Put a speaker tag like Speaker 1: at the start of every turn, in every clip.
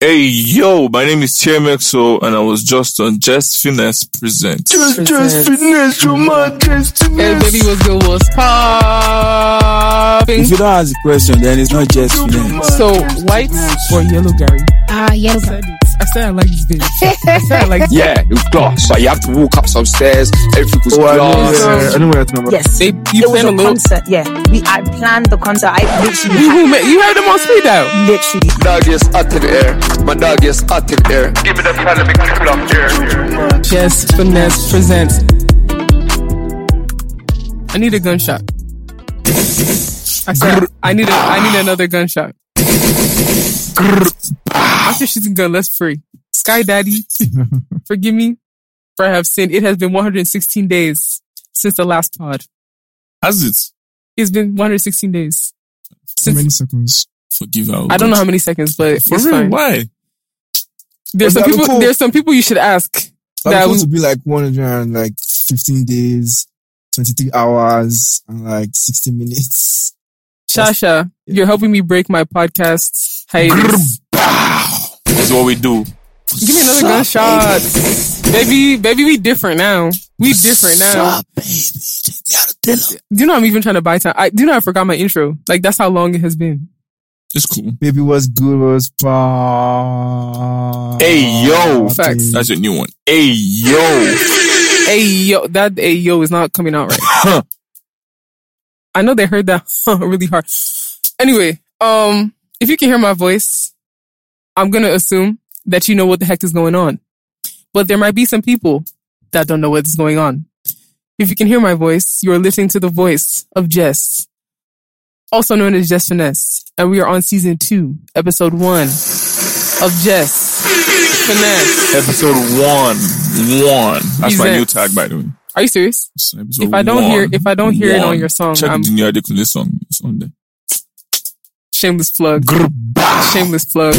Speaker 1: Hey yo, my name is TMXO and I was just on Just Finesse Presents.
Speaker 2: Just, just finesse your mind, just
Speaker 3: Hey,
Speaker 2: finesse.
Speaker 3: baby, what's good? What's popping?
Speaker 4: If you don't ask the question, then it's not just finesse.
Speaker 3: So, white or yellow, Gary?
Speaker 5: Ah, yes.
Speaker 3: I said it. I said I like this day. I said I like this.
Speaker 6: Yeah, it was glass. Like you have to walk up some stairs. Everything was
Speaker 2: Oh, I know,
Speaker 6: glass.
Speaker 2: yeah, I know what you're talking about.
Speaker 5: Yes.
Speaker 3: They, you
Speaker 5: it was
Speaker 3: playing a
Speaker 5: a
Speaker 3: little.
Speaker 5: concert. Yeah. We, I planned the concert. I literally,
Speaker 3: You, you heard them on speed dial.
Speaker 5: literally.
Speaker 6: Dog is out in the air. My dog is out in the air. Give me the pen and make me feel up here.
Speaker 3: Just Finesse presents. I need a gunshot. I said I need a, I need another gunshot. After shooting gun, let's pray. Sky Daddy, forgive me for I have sinned. It has been 116 days since the last pod.
Speaker 1: Has it?
Speaker 3: It's been 116 days.
Speaker 7: How
Speaker 3: Since,
Speaker 7: many seconds?
Speaker 1: Forgive our
Speaker 3: I don't know how many seconds, but
Speaker 1: For
Speaker 3: it's
Speaker 1: real,
Speaker 3: fine.
Speaker 1: why?
Speaker 3: There's some
Speaker 7: That'd be
Speaker 3: people.
Speaker 7: cool.
Speaker 3: There's some people you should ask.
Speaker 7: That
Speaker 3: That w-
Speaker 7: was to be like 115 days, 23 hours, and like 60 minutes.
Speaker 3: Shasha, you're helping me break my podcast hiatus.
Speaker 1: That's what we do.
Speaker 3: Give me another gunshot, baby. Baby, we different now. We different now. Do you know I'm even trying to buy time? I do you know I forgot my intro. Like that's how long it has been.
Speaker 1: It's cool.
Speaker 7: Baby was good, was proud.
Speaker 1: Hey, yo.
Speaker 3: Facts.
Speaker 1: That's your new one. Hey yo.
Speaker 3: Hey yo, that hey yo is not coming out right. I know they heard that really hard. Anyway, um, if you can hear my voice, I'm gonna assume that you know what the heck is going on. But there might be some people that don't know what's going on. If you can hear my voice, you are listening to the voice of Jess, also known as Jess Finesse, and we are on season two, episode one of Jess Finesse.
Speaker 1: Episode one. One. That's my new
Speaker 3: Presents.
Speaker 1: tag by the way.
Speaker 3: Are you serious?
Speaker 1: It's episode
Speaker 3: If I don't
Speaker 1: one.
Speaker 3: hear- if I don't hear it on
Speaker 1: One.
Speaker 3: your song,
Speaker 1: Check
Speaker 3: I'm-
Speaker 1: the new Adekunle song. It's on there.
Speaker 3: Shameless plug.
Speaker 1: Grr-bah.
Speaker 3: Shameless plug.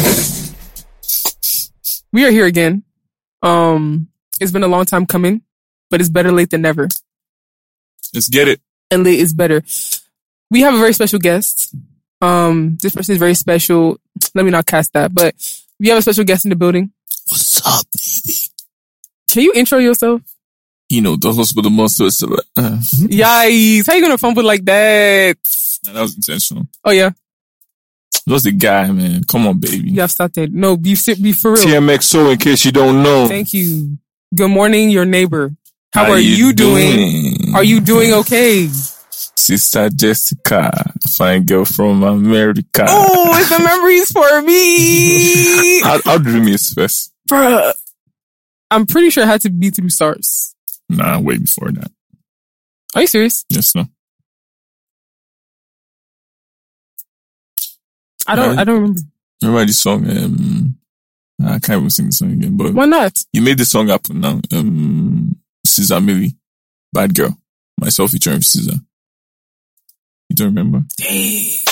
Speaker 3: We are here again. Um, it's been a long time coming, but it's better late than never.
Speaker 1: Let's get it.
Speaker 3: And late is better. We have a very special guest. Um, this person is very special. Let me not cast that, but we have a special guest in the building.
Speaker 1: What's up, baby?
Speaker 3: Can you intro yourself?
Speaker 1: You know, the hospital monster is still uh,
Speaker 3: Mm-hmm. Yikes. How you gonna fumble like that?
Speaker 1: that was intentional.
Speaker 3: Oh yeah,
Speaker 1: Just a guy, man. Come on, baby.
Speaker 3: you have started. No, be, be for real.
Speaker 1: TMXO in case you don't know.
Speaker 3: Thank you. Good morning, your neighbor. How, are you, doing? Are you doing okay?
Speaker 1: Sister Jessica, fine girl from America?
Speaker 3: Oh, it's the memories for me.
Speaker 1: How, how do you miss first?
Speaker 3: Bruh. I'm pretty sure it had to be through SARS.
Speaker 1: Nah, way before that.
Speaker 3: Are you serious?
Speaker 1: Yes, no.
Speaker 3: I don't
Speaker 1: No.
Speaker 3: I don't remember.
Speaker 1: Remember this song? Um, I can't even sing the song again, but
Speaker 3: Why not?
Speaker 1: you made the song happen now. Um, Caesar Millie, Bad Girl, myself featuring Caesar. You don't remember? You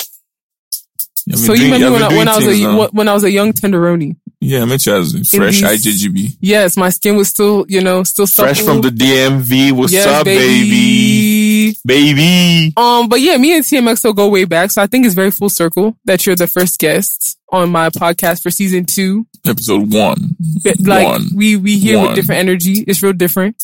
Speaker 1: have been
Speaker 3: so you
Speaker 1: doing-
Speaker 3: met me
Speaker 1: have
Speaker 3: when
Speaker 1: been
Speaker 3: I,
Speaker 1: doing
Speaker 3: when I was
Speaker 1: things
Speaker 3: a
Speaker 1: now.
Speaker 3: when- when I was a young tenderoni.
Speaker 1: yeah, I met you as a fresh
Speaker 3: these-
Speaker 1: IJGB,
Speaker 3: Yes, my skin was still, you know, still supple.
Speaker 1: fresh from the DMV. What's
Speaker 3: yes,
Speaker 1: up, baby? Baby,
Speaker 3: Um, but yeah, me and TMXO go way back, so I think it's very full circle that you're the first guest on my podcast for season two.
Speaker 1: episode one.
Speaker 3: But, like
Speaker 1: One.
Speaker 3: we we here
Speaker 1: One.
Speaker 3: with different energy. It's real different.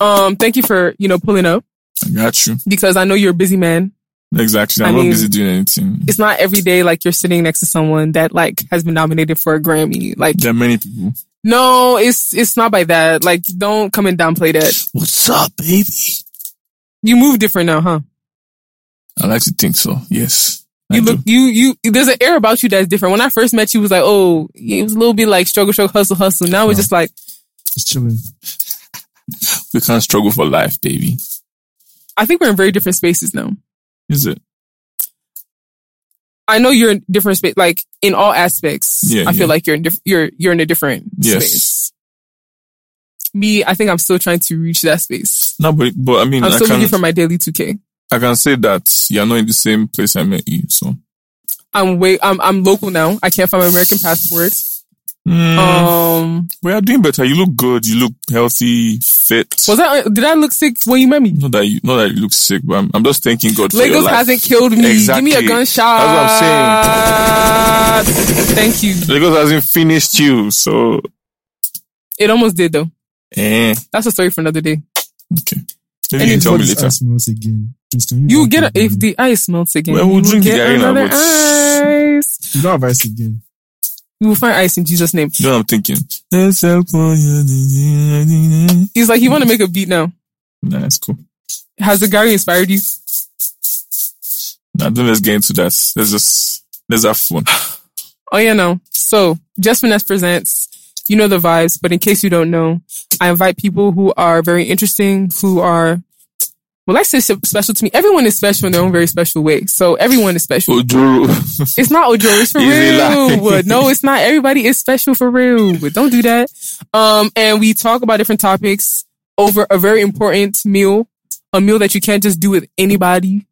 Speaker 3: Um, thank you for you know pulling up
Speaker 1: I got you.
Speaker 3: because I know you're a busy man.
Speaker 1: Exactly. I'm
Speaker 3: I
Speaker 1: not
Speaker 3: mean-
Speaker 1: busy doing anything.
Speaker 3: It's not every day like you're sitting next to someone that like has been nominated for a Grammy. Like
Speaker 1: There are many people.
Speaker 3: no, it's it's not by that. Like don't come and downplay that.
Speaker 1: What's up, baby?
Speaker 3: You move different now, huh?
Speaker 1: I like to think so. Yes. I
Speaker 3: You
Speaker 1: do.
Speaker 3: look you you there's an air about you that's different. When I first met you it was like, oh, it was a little bit like struggle, struggle, hustle, hustle. Now it's
Speaker 7: Yeah.
Speaker 3: just like
Speaker 7: It's chilling.
Speaker 1: We can't struggle for life, baby.
Speaker 3: I think we're in very different spaces now.
Speaker 1: Is it?
Speaker 3: I know you're in different space, like in all aspects.
Speaker 1: Yeah,
Speaker 3: I feel
Speaker 1: yeah.
Speaker 3: like you're in diff- you're you're in a different
Speaker 1: Yes.
Speaker 3: space. Me, I think I'm still trying to reach that space.
Speaker 1: No, but, but I mean,
Speaker 3: I'm
Speaker 1: I
Speaker 3: still
Speaker 1: can,
Speaker 3: looking for my daily 2K.
Speaker 1: I can say that you're not in the same place I met you. So
Speaker 3: I'm way I'm I'm local now. I can't find my American passport.
Speaker 1: Mm,
Speaker 3: Um,
Speaker 1: we are doing better. You look good. You look healthy, fit.
Speaker 3: was that? Did I look sick when you met me?
Speaker 1: Not that you, not that you look sick, but I'm, I'm just thanking God for your
Speaker 3: Lagos
Speaker 1: life.
Speaker 3: hasn't killed me. Give me
Speaker 1: Exactly.
Speaker 3: a gunshot.
Speaker 1: That's
Speaker 3: what I'm saying. Thank you.
Speaker 1: Lagos hasn't finished you, so
Speaker 3: It almost did though.
Speaker 1: eh.
Speaker 3: That's a story for another day.
Speaker 1: Okay, maybe you can tell me
Speaker 7: Before this
Speaker 1: later.
Speaker 7: ice melts again, please can you
Speaker 3: You
Speaker 7: back
Speaker 3: get
Speaker 7: up
Speaker 3: if
Speaker 7: again?
Speaker 3: the ice melts again.
Speaker 1: Well, Mm-hmm. we'll
Speaker 3: you
Speaker 1: drink the
Speaker 3: get
Speaker 1: arena,
Speaker 3: another
Speaker 1: but-
Speaker 3: ice.
Speaker 7: You don't have ice again.
Speaker 3: We will find ice in Jesus' name.
Speaker 1: You know what I'm thinking? Nah,
Speaker 3: He's like, you want to make a beat now.
Speaker 1: that's cool.
Speaker 3: Has the Gary inspired you?
Speaker 1: Nah, don't let's get into that. Let's just let's have fun.
Speaker 3: Oh yeah, no. So Just Finesse presents. You know the vibes, but in case you don't know, I invite people who are very interesting, who are, well, I say s- special to me. Everyone is special in their own very special way. So everyone is special.
Speaker 1: Ojoro.
Speaker 3: It's not Ojo. It's for
Speaker 1: Easy
Speaker 3: real.
Speaker 1: lie.
Speaker 3: no, it's not. Everybody is special for real. But don't do that. Um, and we talk about different topics over a very important meal, a meal that you can't just do with anybody,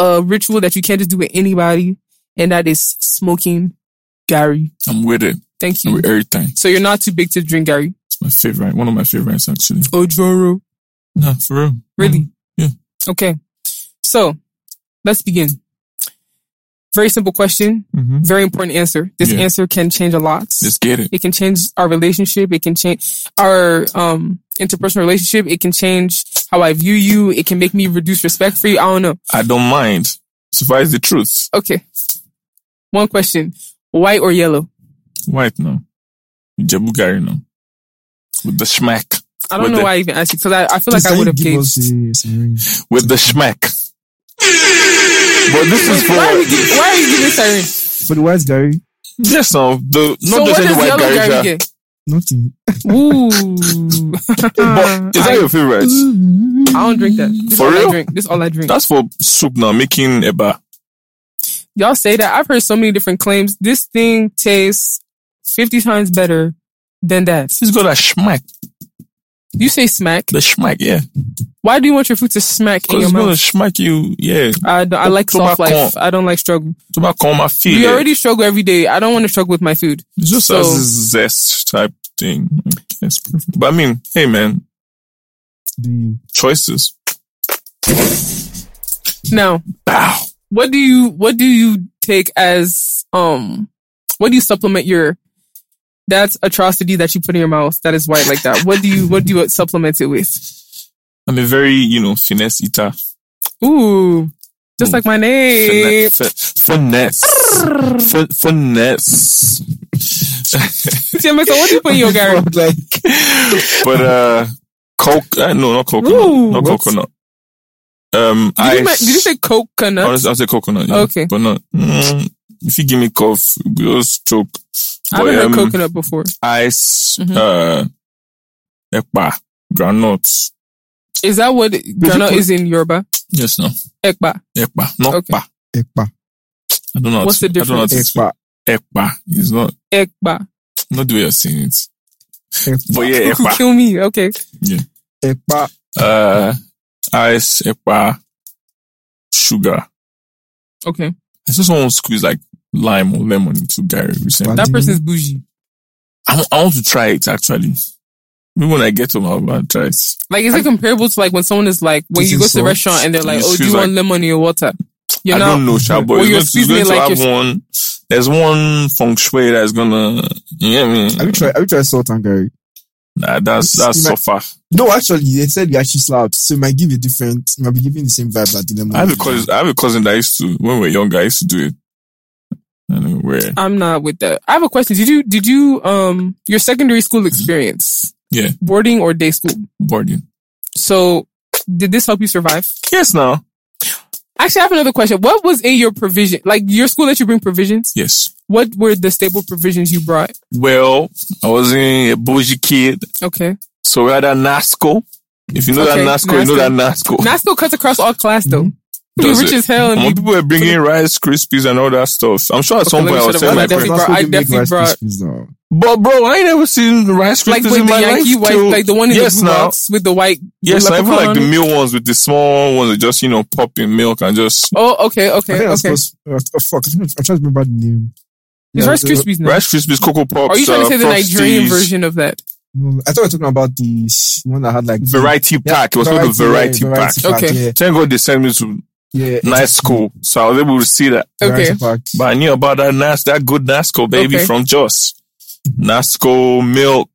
Speaker 3: a ritual that you can't just do with anybody, and that is smoking Gary.
Speaker 1: I'm with it.
Speaker 3: Thank
Speaker 1: I'm
Speaker 3: you.
Speaker 1: with everything.
Speaker 3: So you're not too big to drink Gary.
Speaker 1: It's my favorite. One of my favorites, actually.
Speaker 3: Ojoro.
Speaker 1: Nah, for real.
Speaker 3: Really?
Speaker 1: Mm-hmm. Yeah.
Speaker 3: Okay. So let's begin. Very simple question,
Speaker 1: Mm-hmm.
Speaker 3: very important answer. This
Speaker 1: Yeah.
Speaker 3: answer can change a lot.
Speaker 1: Let's get it.
Speaker 3: It can change our relationship. It can change our um interpersonal relationship. It can change how I view you. It can make me reduce respect for you. I don't know.
Speaker 1: I don't mind. So far as the truth.
Speaker 3: Okay. One question. White or yellow?
Speaker 1: White now. Jabu Gary now. With the schmack.
Speaker 3: I don't
Speaker 1: With
Speaker 3: know
Speaker 1: the-
Speaker 3: why I even asked you because I, I feel
Speaker 7: Please
Speaker 3: like I
Speaker 7: can
Speaker 3: would have
Speaker 7: you give
Speaker 3: gave.
Speaker 7: us a, some range?
Speaker 1: With the schmack. But this is
Speaker 3: Why are, we
Speaker 1: for
Speaker 3: giving, why are you giving siren?
Speaker 7: For the white Gary,
Speaker 1: yes, no, the not
Speaker 3: so
Speaker 1: just
Speaker 3: what
Speaker 1: any
Speaker 3: does
Speaker 1: white
Speaker 3: yellow
Speaker 1: Gary.
Speaker 3: Gary
Speaker 1: yeah.
Speaker 3: get?
Speaker 7: nothing.
Speaker 3: Ooh.
Speaker 1: But is that your favorite?
Speaker 3: Mm. I don't drink that. This
Speaker 1: For
Speaker 3: is all
Speaker 1: real?
Speaker 3: I drink. This is all I drink.
Speaker 1: That's for soup now, making eba.
Speaker 3: Y'all say that. I've heard so many different claims. This thing tastes 50 times better than that.
Speaker 1: It's got a schmack.
Speaker 3: You say smack.
Speaker 1: The schmack, yeah.
Speaker 3: Why do you want your food to smack in
Speaker 1: Because
Speaker 3: your
Speaker 1: it's gonna
Speaker 3: mouth?
Speaker 1: schmack you, yeah.
Speaker 3: I, don't- I like soft
Speaker 1: Tobacco.
Speaker 3: life. I don't like struggle.
Speaker 1: To my call my feet.
Speaker 3: We already struggle every day. I don't want to struggle with my food.
Speaker 1: It's just
Speaker 3: So-
Speaker 1: as a zest type thing. I guess. But I mean, hey man,
Speaker 7: Do you?
Speaker 1: choices.
Speaker 3: Now,
Speaker 1: Bow.
Speaker 3: what do you what do you take as um what do you supplement your that atrocity that you put in your mouth that is white like that? What do you what do you supplement it with?
Speaker 1: I'm a very, you know, finesse eater.
Speaker 3: Ooh, just
Speaker 1: Hmm.
Speaker 3: like my name.
Speaker 1: Finesse. Finesse. Fin- Finesse.
Speaker 3: TMX, so what do you put in your garage?
Speaker 7: like,
Speaker 1: but, uh, coke, uh, no, not coconut.
Speaker 3: Ooh,
Speaker 1: not
Speaker 3: what?
Speaker 1: coconut. Um,
Speaker 3: Did
Speaker 1: I,
Speaker 3: you, ma- did you say coconut?
Speaker 1: I'll, I'll say coconut. Yeah.
Speaker 3: Okay.
Speaker 1: But not, mm, if you give me cough, just choke.
Speaker 3: I haven't
Speaker 1: But,
Speaker 3: heard
Speaker 1: um,
Speaker 3: coconut before.
Speaker 1: Ice,
Speaker 3: Mhm.
Speaker 1: uh, ekpa, granuts.
Speaker 3: Is that what granola is in Yoruba?
Speaker 1: Yes, no.
Speaker 3: Ekba.
Speaker 1: Ekpa, not
Speaker 3: Okay.
Speaker 1: pa.
Speaker 7: Ekpa.
Speaker 1: I don't know. how
Speaker 3: What's
Speaker 1: to-
Speaker 3: the
Speaker 1: I don't know how to explain.
Speaker 7: Ekpa.
Speaker 1: Ekpa. It's not,
Speaker 3: Ekba.
Speaker 1: not the way you're saying it. But
Speaker 7: Ekpa.
Speaker 1: yeah,
Speaker 3: Cuckoo,
Speaker 1: ekpa.
Speaker 3: kill me. Okay.
Speaker 7: Ekpa.
Speaker 1: Uh, ice, epa, sugar.
Speaker 3: Okay.
Speaker 1: I saw someone squeeze like lime or lemon into Gary recently.
Speaker 7: Wow.
Speaker 3: That person's bougie.
Speaker 1: I, want- I want to try it actually. Maybe when I get home, I'll, I'll try it.
Speaker 3: Like, is it comparable to like when someone is like, when
Speaker 7: This
Speaker 3: you
Speaker 7: is
Speaker 3: go to the
Speaker 7: so-
Speaker 3: restaurant and they're like,
Speaker 1: It
Speaker 3: oh, do
Speaker 1: feels
Speaker 3: you want
Speaker 1: like-
Speaker 3: lemon in your water? You're
Speaker 1: I
Speaker 3: not.
Speaker 1: don't know, Sha, but
Speaker 3: Well,
Speaker 1: it's
Speaker 3: you're
Speaker 1: going, to, it's going
Speaker 3: squeezing it
Speaker 1: to
Speaker 3: like
Speaker 1: have
Speaker 3: you're-
Speaker 1: one. There's one feng shui that's gonna. You know what I mean?
Speaker 7: Have you tried? Have you tried salt and Gary?
Speaker 1: Nah, that's that's so
Speaker 7: Smack.
Speaker 1: far.
Speaker 7: No, actually, they said you actually slapped, so it might give a different. It might be giving the same vibe that the lemon.
Speaker 1: I have a cousin. I have a cousin that used to when we were younger. I used to do it. I don't know where.
Speaker 3: I'm not with that. I have a question. Did you, did you, um, your secondary school experience?
Speaker 1: Yeah.
Speaker 3: Boarding or day school?
Speaker 1: Boarding.
Speaker 3: So, did this help you survive?
Speaker 1: Yes, now.
Speaker 3: Actually, I have another question. What was in your provision? Like your school let you bring provisions?
Speaker 1: Yes.
Speaker 3: What were the staple provisions you brought?
Speaker 1: Well, I wasn't a bougie kid.
Speaker 3: Okay.
Speaker 1: So we had a NASCO. If you know
Speaker 3: Okay,
Speaker 1: that NASCO, you know that NASCO.
Speaker 3: NASCO cuts across all class though. You're
Speaker 1: Mm-hmm. Does
Speaker 3: rich
Speaker 1: it?
Speaker 3: as hell.
Speaker 1: And
Speaker 3: And
Speaker 1: when
Speaker 3: you,
Speaker 1: people were bringing Rice Krispies and all that stuff, I'm sure at
Speaker 3: Okay,
Speaker 1: some
Speaker 3: let
Speaker 1: point
Speaker 3: me
Speaker 1: I was
Speaker 3: shut
Speaker 1: telling
Speaker 3: up.
Speaker 1: my
Speaker 3: I definitely
Speaker 1: parents,
Speaker 3: brought- I definitely brought-
Speaker 7: brought.
Speaker 1: but bro, I ain't never seen Rice Krispies
Speaker 3: like with
Speaker 1: in
Speaker 3: the
Speaker 1: my
Speaker 3: Yankee
Speaker 1: life.
Speaker 3: white,
Speaker 1: till-
Speaker 3: like the one in
Speaker 1: yes,
Speaker 3: the blue
Speaker 1: now.
Speaker 3: box with the white.
Speaker 1: Yes,
Speaker 3: with
Speaker 1: I feel
Speaker 3: leprechaun
Speaker 1: like the
Speaker 3: on it?
Speaker 1: meal ones with the small ones that just, you know, pop in milk and just,
Speaker 3: Oh, okay,
Speaker 7: I
Speaker 3: okay,
Speaker 7: think that's
Speaker 3: okay.
Speaker 7: cause, uh, oh, fuck, I'm trying to remember the name.
Speaker 3: It's
Speaker 7: Yeah,
Speaker 3: Rice
Speaker 7: so-
Speaker 3: Krispies now.
Speaker 1: Rice Krispies, Cocoa Pops.
Speaker 3: Are you trying to
Speaker 1: uh,
Speaker 3: say the
Speaker 1: Frosties,
Speaker 3: Nigerian version of that?
Speaker 7: No, I thought we were talking about the one that had like
Speaker 1: Variety pack. It was called the variety, pack.
Speaker 3: Okay.
Speaker 7: Yeah,
Speaker 1: Thank God they sent me to
Speaker 7: yeah,
Speaker 1: nice school, so I was able to see that.
Speaker 3: Okay.
Speaker 7: variety pack.
Speaker 1: But I knew about that Nas, that good Nasco baby
Speaker 3: Okay.
Speaker 1: from Joss. Nasco milk,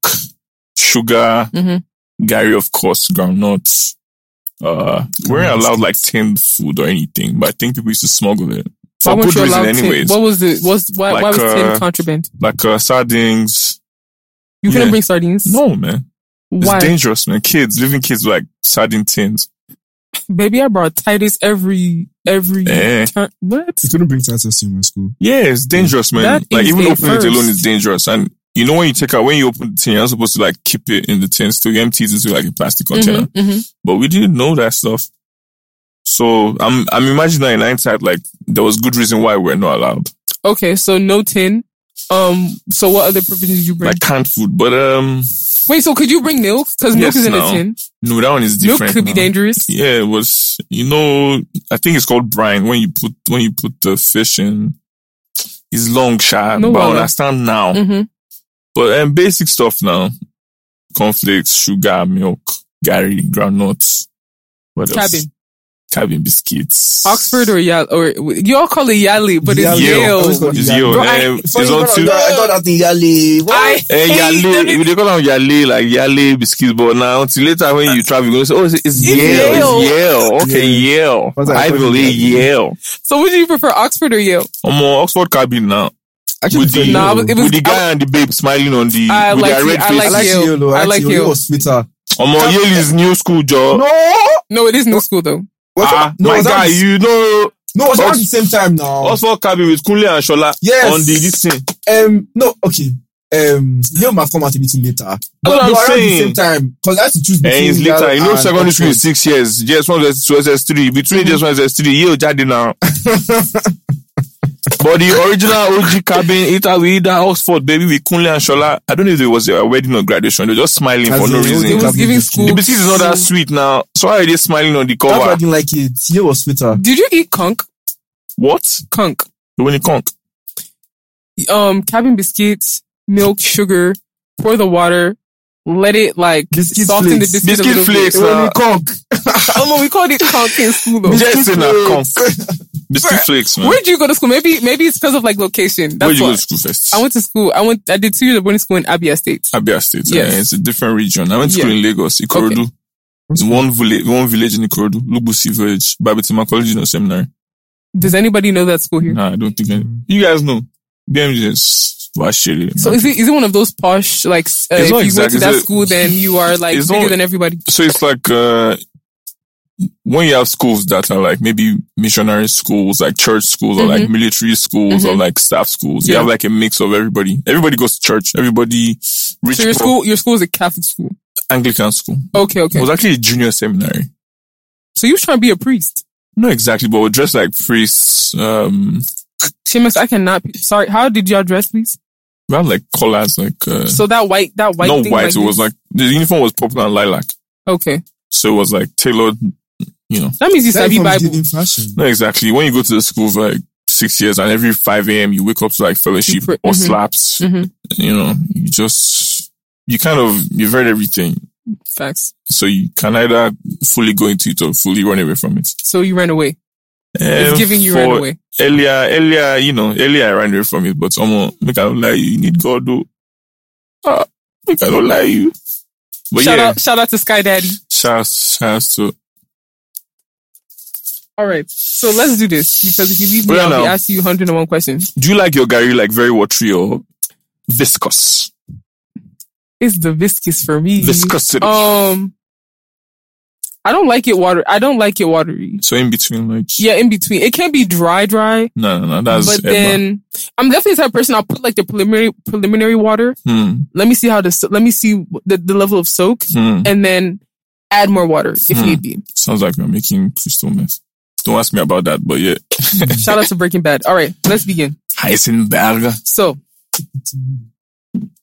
Speaker 1: sugar,
Speaker 3: Mhm.
Speaker 1: Gary, of course, groundnuts. Uh, we weren't allowed like tinned food or anything, but I think people used to smuggle it for
Speaker 3: weren't
Speaker 1: good
Speaker 3: you
Speaker 1: reason,
Speaker 3: allowed tin?
Speaker 1: anyways.
Speaker 3: What was the was why, why
Speaker 1: Like,
Speaker 3: was tin
Speaker 1: uh,
Speaker 3: contraband?
Speaker 1: like uh, sardines.
Speaker 3: You couldn't
Speaker 1: yeah.
Speaker 3: bring sardines.
Speaker 1: No, man, it's
Speaker 3: why?
Speaker 1: dangerous, man. Kids, living kids with, like sardine tins.
Speaker 3: Baby, I brought Titus every every
Speaker 1: Eh.
Speaker 3: time. What?
Speaker 7: You couldn't bring tattoos to my school.
Speaker 1: Yeah, it's dangerous, man.
Speaker 3: That
Speaker 1: Like
Speaker 3: is
Speaker 1: even
Speaker 3: a
Speaker 1: opening it alone
Speaker 3: first.
Speaker 1: is dangerous. And you know when you take out when you open the tin, you're not supposed to like keep it in the tin. Still, you empty it into like a plastic container.
Speaker 3: Mhm, mhm.
Speaker 1: but we didn't know that stuff. So I'm I'm imagining in hindsight, like there was good reason why we're not allowed,
Speaker 3: Okay, so no tin. Um, so what other provisions did you bring?
Speaker 1: like canned food. But um,
Speaker 3: Wait, so could you bring milk? Because milk
Speaker 1: Yes,
Speaker 3: is in a
Speaker 1: no.
Speaker 3: tin.
Speaker 1: no, that one is
Speaker 3: Milk
Speaker 1: different.
Speaker 3: could be
Speaker 1: now.
Speaker 3: dangerous.
Speaker 1: Yeah, it was. You know, I think it's called brine when you put when you put the fish in. It's long shot,
Speaker 3: No
Speaker 1: but I
Speaker 3: water.
Speaker 1: understand now.
Speaker 3: hmm
Speaker 1: But um, basic stuff now: cornflakes, sugar, milk, gary, groundnuts. What else?
Speaker 3: Cabin.
Speaker 1: Cabin biscuits.
Speaker 3: Oxford or Yale or you all call it Yale, but it's
Speaker 7: Yale.
Speaker 3: Yale.
Speaker 7: Always call it
Speaker 1: It's
Speaker 7: Yale.
Speaker 1: Yale.
Speaker 3: Bro, I-
Speaker 1: Um, it's
Speaker 7: Funny
Speaker 1: on
Speaker 7: enough,
Speaker 1: two-
Speaker 7: I thought that thing Yali. What?
Speaker 3: I
Speaker 1: Hey,
Speaker 3: hate them.
Speaker 1: Eh, Yale, we they call them Yale, like Yale biscuits, but now until later when you travel, you're gonna say, oh, it's, it's, Yale,
Speaker 3: Yale.
Speaker 1: it's Yale, okay, Yale.
Speaker 7: What's that?
Speaker 1: I
Speaker 7: What's
Speaker 1: believe
Speaker 7: that?
Speaker 1: Yale.
Speaker 3: So would you prefer Oxford or Yale?
Speaker 1: I'm on Oxford cabin now.
Speaker 7: Actually,
Speaker 1: with the,
Speaker 3: Nah, I was- it was-
Speaker 1: with the guy and the babe smiling on the,
Speaker 3: I
Speaker 1: with
Speaker 3: like
Speaker 1: their
Speaker 3: it,
Speaker 1: red
Speaker 3: I
Speaker 7: I
Speaker 1: faces.
Speaker 7: like
Speaker 3: like
Speaker 7: Yale. though.
Speaker 3: I
Speaker 7: Actually,
Speaker 3: like
Speaker 7: Yale
Speaker 3: Yale.
Speaker 7: was sweeter.
Speaker 1: I'm on Yale is new school job.
Speaker 3: No, it is no school though.
Speaker 7: What's
Speaker 1: Ah,
Speaker 7: that? No,
Speaker 1: my
Speaker 7: was that
Speaker 1: guy,
Speaker 7: the-
Speaker 1: you know,
Speaker 7: No, it's not
Speaker 1: Ox-
Speaker 7: the same time now.
Speaker 1: Oxford cabin with Kunle and Shola
Speaker 7: Yes.
Speaker 1: on the, this thing.
Speaker 7: Um, no, okay. Um, Yale might come out a little later. But
Speaker 1: what I'm
Speaker 7: no, around
Speaker 1: saying.
Speaker 7: the same time, because I had to choose
Speaker 1: And
Speaker 7: between
Speaker 1: it's
Speaker 7: Yale
Speaker 1: Eh, later, you know,
Speaker 7: and
Speaker 1: secondary school is
Speaker 7: Oxford.
Speaker 1: six years, JS1 to SS3, between JS1 and SS3, Yale Jadi now. But the original OG cabin, it we either Oxford, baby, with Kunle and Shola. I don't know if it was a wedding or graduation. They're just smiling
Speaker 7: As
Speaker 1: for no
Speaker 7: in, Yale
Speaker 1: reason.
Speaker 7: didn't
Speaker 3: It was
Speaker 7: have
Speaker 3: giving
Speaker 7: biscuit.
Speaker 3: school.
Speaker 1: The biscuits is not that sweet now. So why are they smiling on the
Speaker 7: That's why I
Speaker 1: cover?
Speaker 7: didn't like it. Yale was sweeter.
Speaker 3: Did you eat conch?
Speaker 1: What?
Speaker 3: Conch.
Speaker 1: The winning conk.
Speaker 3: Um, cabin biscuits, milk, sugar, pour the water, let it like
Speaker 7: Biscuit
Speaker 3: soften
Speaker 7: flakes.
Speaker 3: the biscuit. a
Speaker 1: Biscuit
Speaker 3: little bit.
Speaker 1: flakes. ah.
Speaker 7: Only
Speaker 1: Uh,
Speaker 7: cock.
Speaker 3: Oh no, we called it conch in school though.
Speaker 1: yes, in a conk. Biscuit flakes, man.
Speaker 3: Where'd you go to school? Maybe maybe it's because of like location.
Speaker 1: Where'd
Speaker 3: That's
Speaker 1: you go
Speaker 3: why.
Speaker 1: to school first?
Speaker 3: I went to school. I went. I did two years of boarding school in Abia State.
Speaker 1: Abia State.
Speaker 3: Yes.
Speaker 1: Yeah, it's a different region. I went to school in Lagos, Ikorodu. It's one village, one village in Ikorodu, Lubusi Village, Babitima College Junior Seminary.
Speaker 3: Does anybody know that school here?
Speaker 1: Nah, I don't think I, you guys know. BMJs, Washiri.
Speaker 3: So is it is it one of those posh like s- uh,
Speaker 1: It's
Speaker 3: if
Speaker 1: not
Speaker 3: you go
Speaker 1: exact-
Speaker 3: to
Speaker 1: it's
Speaker 3: that
Speaker 1: a-
Speaker 3: school then you are like
Speaker 1: it's
Speaker 3: bigger
Speaker 1: not-
Speaker 3: than everybody?
Speaker 1: So it's like, uh, when you have schools that are like maybe missionary schools, like church schools or like military schools or like staff schools, you
Speaker 3: Mm-hmm. Yeah.
Speaker 1: have like a mix of everybody. Everybody goes to church. Everybody rich,
Speaker 3: So
Speaker 1: poor,
Speaker 3: your school your school is a Catholic school.
Speaker 1: Anglican school.
Speaker 3: Okay,
Speaker 1: It
Speaker 3: okay.
Speaker 1: was actually a junior seminary.
Speaker 3: So you was trying to be a priest?
Speaker 1: Not exactly, but we're dressed like priests. Um,
Speaker 3: Seamus, I cannot. Be, sorry, how did y'all dress, please?
Speaker 1: we had like collars, like, uh,
Speaker 3: So that white, that white.
Speaker 1: not
Speaker 3: thing
Speaker 1: white. it was
Speaker 3: this?
Speaker 1: like, the uniform was purple and lilac.
Speaker 3: Okay,
Speaker 1: So it was like tailored, you know.
Speaker 3: that means you
Speaker 7: That's
Speaker 3: study
Speaker 7: from
Speaker 3: Bible.
Speaker 7: Giving fashion.
Speaker 1: No, exactly. When you go to the school for like six years and every 5 a.m. you wake up to like fellowship
Speaker 3: You pray-
Speaker 1: or
Speaker 3: mhm.
Speaker 1: slaps,
Speaker 3: Mhm.
Speaker 1: you know, you just, you kind of, you've heard everything.
Speaker 3: Facts.
Speaker 1: So you can either fully go into it or fully run away from it.
Speaker 3: So you ran away.
Speaker 1: Um,
Speaker 3: it's giving you ran
Speaker 1: for
Speaker 3: away.
Speaker 1: Earlier, earlier, you know, earlier I ran away from it, but um, make I don't lie, you need God though. Ah, make I don't lie, you. But
Speaker 3: shout
Speaker 1: yeah,
Speaker 3: out, shout out to Sky Daddy.
Speaker 1: shouts, shouts to,
Speaker 3: All right, so let's do this because if you leave me,
Speaker 1: Well,
Speaker 3: I'll be
Speaker 1: now-
Speaker 3: asking you 101 questions.
Speaker 1: do you like your Gary like very watery or viscous?
Speaker 3: It's the viscous for me.
Speaker 1: Viscosity.
Speaker 3: Um, I don't like it water. I don't like it watery.
Speaker 1: so in between, like,
Speaker 3: Yeah, in between, it can be dry, dry.
Speaker 1: No, no, no. That's
Speaker 3: but
Speaker 1: Ebba.
Speaker 3: then I'm definitely the type of person I'll put like the preliminary preliminary water.
Speaker 1: Hmm,
Speaker 3: Let me see how the so- let me see the, the level of soak,
Speaker 1: hmm.
Speaker 3: and then add more water if
Speaker 1: Hmm.
Speaker 3: need be.
Speaker 1: Sounds like we're making crystal mess. Don't ask me about that, but yeah.
Speaker 3: Shout out to Breaking Bad. All right, let's begin.
Speaker 1: Heisenberg.
Speaker 3: So,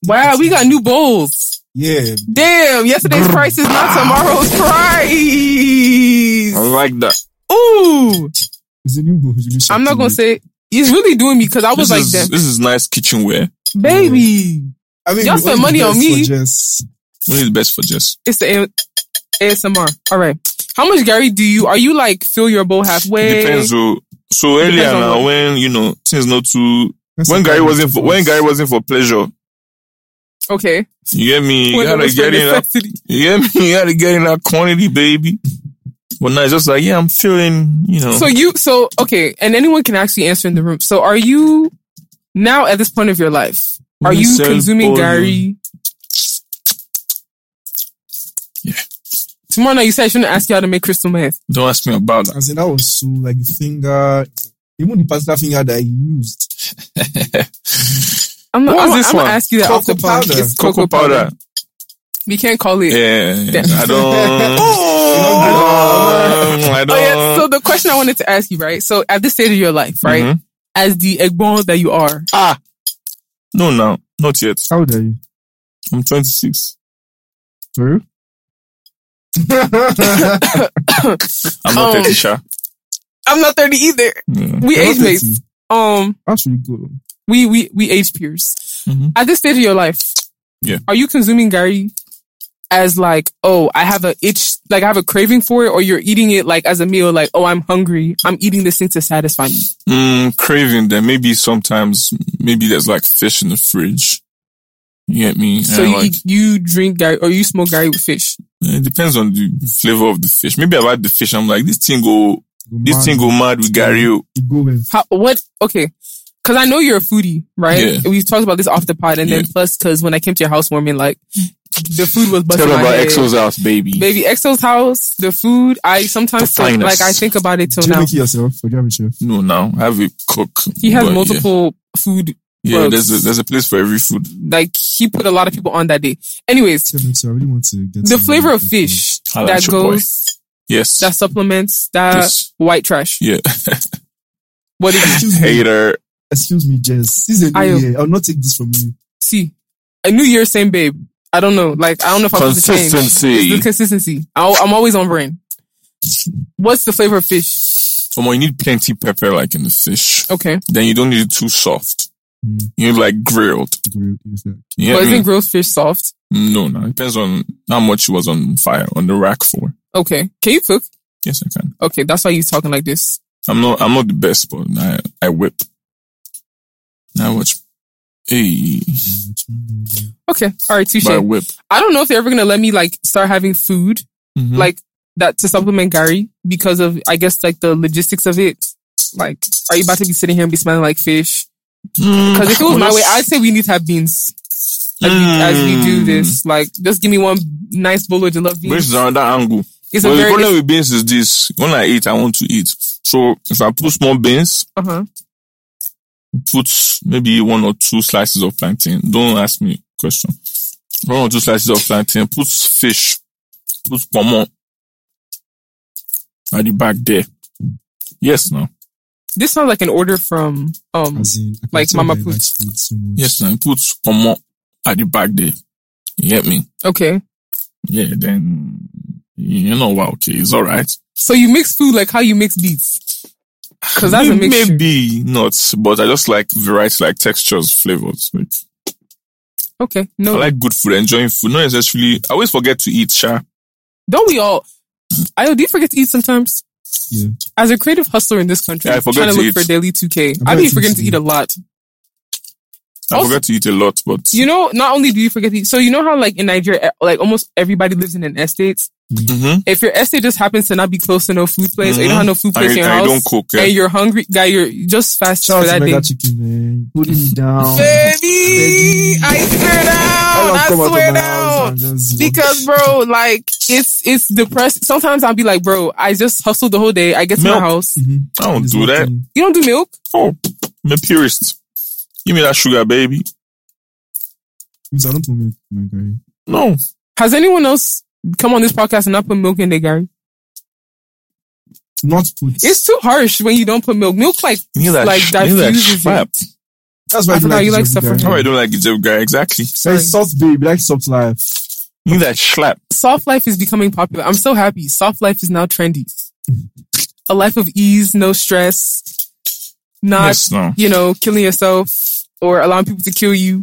Speaker 3: wow, we got new bowls.
Speaker 7: Yeah.
Speaker 3: Damn, yesterday's price is not tomorrow's price.
Speaker 1: I like that.
Speaker 3: Ooh,
Speaker 7: It's a new book. You should
Speaker 3: I'm not
Speaker 7: do
Speaker 3: gonna
Speaker 7: it.
Speaker 3: say He's really doing me because I was
Speaker 1: this
Speaker 3: like,
Speaker 1: is,
Speaker 3: them,
Speaker 1: This is nice kitchenware.
Speaker 3: baby.
Speaker 7: I mean,
Speaker 3: Y'all
Speaker 7: what
Speaker 3: spend
Speaker 7: is
Speaker 3: money
Speaker 7: best
Speaker 3: on
Speaker 7: for
Speaker 3: me.
Speaker 7: Jess?
Speaker 1: What is best for Jess?
Speaker 3: It's the A- ASMR. All right. How much Gary do you? Are you like fill your bowl halfway?
Speaker 1: Depends. So, so
Speaker 3: Depends
Speaker 1: earlier
Speaker 3: on
Speaker 1: now,
Speaker 3: what-
Speaker 1: when you know things not too.
Speaker 7: That's
Speaker 1: When
Speaker 7: a
Speaker 1: Gary
Speaker 7: bad
Speaker 1: wasn't for, when
Speaker 7: response.
Speaker 1: Gary wasn't for pleasure,
Speaker 3: Okay.
Speaker 1: you get me. You
Speaker 3: When it
Speaker 1: gotta
Speaker 3: was for
Speaker 1: get in. That,
Speaker 3: necessity.
Speaker 1: you get me. You gotta get in that quantity, baby. But now it's just like yeah, I'm feeling. You know,
Speaker 3: So you. So okay. And anyone can actually answer in the room. So are you now at this point of your life? Are you
Speaker 1: Myself
Speaker 3: consuming
Speaker 1: only.
Speaker 3: Gary?
Speaker 1: Yeah.
Speaker 3: Tomorrow night, you said I shouldn't ask you how to make crystal meth.
Speaker 1: don't ask me about
Speaker 7: I said that was so like the finger, even the particular finger that I used.
Speaker 1: that.
Speaker 3: I'm not.
Speaker 1: What
Speaker 3: I'm,
Speaker 1: was
Speaker 3: not-
Speaker 1: this
Speaker 3: I'm not
Speaker 1: one?
Speaker 3: asking you that
Speaker 7: Cocoa
Speaker 3: off the pod.
Speaker 7: powder.
Speaker 3: It's
Speaker 1: Cocoa powder.
Speaker 3: We can't call it.
Speaker 1: Yeah, I don't.
Speaker 7: Oh!
Speaker 1: I don't.
Speaker 3: Oh yeah. So the question I wanted to ask you, right? So at this stage of your life, right,
Speaker 1: Mhm.
Speaker 3: as the eggborn that you are,
Speaker 1: Ah, no, now not yet.
Speaker 7: How old are you?
Speaker 1: I'm 26.
Speaker 7: For real? You're
Speaker 1: I'm not
Speaker 3: Um,
Speaker 1: 30, sha.
Speaker 3: I'm not thirty either.
Speaker 1: Yeah.
Speaker 3: We
Speaker 7: not
Speaker 3: age mates.
Speaker 7: 30.
Speaker 3: Um,
Speaker 7: That's really good.
Speaker 3: we we we age peers.
Speaker 1: Mhm.
Speaker 3: At this stage of your life,
Speaker 1: Yeah.
Speaker 3: are you consuming Gary as like, oh, I have a itch, like I have a craving for it, or you're eating it like as a meal, like, oh, I'm hungry, I'm eating this thing to satisfy me.
Speaker 1: Mm, craving then maybe sometimes maybe there's like fish in the fridge. You get me?
Speaker 3: So
Speaker 1: And,
Speaker 3: you
Speaker 1: like,
Speaker 3: eat, you drink Gary or you smoke Gary with fish.
Speaker 1: it depends on the flavor of the fish. Maybe I've had the fish. I'm like, this thing go, this
Speaker 7: Man,
Speaker 1: thing go mad with Gary. oh.
Speaker 7: it go with
Speaker 3: How, what? Okay. Cause I know you're a foodie, right?
Speaker 1: Yeah.
Speaker 3: We talked about this off the pod, and then
Speaker 1: Yeah.
Speaker 3: plus, cause when I came to your housewarming, like the food was busting
Speaker 1: Tell
Speaker 3: my
Speaker 1: about
Speaker 3: head.
Speaker 1: Exo's house, baby.
Speaker 3: Baby Exo's house, the food. I sometimes
Speaker 1: The
Speaker 3: think,
Speaker 1: finest.
Speaker 3: like I think about it till
Speaker 7: Do you
Speaker 3: now.
Speaker 7: make it yourself or do you have a chef?
Speaker 1: No, now I have a cook.
Speaker 3: He has
Speaker 1: but
Speaker 3: multiple food.
Speaker 1: Yeah, yeah
Speaker 3: books.
Speaker 1: there's a, there's a place for every food.
Speaker 3: Like he put a lot of people on that day. Anyways,
Speaker 7: Chef makes it, I really want to get
Speaker 3: the
Speaker 7: some
Speaker 3: flavor of
Speaker 7: food.
Speaker 3: fish
Speaker 1: I like
Speaker 3: that
Speaker 1: your boy.
Speaker 3: goes, uh,
Speaker 1: Yes.
Speaker 3: that supplements that
Speaker 1: Yes.
Speaker 3: white trash.
Speaker 1: yeah.
Speaker 3: What did you
Speaker 7: Excuse me,
Speaker 1: Hater.
Speaker 7: excuse me, Jess. This is a
Speaker 3: Ayo.
Speaker 7: new year. I'll not take this from you.
Speaker 3: see? A New Year, same babe. I don't know. Like I don't know if I'm supposed to change.
Speaker 1: Consistency.
Speaker 3: It's the consistency. I'll, I'm always on brand. What's the flavor of fish?
Speaker 1: Someone, you need plenty pepper like in the fish.
Speaker 3: Okay,
Speaker 1: Then you don't need it too soft.
Speaker 7: Mm.
Speaker 1: You need like grilled.
Speaker 7: Great, yes, yeah.
Speaker 1: You get
Speaker 3: Hmm. but
Speaker 1: me?
Speaker 3: isn't grilled fish soft?
Speaker 1: No, no. It depends on how much it was on fire, on the rack for.
Speaker 3: Okay, can you cook?
Speaker 1: Yes, I can.
Speaker 3: Okay, that's why you're talking like this.
Speaker 1: I'm not, I'm not the best, but I, I whip. I watch. Hey,
Speaker 3: Okay, all right, touche.
Speaker 1: by whip.
Speaker 3: I don't know if they're ever gonna let me like start having food
Speaker 1: Mhm.
Speaker 3: like that to supplement Gary because of I guess like the logistics of it. Like, are you about to be sitting here and be smelling like fish?
Speaker 1: Mm,
Speaker 3: Because if it was my
Speaker 1: well,
Speaker 3: way, I'd say we need to have beans as, we, as we do
Speaker 1: Mm.
Speaker 3: this. Like, just give me one nice bowl of jollof
Speaker 1: Which
Speaker 3: beans.
Speaker 1: is on that angle.
Speaker 3: It's
Speaker 1: But
Speaker 3: a
Speaker 1: the
Speaker 3: very
Speaker 1: problem
Speaker 3: it's-
Speaker 1: with beans is this: when I eat, I want to eat. So if I put small beans,
Speaker 3: uh-huh.
Speaker 1: put maybe one or two slices of plantain. Don't ask me question. One or two slices of plantain. Put fish. Put pomo. At the back there. Yes, now.
Speaker 3: This sounds like an order from um
Speaker 7: As in, I can
Speaker 3: Like
Speaker 7: tell
Speaker 3: Mama
Speaker 7: that I
Speaker 3: Put.
Speaker 7: like food so much.
Speaker 1: Yes, now. Put pomo at the back there. You get me?
Speaker 3: okay.
Speaker 1: Yeah, then you know what? Okay, it's all right.
Speaker 3: So you mix food like how you mix beets. Cause that's a
Speaker 1: May-
Speaker 3: mixture.
Speaker 1: Maybe not, but I just like variety, like textures, flavors. Like,
Speaker 3: Okay.
Speaker 1: I
Speaker 3: No.
Speaker 1: like good food, enjoying food. Not necessarily. I always forget to eat, sha.
Speaker 3: Don't we all I do you forget to eat sometimes?
Speaker 7: Yeah.
Speaker 3: As a creative hustler in this country,
Speaker 1: Yeah, I
Speaker 3: I'm
Speaker 1: forget
Speaker 3: trying to,
Speaker 1: to
Speaker 3: look
Speaker 1: eat.
Speaker 3: for daily 2K.
Speaker 7: I
Speaker 3: I be
Speaker 7: forget to
Speaker 3: forgetting to
Speaker 7: eat.
Speaker 3: eat a lot.
Speaker 1: I
Speaker 3: Also-
Speaker 1: forget to eat a lot, but
Speaker 3: You know, not only do you forget to eat, so you know how like in Nigeria, eh, like almost everybody lives in an estate.
Speaker 1: Mhm.
Speaker 3: If your estate just happens to not be close to no food place, or you
Speaker 1: Mhm.
Speaker 3: don't have no food place
Speaker 1: I,
Speaker 3: in your
Speaker 1: I
Speaker 3: house,
Speaker 1: don't cook. Yeah.
Speaker 3: and you're hungry, guy, you're you just fast for
Speaker 7: Shout out
Speaker 3: that
Speaker 7: to
Speaker 3: day.
Speaker 7: Mega Chicken, man. Putting me down.
Speaker 3: Baby, I swear
Speaker 7: All
Speaker 3: down,
Speaker 7: of
Speaker 3: I
Speaker 7: come out of
Speaker 3: swear
Speaker 7: my house
Speaker 3: down.
Speaker 7: and just-
Speaker 3: Because bro, like it's it's depressing. Sometimes I'll be like, bro, I just hustled the whole day. I get to
Speaker 1: Milk.
Speaker 3: my house.
Speaker 7: Mhm.
Speaker 1: I don't
Speaker 7: It's
Speaker 1: do that.
Speaker 7: nothing.
Speaker 3: You don't do milk.
Speaker 1: Oh, I'm a purist. Give me that sugar, baby.
Speaker 7: Means I don't put milk in my curry.
Speaker 1: No,
Speaker 3: Has anyone else come on this podcast and not put milk in their Gary?
Speaker 7: Not put.
Speaker 3: It's too harsh when you don't put milk. Milk like
Speaker 1: you need that.
Speaker 3: Like,
Speaker 1: sh- you need that
Speaker 3: diffuses it.
Speaker 1: crap.
Speaker 7: That's why
Speaker 3: I forgot you like
Speaker 7: Jeffrey
Speaker 3: suffering.
Speaker 7: Guy.
Speaker 1: How I don't like it, guy. Exactly.
Speaker 7: Say soft babe, like soft life.
Speaker 1: You need that slap.
Speaker 3: soft life is becoming popular. I'm so happy. Soft life is now trendy. A life of ease, no stress. not
Speaker 1: yes, no.
Speaker 3: you know killing yourself or allowing people to kill you.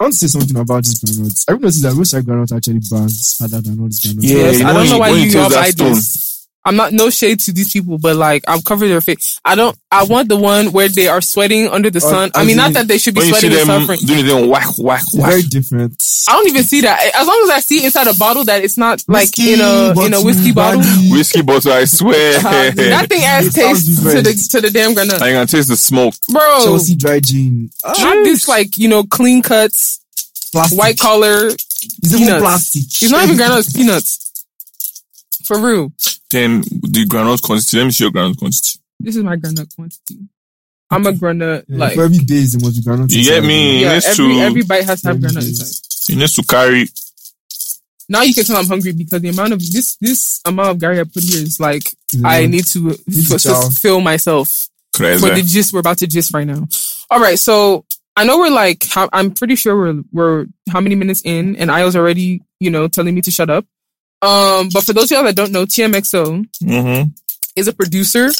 Speaker 7: I want to say something about this granite. I've noticed that roadside granite actually burns harder than all these granules.
Speaker 1: Yeah,
Speaker 3: Yes,
Speaker 1: you
Speaker 3: I
Speaker 1: know
Speaker 3: don't
Speaker 1: when
Speaker 3: know
Speaker 1: you-
Speaker 3: why
Speaker 1: when you
Speaker 3: you
Speaker 1: close
Speaker 3: all
Speaker 1: that
Speaker 3: buy
Speaker 1: stone.
Speaker 3: this. I'm not no shade to these people, but like I'm covering their face. I don't. I want the one where they are sweating under the
Speaker 7: Oh,
Speaker 3: sun.
Speaker 7: I
Speaker 3: I mean,
Speaker 7: see.
Speaker 3: not that they should be
Speaker 1: When you see
Speaker 3: sweating and
Speaker 1: them
Speaker 3: suffering.
Speaker 1: doing them whack, whack,
Speaker 7: It's
Speaker 1: whack.
Speaker 7: very different.
Speaker 3: I don't even see that. As long as I see inside a bottle that it's not like in a in a whiskey bottle.
Speaker 1: Whiskey bottle, I
Speaker 3: Ah,
Speaker 1: swear.
Speaker 3: that thing
Speaker 7: It
Speaker 3: ass
Speaker 7: sounds
Speaker 3: tastes to the
Speaker 7: different.
Speaker 3: to the damn
Speaker 1: I
Speaker 3: granite,
Speaker 1: can taste the smoke.
Speaker 3: bro.
Speaker 7: Chelsea dry gin.
Speaker 3: Not this like you know clean cuts,
Speaker 7: Plastic.
Speaker 3: white collar.
Speaker 7: It's even
Speaker 3: peanuts.
Speaker 7: plastic.
Speaker 3: It's not even granite; it's peanuts. For real,
Speaker 1: Then the granite quantity. Let me see your granite quantity.
Speaker 3: this is my granite quantity. I'm a granite
Speaker 7: Yeah,
Speaker 3: like
Speaker 7: for every day is the most granite.
Speaker 1: You get me?
Speaker 3: yeah.
Speaker 1: It needs
Speaker 3: Every
Speaker 1: to
Speaker 3: every bite has to have
Speaker 7: Every
Speaker 3: granite
Speaker 7: day.
Speaker 3: inside.
Speaker 1: it needs to carry.
Speaker 3: Now you can tell I'm hungry because the amount of this this amount of Gary I put here is like I need to
Speaker 7: Need to
Speaker 3: f-
Speaker 7: chow.
Speaker 3: fulfill myself.
Speaker 1: Crazy.
Speaker 3: for the gist. We're about to gist right now. All right, so I know we're like, how, I'm pretty sure we're we're how many minutes in, and I was already, you know, telling me to shut up. Um, but for those of y'all that don't know, TMXO
Speaker 1: Mm-hmm.
Speaker 3: is a producer.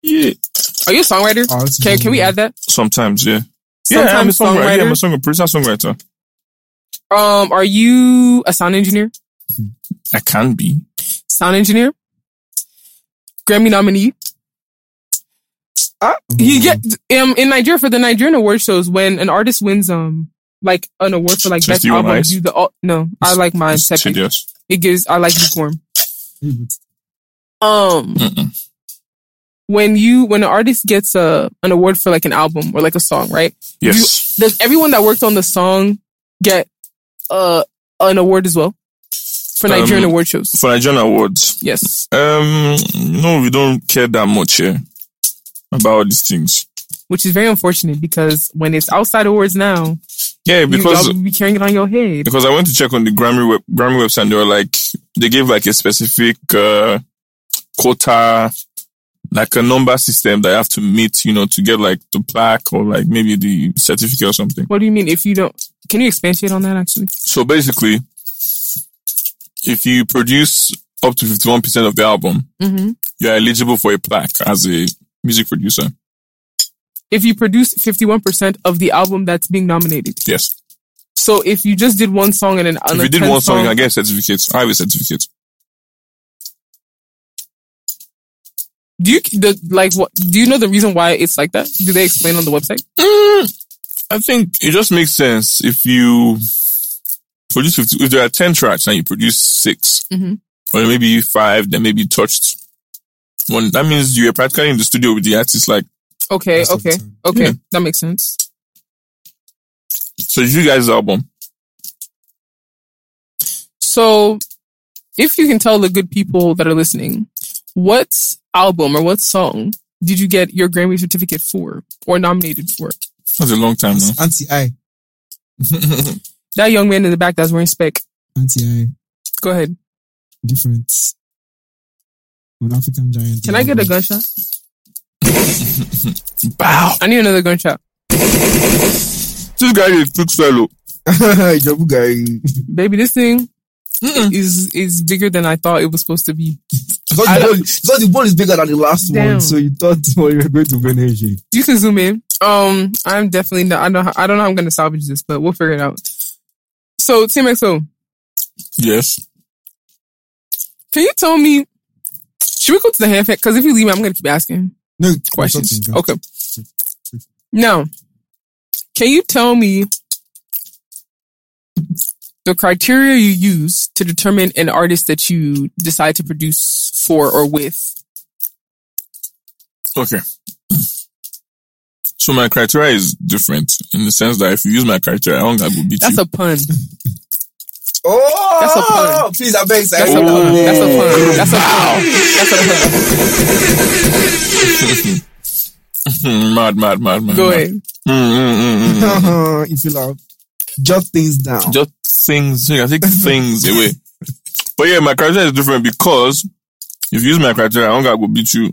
Speaker 1: Yeah.
Speaker 3: Are you a songwriter?
Speaker 7: Oh,
Speaker 3: Can can we add that?
Speaker 1: Sometimes, yeah. Uh, yeah, I'm a
Speaker 3: Sometimes
Speaker 1: songwriter. Yeah, I'm a
Speaker 3: songwriter.
Speaker 1: song producer, songwriter.
Speaker 3: Um, are you a sound engineer?
Speaker 1: I can be.
Speaker 3: Sound engineer. Grammy nominee.
Speaker 7: Oh,
Speaker 3: You get
Speaker 1: Mm-hmm.
Speaker 3: um, in Nigeria for the Nigerian award shows when an artist wins um like an award for like
Speaker 1: Just
Speaker 3: best
Speaker 1: you want
Speaker 3: album.
Speaker 1: ice?
Speaker 3: You the all, no, I like mine.
Speaker 1: It's
Speaker 3: separate.
Speaker 1: tedious.
Speaker 3: It gives I like lukewarm. Um,
Speaker 1: Mm-mm.
Speaker 3: when you when an artist gets a an award for like an album or like a song, right?
Speaker 1: Yes.
Speaker 3: Does everyone that worked on the song get uh an award as well for Nigerian
Speaker 1: Um,
Speaker 3: award shows?
Speaker 1: For Nigerian awards,
Speaker 3: Yes.
Speaker 1: um, no, we don't care that much here about all these things.
Speaker 3: Which is very unfortunate because when it's outside awards now,
Speaker 1: Yeah, because
Speaker 3: because you y'all be carrying it on your head.
Speaker 1: because I went to check on the Grammy web, Grammy website, and they were like they gave like a specific uh, quota, like a number system that you have to meet, you know, to get like the plaque or like maybe the certificate or something.
Speaker 3: What do you mean if you don't? Can you expatiate on that actually?
Speaker 1: So basically, if you produce up to fifty one percent of the album,
Speaker 3: Mm-hmm.
Speaker 1: you're eligible for a plaque as a music producer.
Speaker 3: If you produce fifty one percent of the album that's being nominated,
Speaker 1: Yes.
Speaker 3: so if you just did one song and an
Speaker 1: if you did one song, you can get a certificate. I have a certificate.
Speaker 3: Do you the like what? Do you know the reason why it's like that? Do they explain on the website?
Speaker 1: Mm, I think it just makes sense if you produce 50, if there are 10 tracks and you produce 6
Speaker 3: Mhm.
Speaker 1: or maybe five, then maybe you touched one. That means you were practically in the studio with the artist. Like,
Speaker 3: Okay,
Speaker 7: Most of the
Speaker 3: okay,
Speaker 7: time.
Speaker 3: okay.
Speaker 1: Yeah.
Speaker 3: That makes sense.
Speaker 1: so it's you guys' album.
Speaker 3: So, if you can tell the good people that are listening, what album or what song did you get your Grammy certificate for or nominated for?
Speaker 1: That's a long time now.
Speaker 7: Anti I.
Speaker 3: That young man in the back that's wearing spec.
Speaker 7: Anti I.
Speaker 3: Go ahead.
Speaker 7: Different. An African giant.
Speaker 3: Can I get a gunshot?
Speaker 1: Bow.
Speaker 3: I need another gunshot,
Speaker 1: This guy is a quick fellow.
Speaker 7: Jabu guy.
Speaker 3: baby. This thing
Speaker 1: Mm-mm.
Speaker 3: is is bigger than I thought it was supposed to be.
Speaker 7: Because
Speaker 3: I
Speaker 7: the,
Speaker 3: don't-
Speaker 7: one, because the one is bigger than the last
Speaker 3: Damn.
Speaker 7: one, so you thought well, you were going to win AJ.
Speaker 3: You can zoom in. Um, I'm definitely not. I know. How, I don't know how I'm going to salvage this, but we'll figure it out. So, Team XO,
Speaker 1: Yes.
Speaker 3: Can you tell me? Should we go to the hair fact? Because if you leave me, I'm going to keep asking
Speaker 7: No
Speaker 3: questions.
Speaker 7: something,
Speaker 3: Okay. Now, can you tell me the criteria you use to determine an artist that you decide to produce for or with?
Speaker 1: Okay. So my criteria is different in the sense that if you use my criteria, I don't think I will beat
Speaker 3: That's
Speaker 1: you.
Speaker 3: a pun.
Speaker 7: Oh,
Speaker 3: That's a pun.
Speaker 7: Please, I beg.
Speaker 3: That's a
Speaker 7: Oh.
Speaker 3: pun. That's a pun. That's a pun. That's a pun.
Speaker 1: Hmm, mad, mad, mad, mad.
Speaker 3: Go
Speaker 1: mad.
Speaker 3: ahead.
Speaker 1: Mm, mm, mm, mm, mm.
Speaker 7: if you love, jot things down.
Speaker 1: just things. I take things away. But yeah, my criteria is different because if you use my criteria, I don't gotta go beat you.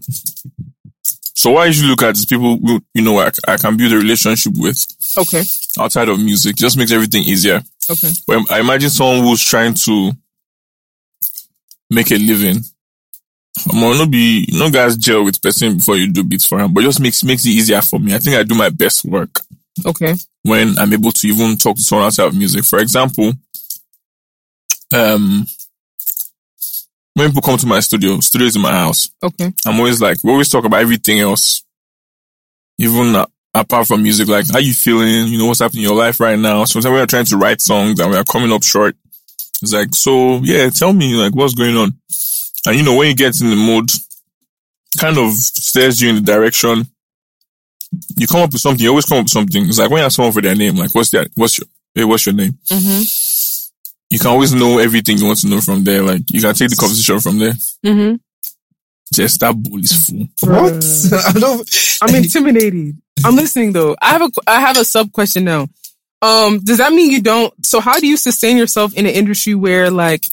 Speaker 1: So why you should look at is people who, you know I, I can build a relationship with
Speaker 3: Okay.
Speaker 1: outside of music. It just makes everything easier.
Speaker 3: Okay.
Speaker 1: But I imagine someone who's trying to make a living Omo, no be no guys gel with person before you do beats for him, but just makes makes it easier for me. I think I do my best work
Speaker 3: Okay.
Speaker 1: when I'm able to even talk to someone outside of music. For example, um, when people come to my studio, studio is in my house.
Speaker 3: Okay.
Speaker 1: I'm always like, we always talk about everything else, even uh, apart from music. Like, how you feeling? You know, what's happening in your life right now? Sometimes we are trying to write songs and we are coming up short. It's like, so yeah, tell me like what's going on. And you know, when you get in the mood, it kind of steers you in the direction. You come up with something. You always come up with something. It's like when you ask someone for their name, like what's their what's your hey, what's your name?
Speaker 3: Mm-hmm.
Speaker 1: You can always know everything you want to know from there. Like you can take the conversation from there.
Speaker 3: Mm-hmm.
Speaker 1: Just that bull is full.
Speaker 7: What? I don't.
Speaker 3: I'm intimidated. I'm listening though. I have a I have a sub question now. Um, does that mean you don't? So how do you sustain yourself in an industry where like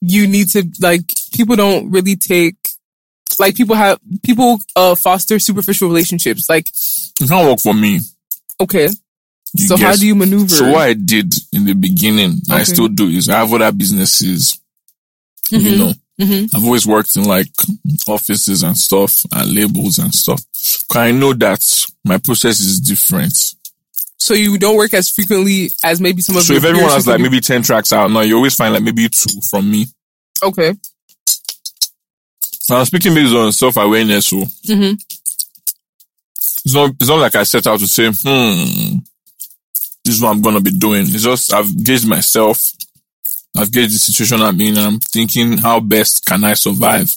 Speaker 3: you need to like people don't really take like people have people uh foster superficial relationships like
Speaker 1: It can't work for me.
Speaker 3: okay
Speaker 1: You
Speaker 3: so how
Speaker 1: guess.
Speaker 3: do you maneuver
Speaker 1: So what I did in the beginning, and I
Speaker 3: Okay.
Speaker 1: still do is I have other businesses. You
Speaker 3: Mhm.
Speaker 1: know,
Speaker 3: Mhm.
Speaker 1: I've always worked in like offices and stuff and labels and stuff. 'Cause I know that my process is different.
Speaker 3: so you don't work as frequently as maybe some of
Speaker 1: So
Speaker 3: your
Speaker 1: if everyone
Speaker 3: peers
Speaker 1: has
Speaker 3: who
Speaker 1: like
Speaker 3: do-
Speaker 1: maybe 10 tracks out now, you always find like maybe two from me.
Speaker 3: okay
Speaker 1: I'm speaking based on self-awareness. So
Speaker 3: Mhm.
Speaker 1: it's not, it's not like I set out to say, hmm, this is what I'm going to be doing. It's just, I've gauged myself. I've gauged the situation I'm in. And I'm thinking, how best can I survive?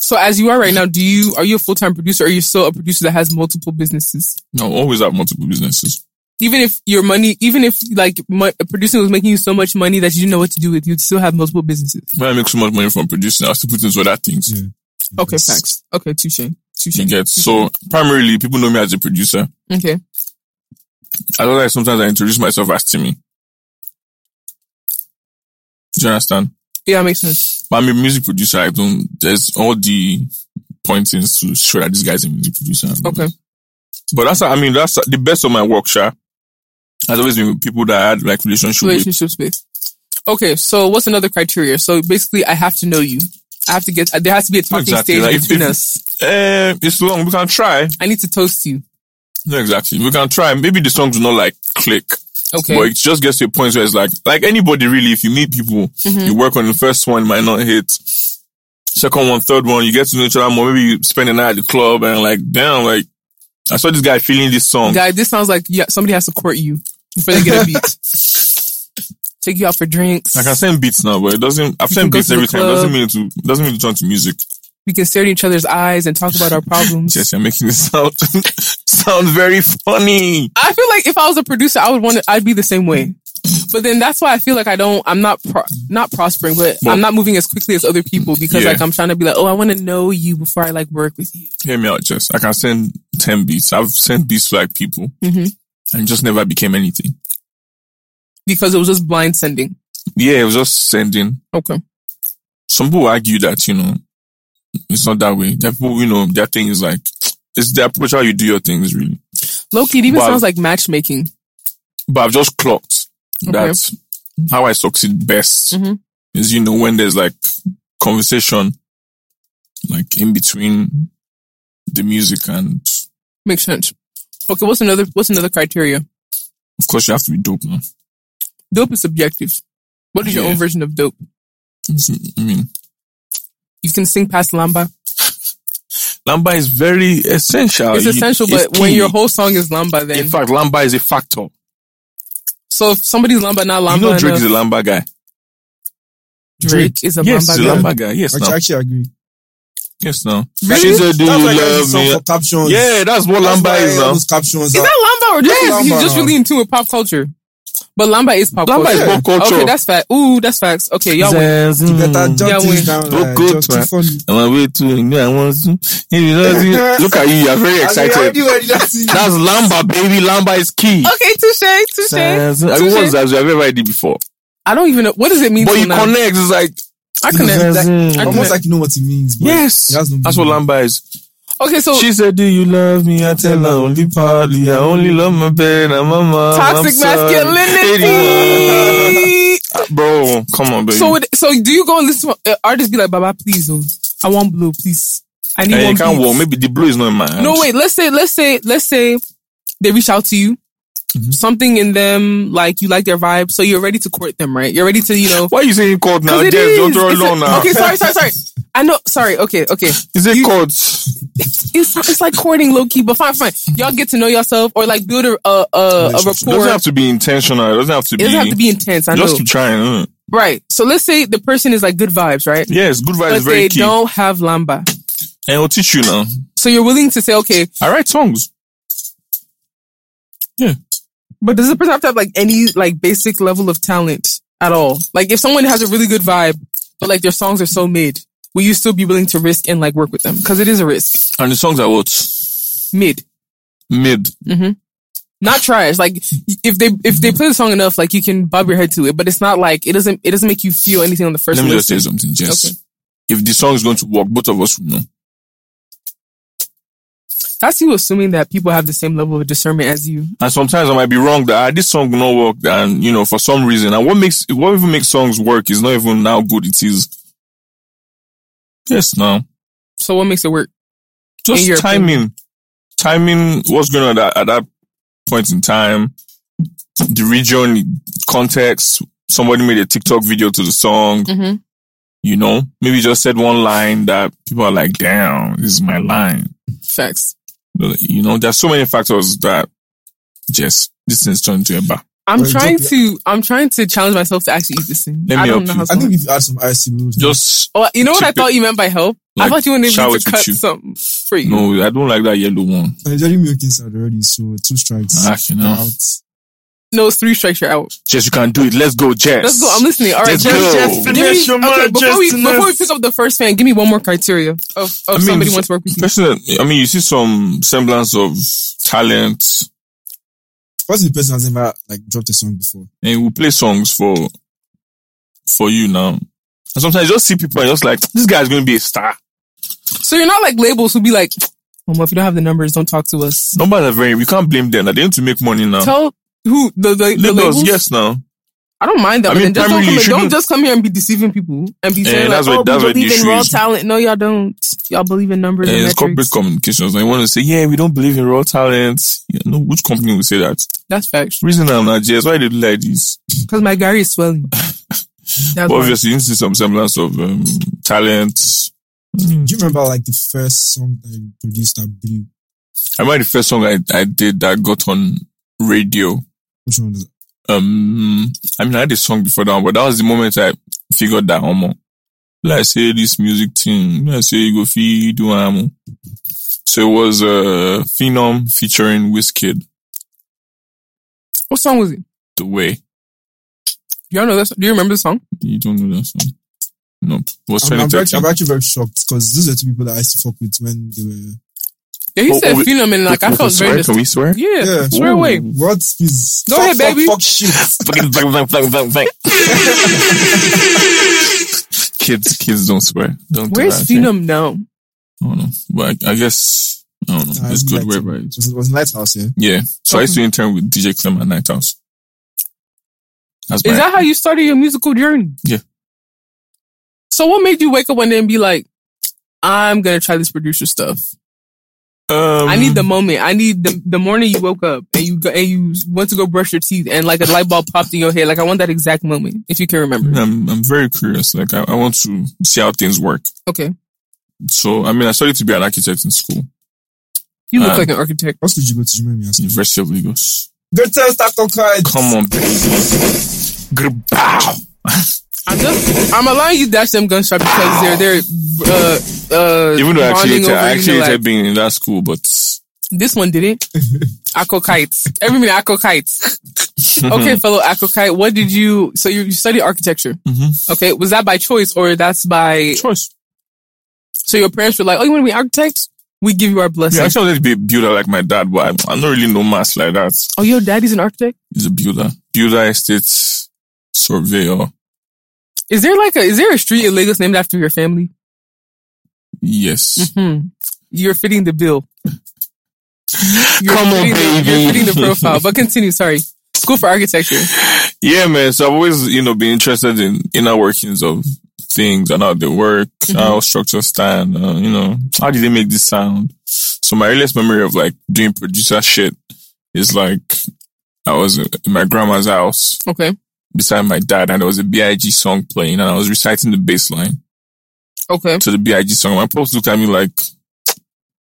Speaker 3: so as you are right now do you are you a full time producer or are you still a producer that has multiple businesses
Speaker 1: No, always have multiple businesses.
Speaker 3: even if your money, even if like mo- producing was making you so much money that you didn't know what to do with, you'd still have multiple businesses.
Speaker 1: When I make so much money from producing, I still put into other things.
Speaker 7: Yeah.
Speaker 3: Okay,
Speaker 7: Yes.
Speaker 3: facts. Okay, touche, touche.
Speaker 1: You get so primarily people know me as a producer.
Speaker 3: Okay,
Speaker 1: I don't like sometimes I introduce myself as Timmy. Do you understand?
Speaker 3: yeah, makes sense.
Speaker 1: But I'm a music producer. I don't. There's all the pointings to show that this guy's a music producer.
Speaker 3: Okay,
Speaker 1: But that's. I mean, that's the best of my work, Sha. Has always been with people that I had like relationship with.
Speaker 3: relationship space. Okay, so what's another criteria? So basically, I have to know you. I have to get. uh, There has to be a talking
Speaker 1: Exactly,
Speaker 3: stage
Speaker 1: like, if-
Speaker 3: between
Speaker 1: if-
Speaker 3: us.
Speaker 1: Eh, it's long. We can try.
Speaker 3: I need to toast you.
Speaker 1: No, exactly. We can try. Maybe the songs do not like click,
Speaker 3: Okay,
Speaker 1: but it just gets to a point where it's like, like anybody really. If you meet people,
Speaker 3: Mhm.
Speaker 1: you work on the first one, it might not hit. Second one, third one, you get to know each other more. Maybe you spend the night at the club and like, damn, like I saw this guy feeling this song.
Speaker 3: guy, this sounds like yeah, somebody has to court you before they get a beat. Take you out for drinks.
Speaker 1: I can send beats now, but it doesn't. I've
Speaker 3: can
Speaker 1: sent
Speaker 3: go
Speaker 1: beats
Speaker 3: to the
Speaker 1: every time.
Speaker 3: club.
Speaker 1: Doesn't mean to. Doesn't mean to turn to music.
Speaker 3: we can stare at each other's eyes and talk about our problems.
Speaker 1: Yes, you're making this sound sound very funny.
Speaker 3: I feel like if I was a producer, I would want to, I'd be the same way.
Speaker 1: Mm-hmm.
Speaker 3: But then that's why I feel like I don't, I'm not, pro, not prospering, but
Speaker 1: Well-
Speaker 3: I'm not moving as quickly as other people because
Speaker 1: Yeah.
Speaker 3: like I'm trying to be like, oh, I want to know you before I like work with you.
Speaker 1: Hear me out, Jess. I can send ten beats. I've sent beats to like people,
Speaker 3: Mhm.
Speaker 1: and just never became anything.
Speaker 3: Because it was just blind sending.
Speaker 1: Yeah, it was just sending.
Speaker 3: Okay.
Speaker 1: Some people argue that you know it's not that way. That people, you know, their thing is like it's the approach how you do your things really.
Speaker 3: Low key, it even
Speaker 1: Wow.
Speaker 3: sounds like matchmaking.
Speaker 1: But I've just clocked
Speaker 3: Okay.
Speaker 1: that how I succeed best
Speaker 3: Mhm.
Speaker 1: is you know when there's like conversation, like in between the music and
Speaker 3: Makes sense. Okay. What's another, what's another criteria?
Speaker 1: of course you have to be dope now.
Speaker 3: Dope is subjective. What is your
Speaker 1: Yeah.
Speaker 3: own version of dope?
Speaker 1: It's- I mean,
Speaker 3: You can sing past Lamba.
Speaker 1: lamba is very essential.
Speaker 3: It's
Speaker 1: Uh, You-
Speaker 3: essential,
Speaker 1: it's
Speaker 3: but when
Speaker 1: key.
Speaker 3: your whole song is Lamba, then.
Speaker 1: in fact, lamba is a factor.
Speaker 3: so if somebody's Lamba, not Lamba,
Speaker 1: you know, Drake
Speaker 3: enough,
Speaker 1: is a lamba guy.
Speaker 3: Drake is a
Speaker 1: yes, he's
Speaker 3: Lamba.
Speaker 1: a
Speaker 3: guy.
Speaker 1: lamba guy. Yes,
Speaker 7: Actually,
Speaker 1: now.
Speaker 7: actually agree.
Speaker 1: Yes, now.
Speaker 3: Really?
Speaker 1: She said, "Do
Speaker 7: That's
Speaker 1: you
Speaker 7: like I
Speaker 1: love
Speaker 7: song
Speaker 1: me?"
Speaker 7: for captions.
Speaker 1: Yeah, that's what
Speaker 7: That's
Speaker 1: lamba
Speaker 7: why
Speaker 1: is
Speaker 7: all
Speaker 1: now.
Speaker 7: Those captions.
Speaker 3: Is
Speaker 7: are-
Speaker 3: that Lamba or just
Speaker 7: Yes,
Speaker 3: he's
Speaker 7: Lamba.
Speaker 3: just really in tune with pop culture? But Lamba is pop
Speaker 1: Lamba
Speaker 3: culture.
Speaker 1: is pop culture.
Speaker 3: Okay, that's fact. Ooh, that's facts. Okay, y'all win.
Speaker 7: You better jot
Speaker 3: Yeah, we-
Speaker 7: this down.
Speaker 1: Look
Speaker 7: like,
Speaker 1: good,
Speaker 7: just
Speaker 1: man.
Speaker 7: too funny.
Speaker 1: I'm on way to. You know, I want to. If you don't see- Look at you. You're very excited. That's lamba, baby. Lamba is key.
Speaker 3: Okay, touche, touche.
Speaker 1: Says- I mean, what's that? I've ever did before.
Speaker 3: I don't even know what does it mean.
Speaker 1: But
Speaker 3: till
Speaker 1: you
Speaker 3: now?
Speaker 1: connect. It's like
Speaker 3: I connect. Like, I
Speaker 7: Almost
Speaker 3: connect.
Speaker 7: like you know what it means. But
Speaker 1: yes.
Speaker 7: It has no
Speaker 1: That's what
Speaker 7: meaning.
Speaker 1: lamba is.
Speaker 3: okay, so
Speaker 1: She said, "Do you love me?" I tell her only partly. I only love my bed and my mom.
Speaker 3: toxic
Speaker 1: I'm sorry.
Speaker 3: masculinity.
Speaker 1: Bro, come on, baby.
Speaker 3: so it- so do you go and listen? To, uh, artists be like, Baba, please, oh, I want blue, please. I need
Speaker 1: And
Speaker 3: one.
Speaker 1: you can't
Speaker 3: please."
Speaker 1: walk. Maybe the blue is not in my hand.
Speaker 3: No, wait. Let's say, let's say, let's say they reach out to you.
Speaker 1: Mm-hmm.
Speaker 3: Something in them, like you like their vibe, so you're ready to court them, right? You're ready to, you know.
Speaker 1: Why are you saying cold now?
Speaker 3: Because
Speaker 1: Yes,
Speaker 3: it is.
Speaker 1: don't draw
Speaker 3: It's a-
Speaker 1: alone now.
Speaker 3: Okay, sorry, sorry, sorry. I know. Sorry. Okay, okay.
Speaker 1: Is it cold?
Speaker 3: It's it's like courting low key, but fine, fine. Y'all get to know yourself or like build a a, a, a
Speaker 1: It
Speaker 3: rapport.
Speaker 1: doesn't have to be intentional. It doesn't have to
Speaker 3: It
Speaker 1: be.
Speaker 3: doesn't have to be intense. I know.
Speaker 1: Just keep trying. mm.
Speaker 3: Right. So let's say the person is like good vibes, right?
Speaker 1: Yes, good vibes
Speaker 3: but
Speaker 1: is very
Speaker 3: they
Speaker 1: key.
Speaker 3: don't have lamba.
Speaker 1: And it'll teach you now.
Speaker 3: So you're willing to say, okay,
Speaker 1: I write songs.
Speaker 3: but does the person have to have like any like basic level of talent at all? Like if someone has a really good vibe, but like their songs are so mid, will you still be willing to risk and like work with them? Because it is a risk.
Speaker 1: And the songs are what?
Speaker 3: Mid.
Speaker 1: Mid.
Speaker 3: Mm-hmm. Not trash. Like if they if they play the song enough, like you can bob your head to it, but it's not like it doesn't it doesn't make you feel anything on the first
Speaker 1: Let me just
Speaker 3: listen.
Speaker 1: say something, Jess.
Speaker 3: Okay.
Speaker 1: If the song is going to work, both of us will know.
Speaker 3: That's you assuming that people have the same level of discernment as you.
Speaker 1: And sometimes I might be wrong that ah, this song will not work, and you know for some reason. And what makes what even makes songs work is not even how good it is. Yes, now
Speaker 3: So what makes it work? In your
Speaker 1: just timing, timing. What's going on at that, at that point in time? The region, context. Somebody made a TikTok video to the song.
Speaker 3: Mm-hmm.
Speaker 1: You know, maybe just said one line that people are like, "Damn, this is my line."
Speaker 3: Facts.
Speaker 1: You know, there's so many factors that just this thing's turned into a bar.
Speaker 3: I'm
Speaker 7: Well,
Speaker 3: trying
Speaker 7: don't-
Speaker 3: to I'm trying to challenge myself to actually eat this thing.
Speaker 1: Let me
Speaker 3: I
Speaker 1: help
Speaker 3: don't know
Speaker 1: you.
Speaker 3: how
Speaker 7: I
Speaker 3: to
Speaker 7: think if you add some ice, it will-
Speaker 1: Just
Speaker 3: oh, you know what I
Speaker 1: Chip it.
Speaker 3: thought you meant by help? I
Speaker 1: Like,
Speaker 3: thought you wanted
Speaker 1: shower
Speaker 3: me
Speaker 1: it
Speaker 3: to
Speaker 1: with
Speaker 3: cut
Speaker 1: you.
Speaker 3: some free.
Speaker 1: no, I don't like that yellow one.
Speaker 7: And it's already milk inside already, so two strikes.
Speaker 1: Ah, you know.
Speaker 7: Out.
Speaker 3: No, it's three strikes, you're out.
Speaker 1: Jess, you can do it. Let's go, Jess.
Speaker 3: Let's go. I'm listening. All right,
Speaker 1: Let's
Speaker 3: Jess,
Speaker 1: go.
Speaker 3: Jess, give me,
Speaker 2: Finish your
Speaker 3: okay,
Speaker 2: mind,
Speaker 3: before, we,
Speaker 2: Jess,
Speaker 3: before we
Speaker 2: enough.
Speaker 3: pick up the first fan, give me one more criteria of, of
Speaker 1: mean,
Speaker 3: somebody
Speaker 1: so-
Speaker 3: wants to work with you.
Speaker 1: Person, I mean, you see some semblance of talent,
Speaker 7: What's the person has never like dropped a song before?
Speaker 1: and we play songs for for you now. And sometimes you just see people and you're just like, this guy's going to be a star.
Speaker 3: So you're not like labels who be like, Mama, if you don't have the numbers, don't talk to us.
Speaker 1: Numbers are very. We can't blame them. That they need to make money now.
Speaker 3: Tell who the, the, the labels.
Speaker 1: Labels, yes, now.
Speaker 3: I don't mind that,
Speaker 1: I
Speaker 3: but
Speaker 1: mean,
Speaker 3: then just don't
Speaker 1: primarily
Speaker 3: come,
Speaker 1: you
Speaker 3: and- don't
Speaker 1: shouldn't-
Speaker 3: just come here and be deceiving people and be
Speaker 1: Yeah,
Speaker 3: saying
Speaker 1: that's
Speaker 3: like,
Speaker 1: what-
Speaker 3: "Oh,
Speaker 1: that's
Speaker 3: we
Speaker 1: what the
Speaker 3: believe in
Speaker 1: issue
Speaker 3: raw
Speaker 1: is.
Speaker 3: talent." No, y'all don't. Y'all believe in numbers.
Speaker 1: Yeah,
Speaker 3: and
Speaker 1: it's corporate
Speaker 3: metrics.
Speaker 1: communications. I want to say, yeah, we don't believe in raw talent. You know, which company will say that?
Speaker 3: That's facts.
Speaker 1: Reason I'm not Jess. Why they do like this?
Speaker 3: Because my Gary is swelling. That's
Speaker 1: But
Speaker 3: why.
Speaker 1: obviously, you see some semblance of um, talent.
Speaker 7: Do you remember like the first song that you produced that blew?
Speaker 1: I remember the first song I, I did that got on radio.
Speaker 7: Which one was it?
Speaker 1: Um, I mean, I had a song before that, one, but that was the moment I figured that homo. Like, say this music thing. Like, say you go feed do amo. So it was uh, Phenom featuring Wizkid,
Speaker 3: What song was it?
Speaker 1: The Way.
Speaker 3: Y'all know that? Do you remember the song?
Speaker 1: You don't know that song? No, it was
Speaker 7: I'm, I'm, actually,
Speaker 1: 2013.
Speaker 7: I'm actually very shocked because those are two people that I used to fuck with when they were.
Speaker 3: Yeah, he
Speaker 1: Oh,
Speaker 3: said
Speaker 1: oh, we-
Speaker 3: phenomenon. Like I felt
Speaker 1: swear?
Speaker 3: very.
Speaker 1: Can we swear?
Speaker 3: Yeah,
Speaker 7: Yeah.
Speaker 3: swear
Speaker 7: Ooh.
Speaker 3: away.
Speaker 7: What? Please.
Speaker 3: Go
Speaker 7: fuck,
Speaker 3: ahead,
Speaker 7: fuck,
Speaker 3: baby.
Speaker 7: Fuck shit.
Speaker 1: Fucking bang, bang, bang, bang, bang. kids, kids don't swear. Don't. do
Speaker 3: Where's
Speaker 1: that, okay?
Speaker 3: Phenom now?
Speaker 1: I don't know. But I, I guess I don't know.
Speaker 7: Nah,
Speaker 1: it's
Speaker 7: it's
Speaker 1: good
Speaker 7: like-
Speaker 1: wherever it
Speaker 7: It
Speaker 1: is.
Speaker 7: was, it was Lighthouse, eh? yeah.
Speaker 1: Yeah. So I used to intern with DJ Clem at Night House. That's
Speaker 3: Is
Speaker 1: my-
Speaker 3: that how you started your musical journey?
Speaker 1: Yeah.
Speaker 3: So what made you wake up one day and be like, "I'm gonna try this producer stuff"?
Speaker 1: um,
Speaker 3: I need the moment. I need the, the morning you woke up and you go, and you went to go brush your teeth and like a light bulb popped in your head. Like I want that exact moment, if you can remember.
Speaker 1: Um, I'm I'm very curious. Like I, I want to see how things work.
Speaker 3: Okay,
Speaker 1: So I mean, I studied to be an architect in school,
Speaker 3: you look
Speaker 1: Um,
Speaker 3: like an architect.
Speaker 7: What school did you go to? Do you remember me asking?
Speaker 1: University of Lagos.
Speaker 7: Greatest act of kind.
Speaker 1: Come on, baby. Grbow.
Speaker 3: I'm just I'm allowing you to dash them gunshot because they're they're uh uh
Speaker 1: Even though I actually, hated-
Speaker 3: bonding over,
Speaker 1: I
Speaker 3: you know,
Speaker 1: actually hated
Speaker 3: like,
Speaker 1: being in that school, but
Speaker 3: this one did it. Akko kites. Every minute Akko kites.
Speaker 1: Mm-hmm.
Speaker 3: okay, fellow Akko kite. What did you? So you, you study architecture.
Speaker 1: Mhm.
Speaker 3: Okay, was that by choice or that's by?
Speaker 1: choice.
Speaker 3: So your parents were like, "Oh, you want to be an architect? We give you our blessing."
Speaker 1: Yeah, actually, I wanted to be a builder like my dad, but I, I don't really know maths like that.
Speaker 3: oh, your daddy's an architect.
Speaker 1: He's a builder, builder estate surveyor.
Speaker 3: Is there like a is there a street in Lagos named after your family?
Speaker 1: Yes.
Speaker 3: Hmm. You're fitting the bill. You're
Speaker 1: Come on,
Speaker 3: fitting The,
Speaker 1: baby.
Speaker 3: you're fitting the profile. But continue. Sorry. School for architecture.
Speaker 1: Yeah, man. So I've always, you know, been interested in inner workings of things and how they work, how structures stand, uh, you know, how did they make this sound? So my earliest memory of like doing producer shit is like I was in my grandma's house
Speaker 3: Okay.
Speaker 1: beside my dad and there was a BIG song playing and I was reciting the bass line
Speaker 3: Okay.
Speaker 1: to the BIG song. My pops looked at me like,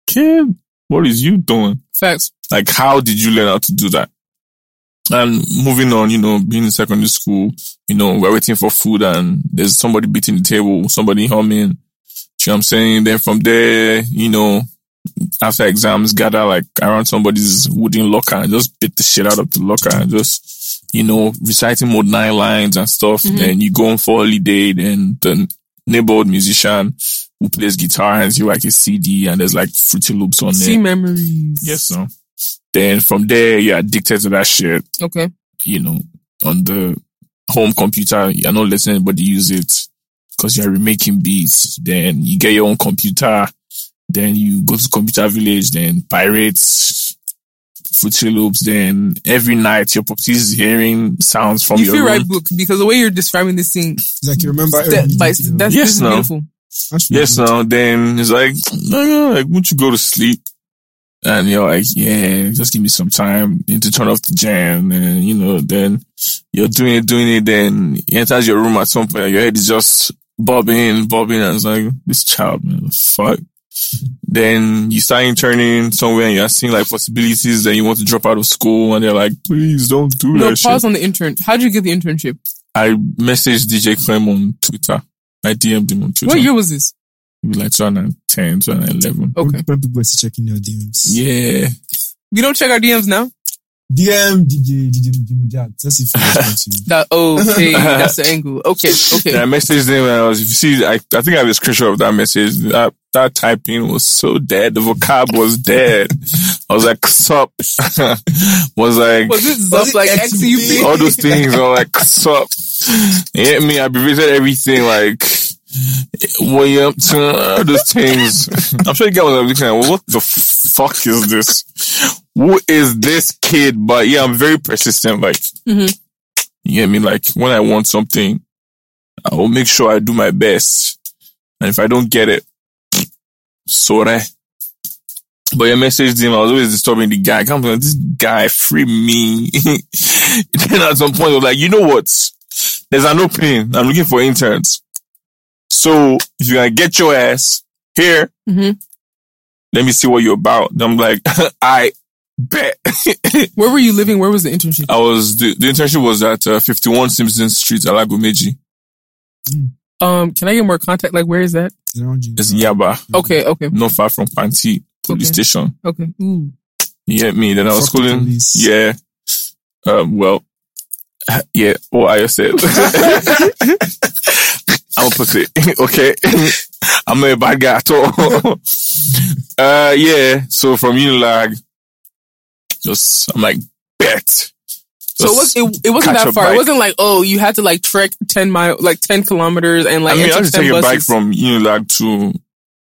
Speaker 1: kid, what is you doing?
Speaker 3: Facts.
Speaker 1: Like, how did you learn how to do that? And moving on, you know, being in secondary school, you know, we're waiting for food and there's somebody beating the table, somebody humming. You know what I'm saying? Then from there, you know, after exams, gather like around somebody's wooden locker and just beat the shit out of the locker and just, you know, reciting more nine lines and stuff.
Speaker 3: Mhm.
Speaker 1: Then you go on for holiday, then the neighborhood musician who plays guitar hands you like a CD and there's like Fruity Loops on
Speaker 3: See
Speaker 1: there.
Speaker 3: memories.
Speaker 1: Yes, sir. Then from there, you're addicted to that shit,
Speaker 3: Okay.
Speaker 1: you know, on the home computer. You're not letting anybody use it because you're remaking beats. Then you get your own computer. Then you go to computer village, then pirates, Fruity Loops. Then every night your property's hearing sounds from
Speaker 3: you
Speaker 1: your
Speaker 3: feel
Speaker 1: room.
Speaker 3: right book because the way you're describing this thing,
Speaker 7: Like you remember
Speaker 3: step
Speaker 7: every
Speaker 3: by
Speaker 7: detail.
Speaker 3: step, that's
Speaker 1: Yes,
Speaker 3: this is
Speaker 1: no.
Speaker 3: beautiful.
Speaker 7: That's really
Speaker 1: Yes,
Speaker 7: good.
Speaker 1: now then it's like, no, no, like, won't you go to sleep? And you're like, yeah, just give me some time need to turn off the jam. And, you know, then you're doing it, doing it. Then he enters your room at some point and your head is just bobbing, bobbing. And it's like, this child, man, fuck. Then you start interning somewhere and you're seeing like possibilities. Then you want to drop out of school and they're like, please don't do
Speaker 3: No,
Speaker 1: that shit.
Speaker 3: pause on the intern. How did you get the internship?
Speaker 1: I messaged DJ Clem on Twitter. I DM'd him on Twitter.
Speaker 3: What year was this?
Speaker 1: He was like 2010, 2011.
Speaker 3: Okay.
Speaker 7: When people are still checking your DMs.
Speaker 1: Yeah.
Speaker 3: We don't check our DMs now?
Speaker 7: DM DJ DJ Jimmy Jack. Let's see if he responds to you.
Speaker 3: That, okay, that's the angle. Okay, okay.
Speaker 1: And I messaged him and I was, if you see, I, I think I have a screenshot of that message. That, that typing was so dead. The vocab was dead. I was like, sup. was like,
Speaker 3: Was it Zup like
Speaker 7: XB?
Speaker 3: XUP?
Speaker 1: all those things are like, sup. You hit me. I abbreviated everything like, what you up to? All those things. I'm sure you guys was looking at, well, what the fuck is this? Who is this kid? But yeah, I'm very persistent. Like,
Speaker 3: Mhm.
Speaker 1: you get me? Like, when I want something, I will make sure I do my best. And if I don't get it, sorry. But your message him, I was always disturbing the guy. I'm like, this guy, free me. then at some point, I was like, you know what? There's an opening. I'm looking for interns. So if you're going to get your ass here,
Speaker 3: Mhm.
Speaker 1: let me see what you're about. And I'm like, I bet.
Speaker 3: Where were you living? Where was the internship?
Speaker 1: I was, the, the internship was at uh, 51 Simpson Street, Alagomeji.
Speaker 3: Um, can I get more contact? Like, where is that?
Speaker 7: It's around you.
Speaker 1: It's Yaba.
Speaker 3: Okay, okay,
Speaker 1: not far from Panti police
Speaker 3: Okay.
Speaker 1: station.
Speaker 3: okay. Ooh.
Speaker 1: You get me? Then I was
Speaker 7: Fuck the
Speaker 1: schooling.
Speaker 7: police.
Speaker 1: Yeah. Um, well, yeah, what I just said. I'm a pussy. okay. I'm not a bad guy at all. uh, yeah. So from Unilag, just, I'm like, bet.
Speaker 3: So it, was, it, it wasn't
Speaker 1: catch
Speaker 3: that
Speaker 1: a
Speaker 3: far. It
Speaker 1: bike.
Speaker 3: wasn't like, oh, you had to like trek 10 mile, like 10 kilometers and like,
Speaker 1: I mean, I
Speaker 3: it took
Speaker 1: had to
Speaker 3: 10
Speaker 1: take a bike
Speaker 3: buses.
Speaker 1: from Unilag to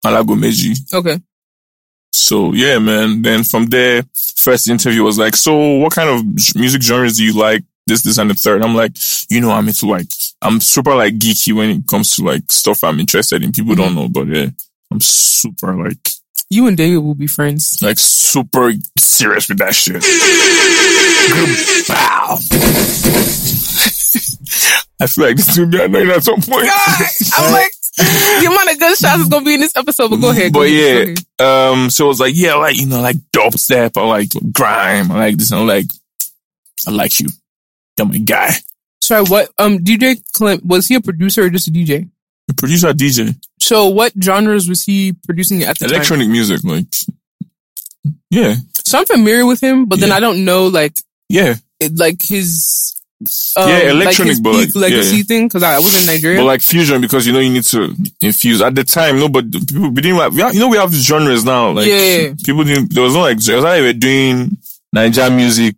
Speaker 1: Alagomeji.
Speaker 3: Okay.
Speaker 1: So yeah, man. Then from there, first interview was like, so what kind of j- music genres do you like? This, this, and the third. I'm like, you know, I'm into like, I'm super like geeky when it comes to like stuff I'm interested in. People don't
Speaker 3: Mm-hmm.
Speaker 1: know, but yeah, I'm super like,
Speaker 3: You and David will be friends.
Speaker 1: like super serious with that shit. Wow. I feel like this will be annoying at some point.
Speaker 3: I'm like, the amount of good shots is going to be in this episode, but go ahead. go
Speaker 1: But
Speaker 3: ahead, go
Speaker 1: yeah,
Speaker 3: ahead.
Speaker 1: um, so it was like, yeah, I like, you know, like dubstep, I like grime, I like this, and I'm like, I like you. You're my guy.
Speaker 3: Sorry, what, um, DJ Clint, was he a producer or just a DJ?
Speaker 1: The producer, DJ,
Speaker 3: So what genres was he producing at the time?
Speaker 1: electronic music, like, yeah,
Speaker 3: So I'm familiar with him, but then
Speaker 1: Yeah.
Speaker 3: I don't know like
Speaker 1: yeah.
Speaker 3: it- like his um,
Speaker 1: Yeah,
Speaker 3: like
Speaker 1: electronic,
Speaker 3: his
Speaker 1: but like-
Speaker 3: peak legacy
Speaker 1: yeah.
Speaker 3: thing because I, I was in Nigeria.
Speaker 1: But like fusion, because you know, you need to infuse. At the time, nobody, people, we didn't have, we have- you know, we have genres now, like,
Speaker 3: Yeah.
Speaker 1: people didn't, there was no like, there was not even doing Nigerian music,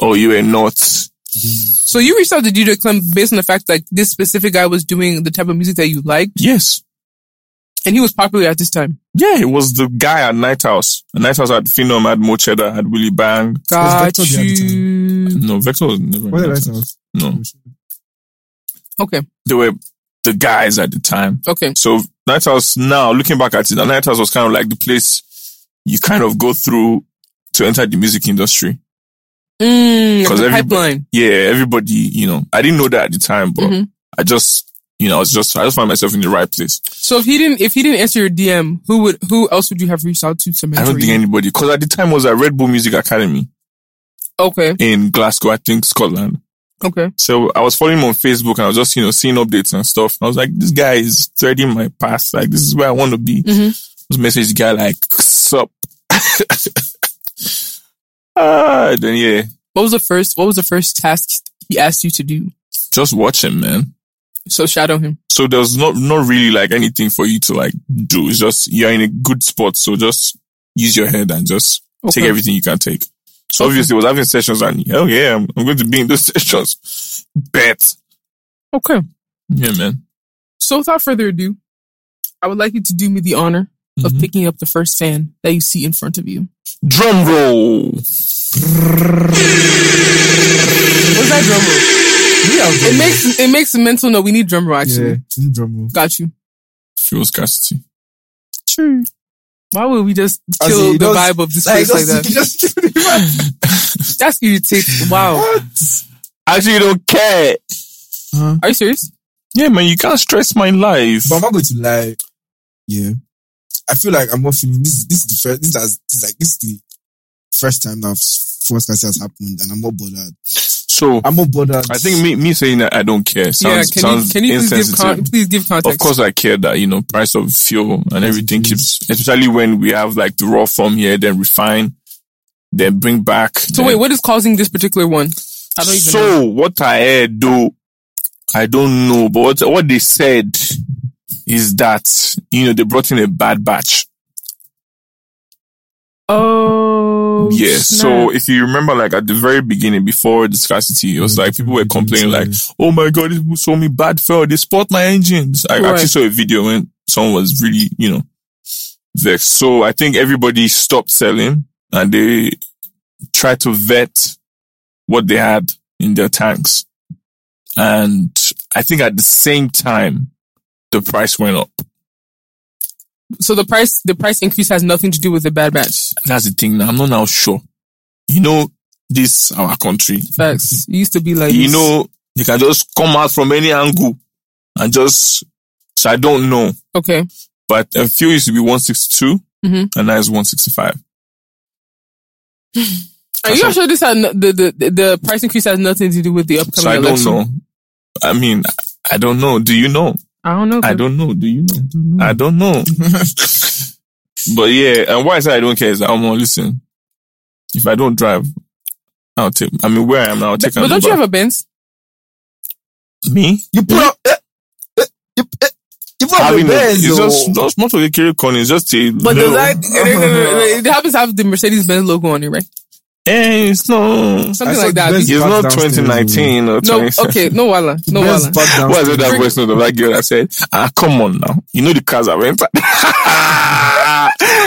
Speaker 1: or you were not.
Speaker 3: so you reached out to DJ Clem based on the fact like this specific guy was doing the type of music that you liked,
Speaker 1: Yes.
Speaker 3: and he was popular at this time.
Speaker 1: Yeah, it was the guy at Night House. Night House had Phenom, had Mo Cheddar, had Willie Bang.
Speaker 3: Got
Speaker 7: Vector there at the
Speaker 3: you.
Speaker 1: No, Vector was never. in
Speaker 7: What did Hmm. I
Speaker 1: Night House.
Speaker 7: tell?
Speaker 1: No,
Speaker 3: Okay,
Speaker 1: they were the guys at the time.
Speaker 3: Okay.
Speaker 1: So Night House now, looking back at it, the Night House was kind of like the place you kind of go through to enter the music industry.
Speaker 3: Mm,
Speaker 1: 'Cause
Speaker 3: the
Speaker 1: everybody-
Speaker 3: pipeline.
Speaker 1: Yeah, everybody, you know, I didn't know that at the time, but
Speaker 3: Mhm.
Speaker 1: I just, you know, I was just, I just found myself in the right place.
Speaker 3: So if he didn't, if he didn't answer your DM, who would, who else would you have reached out to to mentor
Speaker 1: I don't think
Speaker 3: you?
Speaker 1: anybody, because at the time was at Red Bull Music Academy
Speaker 3: okay.
Speaker 1: in Glasgow, I think Scotland.
Speaker 3: Okay.
Speaker 1: So I was following him on Facebook and I was just, you know, seeing updates and stuff. I was like, this guy is threading my past. Like, this is where I want to be.
Speaker 3: Mhm.
Speaker 1: Just message the guy like, sup. Ah, then yeah,
Speaker 3: What was the first, what was the first task he asked you to do?
Speaker 1: just watch him, man.
Speaker 3: So shadow him.
Speaker 1: So there's not, not really like anything for you to like do. It's just, you're in a good spot. So just use your head and just
Speaker 3: Okay.
Speaker 1: take everything you can take. So
Speaker 3: Okay.
Speaker 1: obviously I was having sessions and hell yeah, I'm, I'm going to be in those sessions. Bet.
Speaker 3: Okay.
Speaker 1: Yeah, man.
Speaker 3: So without further ado, I would like you to do me the honor of
Speaker 7: Mm-hmm.
Speaker 1: Mhm.
Speaker 3: picking up the first fan that you see in front of you.
Speaker 1: Drum roll.
Speaker 3: What's that drum roll? It makes it makes a mental note. We need drum roll actually.
Speaker 7: Yeah, mm, drum roll.
Speaker 3: Got you.
Speaker 1: Feels Cassidy.
Speaker 3: True. Why would we just
Speaker 7: As
Speaker 3: kill
Speaker 7: in,
Speaker 3: the
Speaker 7: those-
Speaker 3: vibe of this
Speaker 7: Like,
Speaker 3: place like that?
Speaker 7: just, just
Speaker 3: That's irritating. Wow.
Speaker 1: actually don't care.
Speaker 3: Are you serious?
Speaker 1: Yeah, man, you can't stress my life.
Speaker 7: But I'm not going to lie. Yeah. I feel like I'm not feeling this. This is the first. This has this is like this is the first time that Force Cassie has happened, and I'm not bothered.
Speaker 1: So
Speaker 7: I'm not bothered.
Speaker 1: I think me me saying that I don't care sounds
Speaker 3: yeah. Can
Speaker 1: sounds
Speaker 3: you can you please give
Speaker 1: insensitive.
Speaker 3: con- please give context?
Speaker 1: of course, I care that you know price of fuel and everything keeps, especially when we have like the raw form here, then refine, then bring back.
Speaker 3: So wait, what is causing this particular one? I don't even
Speaker 1: so
Speaker 3: know.
Speaker 1: what I heard though, I don't know, but what, what they said is that you know they brought in a bad batch.
Speaker 3: Oh
Speaker 1: Yeah. So
Speaker 3: snap.
Speaker 1: if you remember, like at the very beginning, before the scarcity, it was like people were complaining,
Speaker 3: Mm.
Speaker 1: like, "Oh my god, these people sold me bad fuel. They spoiled my engines." I
Speaker 3: Right.
Speaker 1: actually saw a video when someone was really, you know, vexed. So I think everybody stopped selling and they tried to vet what they had in their tanks, and I think at the same time the price went up.
Speaker 3: so the price the price increase has nothing to do with the bad batch.
Speaker 1: That's the thing. Now I'm not now sure. You know, this our country.
Speaker 3: Facts. It used to be like
Speaker 1: you
Speaker 3: this.
Speaker 1: know, they can just come out from any angle and just, so I don't know.
Speaker 3: Okay.
Speaker 1: But a few used to be 162
Speaker 3: Mhm.
Speaker 1: and now it's 165.
Speaker 3: Are you sure this had no, the, the the the price increase has nothing to do with the upcoming
Speaker 1: So I don't
Speaker 3: election?
Speaker 1: know. I mean, I don't know. Do you know?
Speaker 3: I don't know.
Speaker 1: I don't know. Do you know? I don't know. but yeah, and why I say I don't care is that I'm not listen. If I don't drive, I'll take, I mean, where I am now, I'll take
Speaker 3: But
Speaker 1: an
Speaker 3: don't you have
Speaker 1: Uber.
Speaker 3: a Benz?
Speaker 1: me?
Speaker 7: you put up. eh, eh, You eh, you put up the
Speaker 1: Having a,
Speaker 7: bands,
Speaker 1: it's
Speaker 7: though.
Speaker 1: just, just not a carry con, it's just a
Speaker 3: But
Speaker 1: little,
Speaker 3: does that it happens to have the Mercedes Benz logo on it, right?
Speaker 1: eh, it's not,
Speaker 3: Something
Speaker 7: saw
Speaker 3: like that.
Speaker 7: Benz-
Speaker 1: It's
Speaker 7: Park
Speaker 1: not
Speaker 7: downstairs,
Speaker 1: 2019 or
Speaker 3: No,
Speaker 1: 2017.
Speaker 3: okay, no wala, no
Speaker 7: Benz
Speaker 3: wala.
Speaker 7: parked
Speaker 1: What is it that
Speaker 3: Bring-
Speaker 1: voice note of that girl that said, ah, come on now. You know the cars are rented.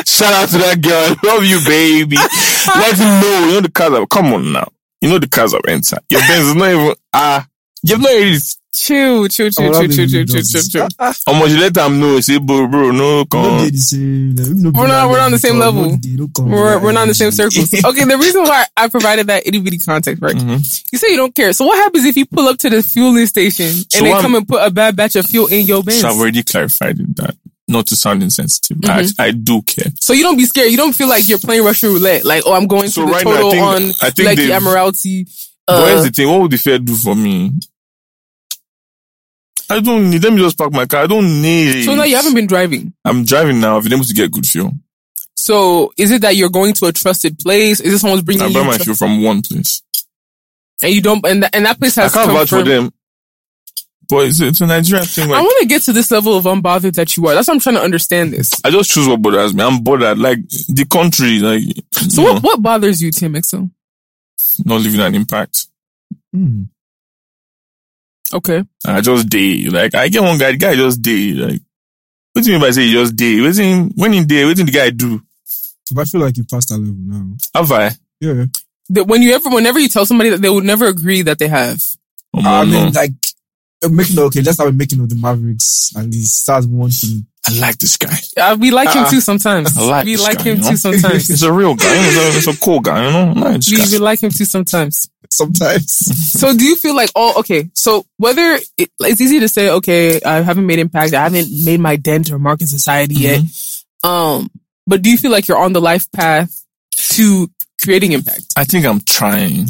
Speaker 1: Shout out to that girl. Love you, baby. Let me know. You know the cars are, come on now. You know the cars are rented. Your Benz is not even, ah, you've not really,
Speaker 3: Chill, chill,
Speaker 7: I
Speaker 3: chill, chill,
Speaker 7: would have
Speaker 3: chill,
Speaker 7: been
Speaker 3: chill, chill,
Speaker 7: doing
Speaker 3: chill, chill.
Speaker 1: how much you let them know? Say, bro, bro, no, come
Speaker 7: No
Speaker 1: on.
Speaker 7: day the same, like, no
Speaker 3: We're not-
Speaker 7: day
Speaker 3: we're not on the
Speaker 7: like
Speaker 3: same
Speaker 7: that, no
Speaker 3: level.
Speaker 7: day, no come
Speaker 3: We're,
Speaker 7: on.
Speaker 3: we're not in the same circles. Okay, the reason why I provided that itty bitty context, right?
Speaker 1: Mhm.
Speaker 3: You say you don't care. So what happens if you pull up to the fueling station and
Speaker 1: So
Speaker 3: they
Speaker 1: I'm-
Speaker 3: come and put a bad batch of fuel in your Benz?
Speaker 1: So I've already clarified it, that, not to sound insensitive. I, I do care.
Speaker 3: So you don't be scared. You don't feel like you're playing Russian roulette. Like, oh, I'm going
Speaker 1: So
Speaker 3: to the
Speaker 1: right now, I
Speaker 3: total
Speaker 1: think-
Speaker 3: on
Speaker 1: I think
Speaker 3: Lucky
Speaker 1: they've-
Speaker 3: Amiralty.
Speaker 1: but here's
Speaker 3: Uh,
Speaker 1: the thing. What would the fair do for me? I don't need. Let me just park my car. I don't need. it.
Speaker 3: so now you haven't been driving.
Speaker 1: I'm driving now. I've been able to get good fuel.
Speaker 3: So is it that you're going to a trusted place? Is it someone's bringing
Speaker 1: I
Speaker 3: you
Speaker 1: buy my
Speaker 3: tr-
Speaker 1: fuel from one place.
Speaker 3: and you don't and, that- and that place
Speaker 1: I
Speaker 3: has
Speaker 1: can't vouch for
Speaker 3: confirmed-
Speaker 1: them. But it's, it's a Nigerian thing.
Speaker 3: I
Speaker 1: Like
Speaker 3: want to get to this level of unbothered that you are. That's what I'm trying to understand this.
Speaker 1: I just choose what bothers me. I'm bothered. Like the country, like
Speaker 3: So
Speaker 1: you know,
Speaker 3: what, what bothers you, Tim XO?
Speaker 1: not leaving an impact.
Speaker 7: Hmm.
Speaker 3: Okay.
Speaker 1: I just day. Like I get one guy. The guy just day. Like what do you mean by say he just day? What in, when in day? What did the guy do?
Speaker 7: But I feel like you passed that level now.
Speaker 1: Have I?
Speaker 7: Yeah.
Speaker 3: That when you ever, whenever you tell somebody that they would never agree that they have.
Speaker 1: Oh,
Speaker 7: I
Speaker 1: no.
Speaker 7: mean, like, uh, making okay. Let's start with making of the Mavericks at least. That's one thing.
Speaker 1: I like this guy.
Speaker 3: Uh, we like him
Speaker 1: Ah,
Speaker 3: too sometimes.
Speaker 1: I like
Speaker 3: we
Speaker 1: this
Speaker 3: like
Speaker 1: guy,
Speaker 3: him
Speaker 1: you know?
Speaker 3: too sometimes.
Speaker 1: He's a real guy. He's a, he's a cool guy, you know? I like this
Speaker 3: we,
Speaker 1: guy.
Speaker 3: we like him too sometimes.
Speaker 7: Sometimes
Speaker 3: So do you feel like oh okay? So whether it, it's easy to say okay, I haven't made impact, I haven't made my dent or mark in society
Speaker 7: Mm-hmm.
Speaker 3: yet. Um, but do you feel like you're on the life path to creating impact?
Speaker 1: I think I'm trying.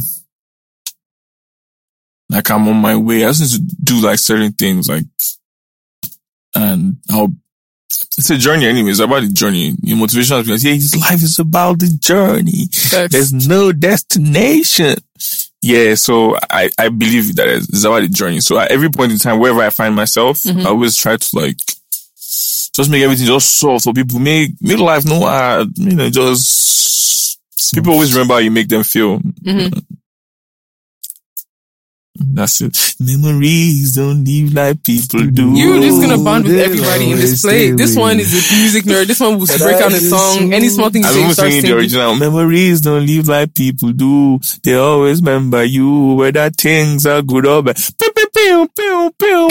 Speaker 1: Like I'm on my way. I just need to do like certain things, like, and I'll. It's a journey, anyway. It's about the journey. Your motivation is because yeah, his life is about the journey. There's no destination. Yeah, so I I believe that it's about the journey. So at every point in time, wherever I find myself,
Speaker 3: Mhm.
Speaker 1: I always try to like just make everything just soft for people. Make make life no hard. You know, just people always remember how you make them feel.
Speaker 3: Mhm.
Speaker 1: That's it. Memories don't live like people do.
Speaker 3: You're just gonna bond with
Speaker 7: Ooh,
Speaker 3: everybody in this
Speaker 7: there's
Speaker 3: play.
Speaker 7: no
Speaker 3: This
Speaker 7: way.
Speaker 3: one is a music nerd. This one will break out a song. Any small thing you
Speaker 1: I
Speaker 3: say, you
Speaker 1: remember
Speaker 3: start
Speaker 1: singing the
Speaker 3: singing.
Speaker 1: original. Memories don't live like people do. They always remember you, whether things are good or bad. Pew, pew, pew, pew, pew.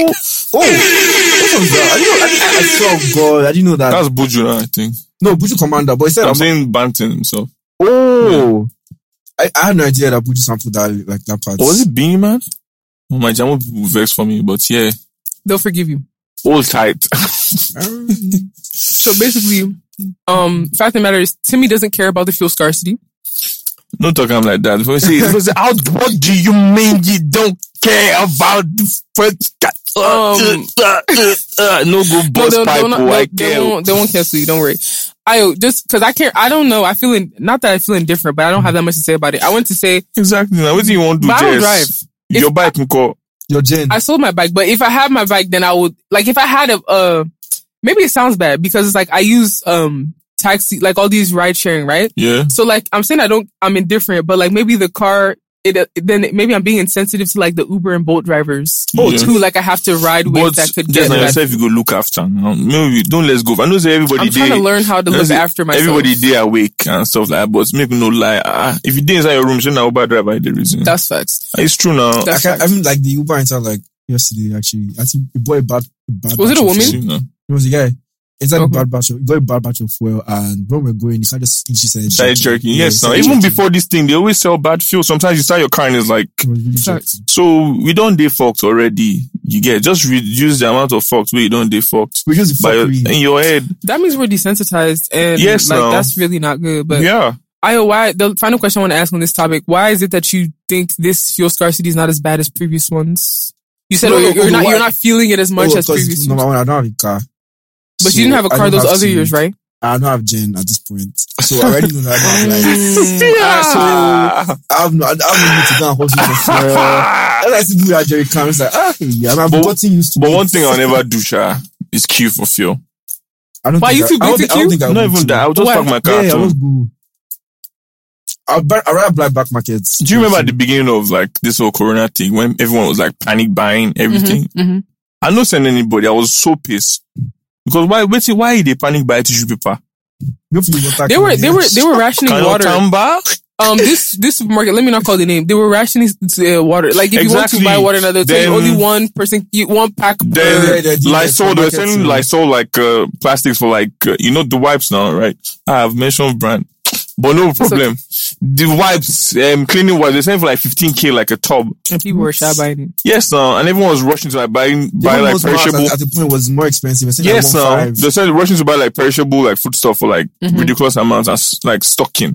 Speaker 7: What was that? I didn't know. I, didn't- I swear to God, I didn't know that.
Speaker 1: That's Buju, now, I think.
Speaker 7: no, Buju Commander, but he said,
Speaker 1: I'm
Speaker 7: I'm-
Speaker 1: saying Banton himself.
Speaker 7: "Oh, I, I had no idea that Buju sampled that like that part."
Speaker 1: Or Oh, was it Beanie Man? Oh, my jam people vex for me, but yeah,
Speaker 3: They'll forgive you.
Speaker 1: all tight.
Speaker 3: So basically, um, fact of the matter is, Timmy doesn't care about the fuel scarcity.
Speaker 1: Don't talk am like that. If I say, if I say, how, what do you mean you don't care about the first guy?
Speaker 3: Um,
Speaker 1: no go bust
Speaker 3: they'll-
Speaker 1: pipe.
Speaker 3: they'll not-
Speaker 1: oh, I
Speaker 3: they'll- they
Speaker 1: care.
Speaker 3: won't, they won't cancel you. Don't worry. I just because I care. I don't know. I feel in, not that I feel indifferent, but I don't have that much to say about it. I want to say
Speaker 1: Exactly. Now, what do you want to do?
Speaker 3: But I don't
Speaker 1: Jess?
Speaker 3: drive.
Speaker 1: Your
Speaker 3: If-
Speaker 1: bike, Mko.
Speaker 7: Your Jen.
Speaker 3: I sold my bike, but if I had my bike, then I would like if I had a. Uh, maybe it sounds bad because it's like I use um taxi, like all these ride sharing, right?
Speaker 1: Yeah.
Speaker 3: So like I'm saying I don't I'm indifferent, but like maybe the car it uh, then maybe I'm being insensitive to like the Uber and Bolt drivers
Speaker 1: Oh,
Speaker 3: who like I have to ride with
Speaker 1: But
Speaker 3: that could get
Speaker 1: just now
Speaker 3: that.
Speaker 1: yourself, you go look after. No, maybe don't let's go. I know say everybody
Speaker 3: I'm trying to
Speaker 1: they-
Speaker 3: learn how to
Speaker 1: let's
Speaker 3: look
Speaker 1: say
Speaker 3: after myself.
Speaker 1: Everybody they awake and stuff like that. But make no lie. ah, if you did inside your room, you know Uber driver the reason.
Speaker 3: That's facts.
Speaker 1: it's true now.
Speaker 7: I,
Speaker 3: That's
Speaker 7: can't, I
Speaker 3: facts.
Speaker 7: mean, like the Uber entered like yesterday. Actually, I think he bought a bad. a bad
Speaker 3: Was it
Speaker 7: batch
Speaker 3: a
Speaker 7: of
Speaker 3: woman?
Speaker 7: fuel.
Speaker 1: You know.
Speaker 7: It was a guy. Inside a
Speaker 3: Okay.
Speaker 7: bad batch of, he got a bad batch of fuel, and when we we're going, he started. She said,
Speaker 1: Started jerking. Yes. Now, even before this thing, they always sell bad fuel. Sometimes you start your car and it's like.
Speaker 7: It was really
Speaker 3: Facts.
Speaker 7: jerking.
Speaker 1: So we don't they fucked already. You get just reduce the amount of fucked. We don't they fucked.
Speaker 7: We just
Speaker 1: By your,
Speaker 7: fuckery.
Speaker 1: in your head.
Speaker 3: That means we're desensitized and
Speaker 1: Yes,
Speaker 3: like
Speaker 1: no.
Speaker 3: that's really not good. But
Speaker 1: yeah.
Speaker 3: I why the final question I want to ask on this topic, why is it that you think this fuel scarcity is not as bad as previous ones? You said
Speaker 7: No,
Speaker 3: oh,
Speaker 7: no,
Speaker 3: you're, you're
Speaker 7: no,
Speaker 3: not
Speaker 7: why-
Speaker 3: you're not feeling it as much
Speaker 7: Oh,
Speaker 3: as
Speaker 7: 'cause
Speaker 3: previous
Speaker 7: number
Speaker 3: ones.
Speaker 7: one, I don't have a car.
Speaker 3: But
Speaker 7: So
Speaker 3: you didn't have a
Speaker 7: I don't
Speaker 3: car those
Speaker 7: have
Speaker 3: other
Speaker 7: to-
Speaker 3: years, right?
Speaker 7: I don't have Jen at this point, so I already know that I don't have like.
Speaker 1: Mm. Ah, so-
Speaker 7: I have no, I have no need to go and hustle for fuel. And I see people at Jerry Cam, it's like, ah, yeah, and I've
Speaker 1: But-
Speaker 7: gotten used to
Speaker 1: But
Speaker 7: it.
Speaker 1: one thing I'll never do, Sha, is queue for fuel.
Speaker 7: I don't
Speaker 3: Why
Speaker 7: think
Speaker 3: you
Speaker 7: I-
Speaker 3: too
Speaker 7: I don't
Speaker 3: big
Speaker 7: think-
Speaker 3: to
Speaker 7: I don't
Speaker 3: queue?
Speaker 7: think I
Speaker 1: Not
Speaker 7: would
Speaker 1: even
Speaker 7: too.
Speaker 1: that. I'll just
Speaker 3: Why?
Speaker 1: park my
Speaker 7: Yeah,
Speaker 1: car.
Speaker 7: yeah,
Speaker 1: at
Speaker 7: I
Speaker 1: home.
Speaker 7: was good. I'll buy, I'll rather black black markets.
Speaker 1: Do you remember at the beginning of like this whole Corona thing when everyone was like panic
Speaker 7: Mm-hmm,
Speaker 1: buying everything?
Speaker 3: hmm
Speaker 1: I no send anybody. I was so pissed because why? Wait, till- why they panic buy tissue paper?
Speaker 7: Hopefully you got that
Speaker 3: They were they were they were rationing
Speaker 1: Can you
Speaker 3: water.
Speaker 1: come back?
Speaker 3: Um, this this supermarket. Let me not call the name. They were rationing uh, water. Like if
Speaker 1: Exactly.
Speaker 3: you want to buy water, now they'll tell you
Speaker 1: Then-
Speaker 3: only one person, you, one pack. per-
Speaker 1: Then
Speaker 7: yeah, they did
Speaker 1: Lysol,
Speaker 7: that for
Speaker 1: they're selling
Speaker 7: marketing.
Speaker 1: Lysol like uh, plastics for like uh, you know the wipes now, right? I have mentioned brand, but no problem. The wipes, um, cleaning wipes, they're selling for like fifteen k like a tub.
Speaker 3: and people were shy buying it.
Speaker 1: Yes, now and everyone was rushing to like buying buy
Speaker 7: Even
Speaker 1: like
Speaker 7: most bars
Speaker 1: perishable.
Speaker 7: at, at the point was more expensive. I think like
Speaker 1: Yes, now
Speaker 7: 1.5.
Speaker 1: they said Russians to buy like perishable, like food stuff for like
Speaker 3: Mhm.
Speaker 1: ridiculous amounts as like stocking.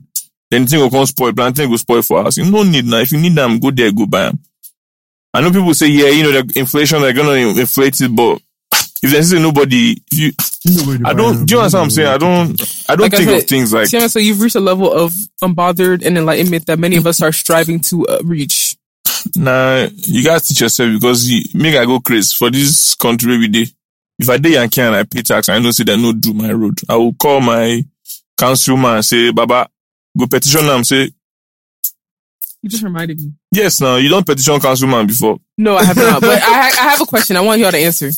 Speaker 1: Then the thing will come spoil, but the thing will spoil for us. You don't need now. If you need them, go there, go buy them. I know people say, yeah, you know, the inflation, they're gonna in- inflate it, but if there's nobody, if you,
Speaker 7: You know where they
Speaker 1: I
Speaker 7: buy
Speaker 1: don't.
Speaker 7: them.
Speaker 1: Do you understand what I'm
Speaker 7: know
Speaker 1: saying? I
Speaker 7: where they
Speaker 1: don't. I don't
Speaker 3: Like I
Speaker 1: think of
Speaker 3: said,
Speaker 1: things like
Speaker 3: Simon, so you've reached a level of unbothered and enlightenment that many of us are striving to uh, reach.
Speaker 1: nah. You guys teach yourself because you, make I go crazy for this country every day. If I day Yankee and I pay tax, and I don't say that no do my road. I will call my councilman and say, Baba, go petition am say
Speaker 3: You just reminded me.
Speaker 1: Yes, now you don't petition councilman before.
Speaker 3: No, I have not. but I, ha- I have a question. I want y'all to answer.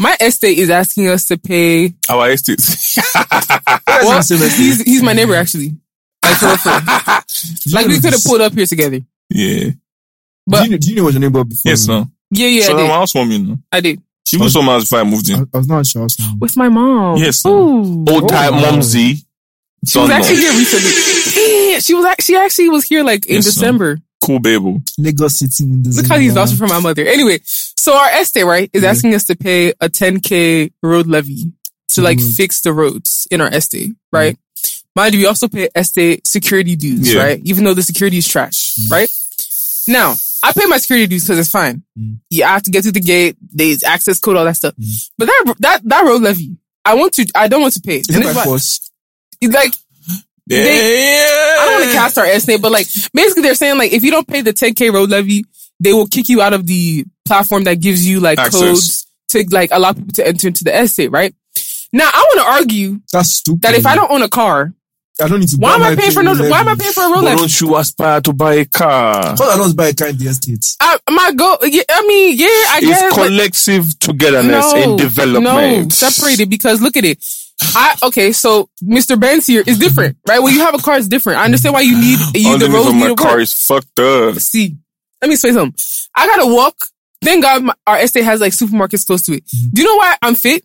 Speaker 3: My estate is asking us to pay.
Speaker 1: Our estate.
Speaker 3: Well, he's he's my neighbor actually. Like for real.
Speaker 7: Do you
Speaker 3: like
Speaker 7: know
Speaker 3: we could have
Speaker 7: this-
Speaker 3: pulled up here together.
Speaker 1: yeah.
Speaker 7: Do
Speaker 3: But
Speaker 7: you, know- do you know what your neighbor before?
Speaker 1: Yes, now.
Speaker 3: Yeah, yeah,
Speaker 1: so
Speaker 3: I
Speaker 1: I'm
Speaker 3: did.
Speaker 1: a housewoman.
Speaker 3: I did.
Speaker 1: She was from house before I moved
Speaker 7: I,
Speaker 1: in.
Speaker 7: I was not sure. I was not-
Speaker 3: With my mom.
Speaker 1: Yes.
Speaker 3: Ooh.
Speaker 1: Old time
Speaker 7: Oh.
Speaker 1: mumsy.
Speaker 3: She was actually here recently. Yeah, she was. ac- She actually was here like in
Speaker 1: Yes, ma'am.
Speaker 3: December.
Speaker 1: cool babel.
Speaker 7: Lagos sitting in the
Speaker 3: Look how these
Speaker 7: Zimmerman.
Speaker 3: vouchers for my mother. Anyway, so our estate right is
Speaker 7: Yeah.
Speaker 3: asking us to pay a 10k road levy to like
Speaker 7: Good.
Speaker 3: fix the roads in our estate, right? Mind you, we also pay estate security dues,
Speaker 1: Yeah.
Speaker 3: right? Even though the security is trash, right? Now I pay my security dues because it's fine.
Speaker 7: Mm.
Speaker 3: You have to get through the gate. There's access code, all that stuff.
Speaker 7: Mm.
Speaker 3: But that that that road levy, I want to. I don't want to pay.
Speaker 7: Is
Speaker 3: And
Speaker 7: it
Speaker 3: it's
Speaker 7: by
Speaker 3: why-
Speaker 7: force?
Speaker 3: it's like I don't want to cast our estate, but like basically they're saying like if you don't pay the 10k road levy, they will kick you out of the platform that gives you like
Speaker 1: Access.
Speaker 3: codes to like allow people to enter into the estate, right? Now I want to argue
Speaker 7: That's stupid.
Speaker 3: that if
Speaker 1: Mm-hmm.
Speaker 3: I don't own a car,
Speaker 7: I don't need to.
Speaker 3: why
Speaker 7: buy
Speaker 3: am I
Speaker 7: my
Speaker 3: paying for no?
Speaker 7: premium
Speaker 3: Why am I
Speaker 7: levy.
Speaker 3: paying for a road
Speaker 1: But
Speaker 3: levy?
Speaker 1: don't you aspire to buy a car?
Speaker 7: Because I don't buy a car in the estate.
Speaker 3: I, my go. yeah, I mean, yeah, I
Speaker 1: It's
Speaker 3: guess. but-
Speaker 1: collective togetherness
Speaker 3: no,
Speaker 1: and development.
Speaker 3: No, separated because look at it. I okay, so Mr. Benz here is different, right? When you have a car, it's different. I understand why you need you the
Speaker 1: Underneath
Speaker 3: road
Speaker 1: of
Speaker 3: need
Speaker 1: my
Speaker 3: to
Speaker 1: car
Speaker 3: work.
Speaker 1: is fucked up.
Speaker 3: see, let me say something. I gotta walk. Thank God my, our estate has like supermarkets close to it.
Speaker 7: Mm-hmm.
Speaker 3: Do you know why I'm fit?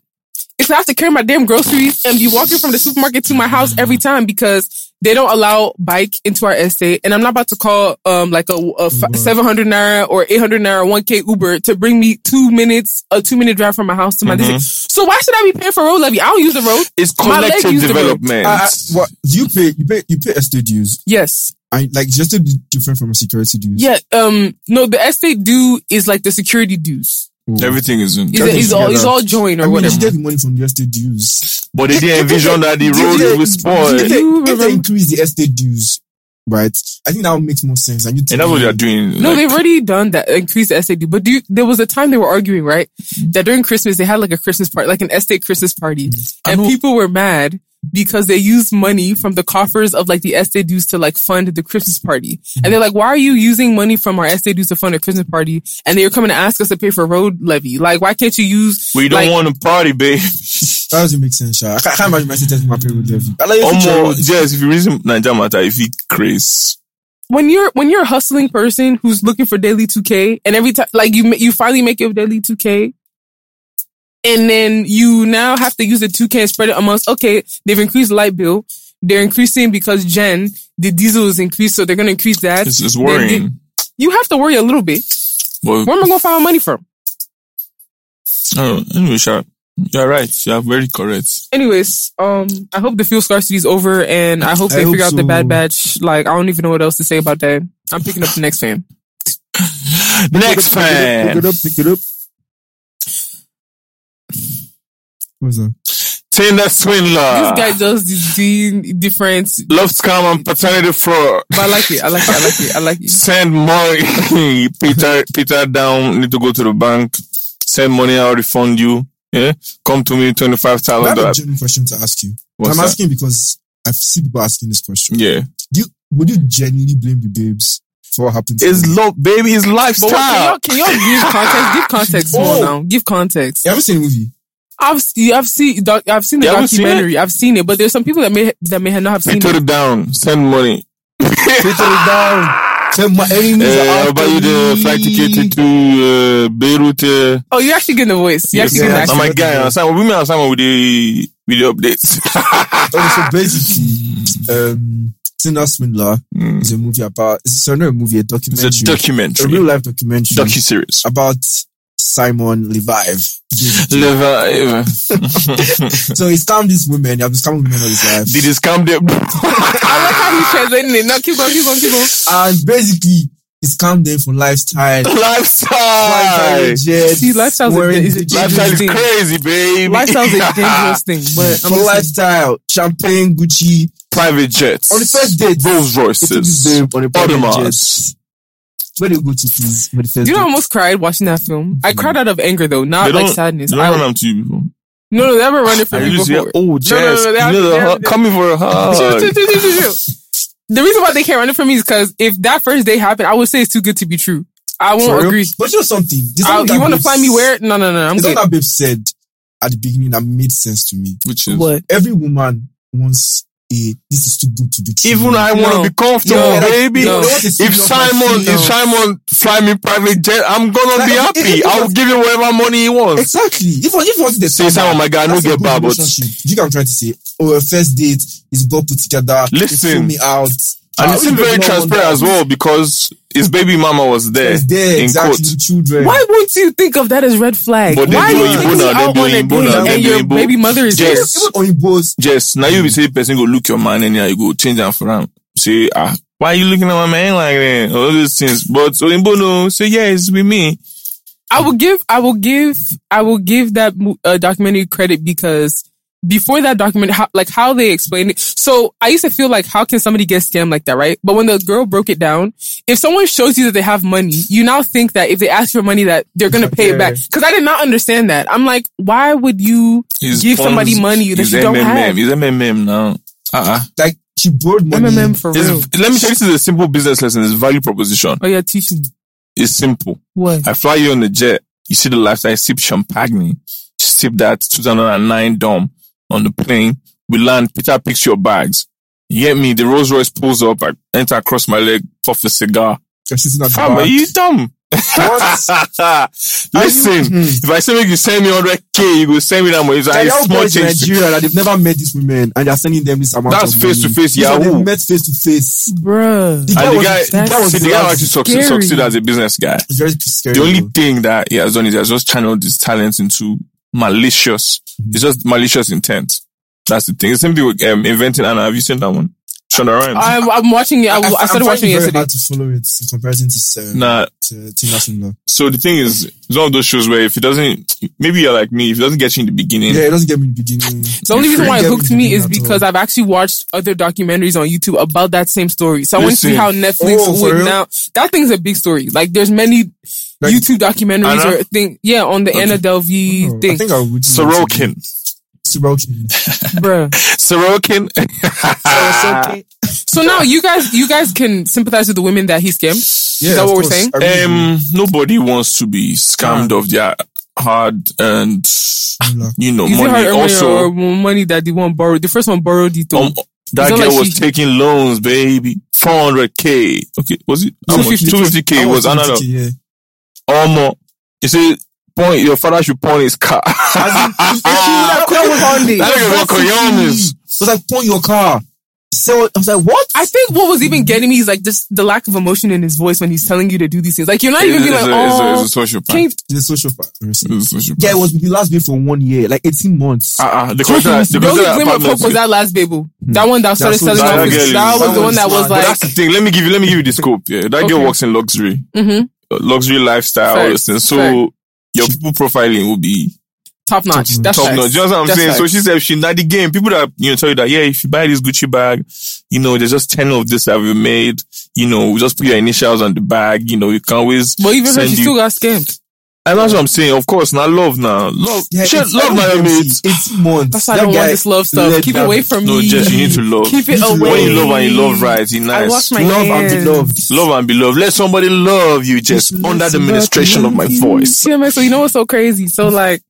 Speaker 3: It's I have to carry my damn groceries and be walking from the supermarket to my house
Speaker 7: Mm-hmm.
Speaker 3: every time because they don't allow bike into our estate. And I'm not about to call um like a, a fi-
Speaker 7: Uber.
Speaker 3: 700 naira or 800 naira 1k Uber to bring me two minutes a two minute drive from my house to
Speaker 7: Mm-hmm.
Speaker 3: my district. So why should I be paying for road levy? I don't use the road.
Speaker 1: It's
Speaker 3: My leg
Speaker 1: collective
Speaker 3: used to work.
Speaker 1: development.
Speaker 7: I, I, what you pay? You pay? You pay estate dues.
Speaker 3: Yes.
Speaker 7: I like just to be different from security dues.
Speaker 3: Yeah. Um. No, the estate due is like the security dues.
Speaker 1: Everything is in.
Speaker 3: Is it, is all is all join
Speaker 7: I
Speaker 3: or
Speaker 7: mean,
Speaker 3: whatever.
Speaker 7: you get the money from the estate dues.
Speaker 1: But they didn't envision that the road will
Speaker 7: If
Speaker 1: spoil.
Speaker 7: they,
Speaker 3: You
Speaker 7: if
Speaker 3: remember-
Speaker 7: they increase the estate dues, right? I think that would make more sense. And you
Speaker 1: And that's what they're doing.
Speaker 3: No,
Speaker 1: like,
Speaker 3: they've already done that, increased the estate due. But do you, there was a time they were arguing, right? That during Christmas, they had like a Christmas party, like an estate Christmas party. And people were mad because they used money from the coffers of like the estate dues to like fund the Christmas party. And they're like, why are you using money from our estate dues to fund a Christmas party? And they're coming to ask us to pay for road levy. Like, why can't you use,
Speaker 1: we don't
Speaker 3: like,
Speaker 1: want to party, babe.
Speaker 7: That doesn't make sense, Sha. I can't, I can't imagine my estate taking my pay with levy. I like your future
Speaker 1: Omo,
Speaker 7: roads.
Speaker 1: yes, if you reason Niger matter, if he craze,
Speaker 3: when you're, when you're a hustling person who's looking for daily 2K and every time, like you, ma- you finally make your daily 2K and then you now have to use the 2K and spread it amongst, okay, they've increased the light bill. They're increasing because Gen, the diesel is increased, so they're going to increase that.
Speaker 1: it's, it's
Speaker 3: Then
Speaker 1: worrying.
Speaker 3: You have to worry a little bit.
Speaker 1: But
Speaker 3: Where am I going to find my money from?
Speaker 1: oh, anyway, Sha, you're right. You're very correct.
Speaker 3: Anyways, um, I hope the fuel scarcity is over and I hope
Speaker 7: I
Speaker 3: they
Speaker 7: hope
Speaker 3: figure out the
Speaker 7: so.
Speaker 3: bad batch. Like, I don't even know what else to say about that. I'm picking up the next fan.
Speaker 1: Next
Speaker 7: Pick it
Speaker 1: fan,
Speaker 7: up, pick it up. What's that?
Speaker 1: Tinder swindler,
Speaker 3: this
Speaker 7: Ah.
Speaker 3: guy just is doing different,
Speaker 1: love scam and paternity fraud.
Speaker 3: but I like it. I like it. I like it. I like it.
Speaker 1: Send money, Peter. Peter down. Need to go to the bank. Send money. I'll refund you. Yeah, come to me. Twenty five
Speaker 7: I
Speaker 1: thousand
Speaker 7: have a
Speaker 1: dollars.
Speaker 7: genuine question to ask you.
Speaker 1: What's
Speaker 7: I'm
Speaker 1: that?
Speaker 7: asking because I see people asking this question.
Speaker 1: Yeah,
Speaker 7: Do you, would you genuinely blame the babes for what happened? to
Speaker 1: it's
Speaker 7: them?
Speaker 1: love, baby. It's
Speaker 3: But
Speaker 1: lifestyle.
Speaker 3: what, can y'all, can y'all give context? Give context more
Speaker 7: Oh.
Speaker 3: now. Give context.
Speaker 7: You haven't seen the movie.
Speaker 3: I've se- I've seen doc- I've seen the
Speaker 1: You haven't seen it?
Speaker 3: documentary. I've seen it, but there's some people that may that may not have seen
Speaker 1: Peter
Speaker 3: it.
Speaker 1: down. Send money.
Speaker 7: Peter it down. Tell my enemies
Speaker 1: Uh,
Speaker 7: are
Speaker 1: I'll
Speaker 7: after
Speaker 1: buy you the
Speaker 7: me.
Speaker 1: flight ticket to uh, Beirut. Uh,
Speaker 3: Oh, you're actually getting the voice. You're actually
Speaker 7: yeah.
Speaker 3: getting the
Speaker 1: I'm
Speaker 3: accent.
Speaker 1: a guy. I'm Simon. Women are Simon with the with the updates.
Speaker 7: Oh, so basically, um, Tinder Swindler
Speaker 1: Mm.
Speaker 7: is a movie about, it's sorry, not a movie, a documentary.
Speaker 1: It's a
Speaker 7: a real
Speaker 1: documentary,
Speaker 7: life documentary
Speaker 1: docu series.
Speaker 7: about Simon Levive.
Speaker 1: Levive.
Speaker 7: so he scammed these women. He has been scamming women all his life.
Speaker 1: Did he scam them?
Speaker 3: I like how he's translating it. No, keep going, keep going, keep going.
Speaker 7: and basically, he scammed them for lifestyle.
Speaker 1: Lifestyle.
Speaker 7: flying jets,
Speaker 3: See, lifestyle is a-
Speaker 7: wearing
Speaker 3: is a
Speaker 7: the
Speaker 3: dangerous
Speaker 1: Lifestyle is crazy,
Speaker 3: Interesting.
Speaker 1: baby.
Speaker 3: Lifestyle's a dangerous thing, but I'm
Speaker 7: for lifestyle, champagne, Gucci.
Speaker 1: Private jets.
Speaker 7: On the first date,
Speaker 1: Rolls
Speaker 7: they took this
Speaker 1: Royces.
Speaker 7: babe on a private jet.
Speaker 1: Audemars.
Speaker 7: Where do you go to, please? For the first
Speaker 3: You know, I
Speaker 7: date?
Speaker 3: almost cried watching that film. I cried out of anger though,
Speaker 1: Mm-hmm. They
Speaker 3: not
Speaker 1: don't-
Speaker 3: like sadness.
Speaker 1: They
Speaker 3: I-
Speaker 1: don't run them to you before.
Speaker 3: no, no, they haven't run it for
Speaker 1: And
Speaker 3: me
Speaker 1: you just hear,
Speaker 3: before.
Speaker 1: oh, jets.
Speaker 3: no,
Speaker 1: You
Speaker 3: they have-
Speaker 1: know,
Speaker 3: they
Speaker 1: the
Speaker 3: have-
Speaker 1: hug- coming for a
Speaker 3: Chill, chill,
Speaker 1: hug.
Speaker 3: chill, chill, chill, chill. The reason why they can't run it for me is because if that first day happened, I would say it's too good to be true. I won't
Speaker 7: For real?
Speaker 3: agree.
Speaker 7: But you know something? There's
Speaker 3: I,
Speaker 7: something
Speaker 3: you
Speaker 7: that
Speaker 3: want to
Speaker 7: babe-
Speaker 3: fly me where? No, no, no. I'm
Speaker 7: There's
Speaker 3: good.
Speaker 7: something that babe said at the beginning that made sense to me.
Speaker 1: Which is
Speaker 3: What?
Speaker 7: Every woman wants a this is too good to be true.
Speaker 1: Even I want to
Speaker 3: No.
Speaker 1: be comfortable,
Speaker 3: No.
Speaker 1: baby.
Speaker 3: No.
Speaker 1: If Simon, if Simon fly me private jet, I'm gonna
Speaker 7: Like,
Speaker 1: be
Speaker 7: if- if
Speaker 1: happy.
Speaker 7: it
Speaker 1: I'll
Speaker 7: was-
Speaker 1: give him whatever money he wants.
Speaker 7: Exactly. If if what's the
Speaker 1: Say, Simon, my guy, no
Speaker 7: that's a
Speaker 1: get
Speaker 7: good
Speaker 1: bad, but
Speaker 7: relationship. Do you get what I'm trying to say? Or a first date is got put together. they
Speaker 1: Listen.
Speaker 7: flew me out.
Speaker 1: and
Speaker 7: Ah,
Speaker 1: this
Speaker 7: we
Speaker 1: is
Speaker 7: don't
Speaker 1: very
Speaker 7: know
Speaker 1: transparent
Speaker 7: that.
Speaker 1: as well because his baby mama was there.
Speaker 7: It's there,
Speaker 1: in
Speaker 7: exactly.
Speaker 1: court.
Speaker 7: the Children.
Speaker 3: Why won't you think of that as red flag?
Speaker 1: But they
Speaker 3: Why
Speaker 1: do
Speaker 3: you
Speaker 1: Igbo
Speaker 3: taking me
Speaker 1: now, they
Speaker 3: out
Speaker 1: do
Speaker 3: on a
Speaker 1: Igbo now,
Speaker 3: date
Speaker 1: they
Speaker 3: and
Speaker 1: do
Speaker 3: your
Speaker 1: Igbo.
Speaker 3: baby mother is
Speaker 1: Yes.
Speaker 3: there?
Speaker 7: Even on your boys.
Speaker 1: Yes, now you
Speaker 3: Mm.
Speaker 1: be say person go look your man and yeah, you go change them for him. Say, ah, why you looking at my man like that? All these things. But Oyinbo no, say yeah, it's with me.
Speaker 3: I will give, I will give, I will give that mo- uh, documentary credit because before that document, how, like how they explained it. So I used to feel like, how can somebody get scammed like that, right? But when the girl broke it down, if someone shows you that they have money, you now think that if they ask for money, that they're gonna pay it back. Because I did not understand that. I'm like, why would you
Speaker 1: He's
Speaker 3: give somebody
Speaker 1: Ponzi-
Speaker 3: money that
Speaker 1: he's
Speaker 3: you don't
Speaker 1: MMM.
Speaker 3: have?
Speaker 1: He's MMM now. Uh-uh.
Speaker 7: Like, she borrowed money.
Speaker 3: MMM for real.
Speaker 1: It's, let me tell you, this is a simple business lesson. It's value proposition.
Speaker 3: Oh yeah, teach me
Speaker 1: It's simple.
Speaker 3: what?
Speaker 1: I fly you on the jet. You see the lifestyle. I sip champagne. Sip that 2009 dom on the plane. We land. Peter picks your bags. You get me? The Rolls Royce pulls up. I enter across my leg, puff a cigar.
Speaker 7: I'm sitting at the
Speaker 1: Fam, are
Speaker 7: bar.
Speaker 1: you dumb? Listen,
Speaker 3: Hmm.
Speaker 1: if I say make you send me 100k, you go send me that money. It's like
Speaker 7: Like,
Speaker 1: a
Speaker 7: y'all
Speaker 1: small
Speaker 7: boys in
Speaker 1: change.
Speaker 7: Nigeria that they've never met these women and they're sending them this amount
Speaker 1: That's
Speaker 7: of
Speaker 1: face to
Speaker 7: money.
Speaker 1: face,
Speaker 7: These are
Speaker 1: Yahoo.
Speaker 7: they met face to face.
Speaker 3: Bruh.
Speaker 7: The guy
Speaker 1: And the
Speaker 7: was-
Speaker 1: guy,
Speaker 7: the guy was
Speaker 1: see, the guy
Speaker 7: relaxed.
Speaker 1: actually succeed,
Speaker 3: Scary.
Speaker 1: succeed as a business guy.
Speaker 7: It's very scary.
Speaker 1: The only
Speaker 7: though.
Speaker 1: thing that he has done is he has just channeled his talents into malicious.
Speaker 7: Mm-hmm.
Speaker 1: It's just malicious intent. That's the thing. It's the same thing with um, inventing Anna. Have you seen that one? Shonda Rhimes.
Speaker 3: I'm, I'm watching it. I, I,
Speaker 7: I, I'm
Speaker 3: started
Speaker 7: finding
Speaker 3: watching
Speaker 7: it
Speaker 3: it
Speaker 7: very
Speaker 3: yesterday.
Speaker 7: hard to follow it in comparison to, uh,
Speaker 1: nah.
Speaker 7: to Tina Sundar.
Speaker 1: So the thing is, it's one of those shows where if it doesn't, maybe you're like me, if it doesn't get you in the beginning,
Speaker 7: Yeah, it doesn't get me in the beginning.
Speaker 3: The only reason why it
Speaker 7: Yeah,
Speaker 3: hooked
Speaker 7: we
Speaker 3: me
Speaker 7: didn't
Speaker 3: is
Speaker 7: at
Speaker 3: because
Speaker 7: all.
Speaker 3: I've actually watched other documentaries on YouTube about that same story. So I want to see
Speaker 1: Listen.
Speaker 3: how Netflix
Speaker 7: Oh, for real?
Speaker 3: would now. That thing's a big story. Like there's many
Speaker 7: Like-
Speaker 3: YouTube documentaries
Speaker 1: Anna?
Speaker 3: or thing. Yeah, on the Anna Delvey
Speaker 7: Oh, I
Speaker 3: thing,
Speaker 7: think I would.
Speaker 1: Sorokin.
Speaker 7: Sorokin.
Speaker 3: bruh.
Speaker 1: Sorokin.
Speaker 3: So now you guys, you guys can sympathize with the women that he scammed.
Speaker 7: Yeah,
Speaker 3: that
Speaker 7: of
Speaker 3: what we're
Speaker 7: course.
Speaker 3: saying?
Speaker 7: I really
Speaker 1: um, nobody wants to be scammed
Speaker 3: Ah.
Speaker 1: of their hard and,
Speaker 7: do like-
Speaker 1: you know,
Speaker 3: Is it
Speaker 1: money.
Speaker 3: her
Speaker 1: Also,
Speaker 3: also, or money that the one borrowed? The first one borrowed it.
Speaker 1: Um,
Speaker 3: Um,
Speaker 1: that
Speaker 3: It's not
Speaker 1: girl
Speaker 3: like
Speaker 1: was
Speaker 3: she-
Speaker 1: taking loans, baby. 400k. Okay, was it? how much?
Speaker 3: 250.
Speaker 1: 250k
Speaker 7: I
Speaker 1: was
Speaker 7: was
Speaker 1: another.
Speaker 7: thinking, yeah.
Speaker 1: Almost. You see, point, your father should pawn his car.
Speaker 7: That
Speaker 1: That
Speaker 7: was
Speaker 1: nigga got coyones.
Speaker 7: So like, point your car. So I was like, what?
Speaker 3: I think what was even getting me is like just the lack of emotion in his voice when he's telling you to do these things. Like you're not even
Speaker 1: It's
Speaker 3: being
Speaker 1: a-
Speaker 3: like,
Speaker 1: it's a- it's a
Speaker 3: oh,
Speaker 1: social plan.
Speaker 3: can't
Speaker 7: He's a social person.
Speaker 1: It's a social
Speaker 7: Yeah,
Speaker 1: plan.
Speaker 7: it was the last baby for one year, like eighteen months.
Speaker 1: Uh-uh. The contract, the
Speaker 3: The only
Speaker 1: contract
Speaker 3: glimmer of hope was
Speaker 1: apartment.
Speaker 3: that last Babel.
Speaker 1: Hmm.
Speaker 3: That one that started
Speaker 7: That's
Speaker 3: selling
Speaker 7: what-
Speaker 1: that
Speaker 3: off.
Speaker 1: girl
Speaker 3: his-
Speaker 1: is-
Speaker 3: That
Speaker 1: that
Speaker 3: was the one that was
Speaker 7: one's
Speaker 1: But
Speaker 3: like,
Speaker 1: that's the thing. Let me give you, let me give you the scope. Yeah, that girl
Speaker 3: Okay.
Speaker 1: works in luxury,
Speaker 3: mhm,
Speaker 1: uh, luxury lifestyle, all those
Speaker 3: Facts.
Speaker 1: things. So
Speaker 3: Facts.
Speaker 1: your people profiling will be
Speaker 3: top notch. That's
Speaker 1: top
Speaker 3: facts.
Speaker 1: notch. You know what I'm
Speaker 3: That's
Speaker 1: saying? So
Speaker 3: facts.
Speaker 1: she said she not the game. People that you know tell you that yeah, if you buy this Gucci bag, you know there's just ten of this that we made. You know, we just put your initials on the bag. You know, you can always.
Speaker 3: But even her,
Speaker 1: send
Speaker 3: she
Speaker 1: you-
Speaker 3: still got scammed.
Speaker 1: And that's what I'm saying. Of course, now love now love.
Speaker 7: Yeah,
Speaker 1: shit,
Speaker 7: it's- I
Speaker 1: love
Speaker 7: don't
Speaker 1: my
Speaker 7: blame you.
Speaker 1: mates.
Speaker 7: Eighteen months.
Speaker 3: That's why I
Speaker 7: That
Speaker 3: don't
Speaker 7: guy
Speaker 3: want this love
Speaker 7: let
Speaker 3: stuff. Keep it
Speaker 7: that-
Speaker 3: away from
Speaker 1: No,
Speaker 3: me.
Speaker 1: Jess, you need to love.
Speaker 3: Keep it
Speaker 7: You need to
Speaker 3: away.
Speaker 1: When you love and you love right, it's
Speaker 3: I
Speaker 1: nice.
Speaker 3: wash my
Speaker 7: Love and
Speaker 3: hands.
Speaker 7: be loved.
Speaker 1: love and be loved. Let somebody love you, Jess, under the ministration of my voice.
Speaker 3: Yeah, man. So you know what's so crazy? So like,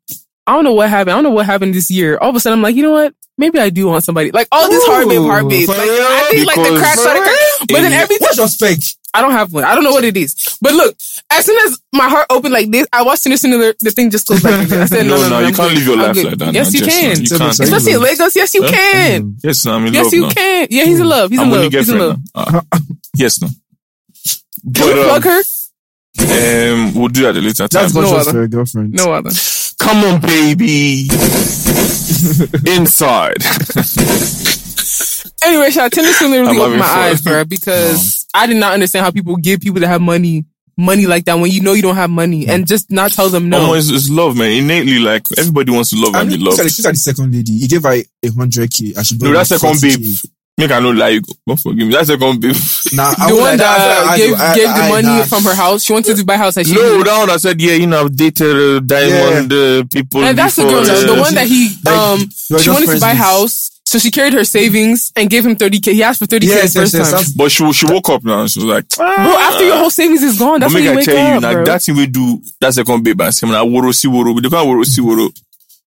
Speaker 3: I don't know what happened. I don't know what happened this year. All of a sudden, I'm like, you know what? Maybe I do want somebody. Like all this hard babe, hard babe. Like, I think like the
Speaker 1: Because-
Speaker 3: cracks started. crack- But then
Speaker 1: Yeah.
Speaker 3: every
Speaker 7: What's your spec?
Speaker 3: I don't have one. I don't know what it is. But look, as soon as my heart opened like this, I watched this and the, the thing just closed like this. I said,
Speaker 1: No,
Speaker 3: no,
Speaker 1: no,
Speaker 3: no,
Speaker 1: you
Speaker 3: I'm
Speaker 1: can't
Speaker 3: good.
Speaker 1: live your
Speaker 3: I'm
Speaker 1: life
Speaker 3: good.
Speaker 1: like that. no,
Speaker 3: Yes, you
Speaker 1: Jess, no,
Speaker 3: can.
Speaker 1: You can't.
Speaker 7: Tell me
Speaker 3: Especially in Lagos. Yes, you
Speaker 1: Huh?
Speaker 3: can.
Speaker 1: Yes, no, I'm in
Speaker 3: Yes,
Speaker 1: Mm. love
Speaker 3: you
Speaker 1: now. Mm.
Speaker 3: can. Yeah, he's in love. He's in
Speaker 1: I'm only
Speaker 3: love. He's in
Speaker 1: girlfriend
Speaker 3: love.
Speaker 1: now. Ah. yes, no.
Speaker 3: Can you plug
Speaker 1: But um,
Speaker 3: her?
Speaker 1: um, we'll do that at a later time.
Speaker 7: That's conscious
Speaker 3: other.
Speaker 7: for a girlfriend.
Speaker 3: No other.
Speaker 1: Come on, baby. Inside.
Speaker 3: Anyway, Sha, Tinder
Speaker 1: I'm
Speaker 3: soon literally
Speaker 1: having
Speaker 3: opened my
Speaker 1: fun.
Speaker 3: eyes, bro, because I did not understand how people give people that have money money like that when you know you don't have
Speaker 1: Mm.
Speaker 3: money and just not tell them
Speaker 1: no,
Speaker 3: no.
Speaker 1: it's, it's love, man. Innately, like everybody wants to love
Speaker 7: I
Speaker 1: and be
Speaker 7: mean, look
Speaker 1: loved.
Speaker 7: at, the- look at the second lady. He gave her a hundred k. I should
Speaker 1: No, that second babe. Make I no lie. you go- God forgive me. That second babe.
Speaker 7: Nah, I
Speaker 3: The
Speaker 7: would
Speaker 3: one
Speaker 7: like I-
Speaker 3: that
Speaker 7: I-
Speaker 3: gave
Speaker 7: I-
Speaker 3: gave
Speaker 7: I-
Speaker 3: the money
Speaker 7: nah.
Speaker 3: from her house. She wanted to buy house that she
Speaker 1: no, that one I said, yeah, you know, I've dated uh, diamond uh, people.
Speaker 3: And that's the
Speaker 1: before,
Speaker 3: girl,
Speaker 1: uh,
Speaker 3: the one that he
Speaker 7: Like,
Speaker 3: um
Speaker 7: you are
Speaker 3: she
Speaker 7: just
Speaker 3: wanted to
Speaker 7: friends
Speaker 3: buy
Speaker 7: with-
Speaker 3: house, so she carried her savings and gave him thirty k. He asked for thirty k the
Speaker 7: Yes, yes,
Speaker 3: first
Speaker 7: yes.
Speaker 3: time.
Speaker 7: that's-
Speaker 1: But she she woke up now. She was like,
Speaker 3: Bro, after your whole savings is gone, that's
Speaker 1: but make
Speaker 3: when you
Speaker 1: I
Speaker 3: wake
Speaker 1: tell you,
Speaker 3: up,
Speaker 1: now
Speaker 3: bro.
Speaker 1: that thing we do, that second babe, I say, man, I woro si woro. They call woro si woro.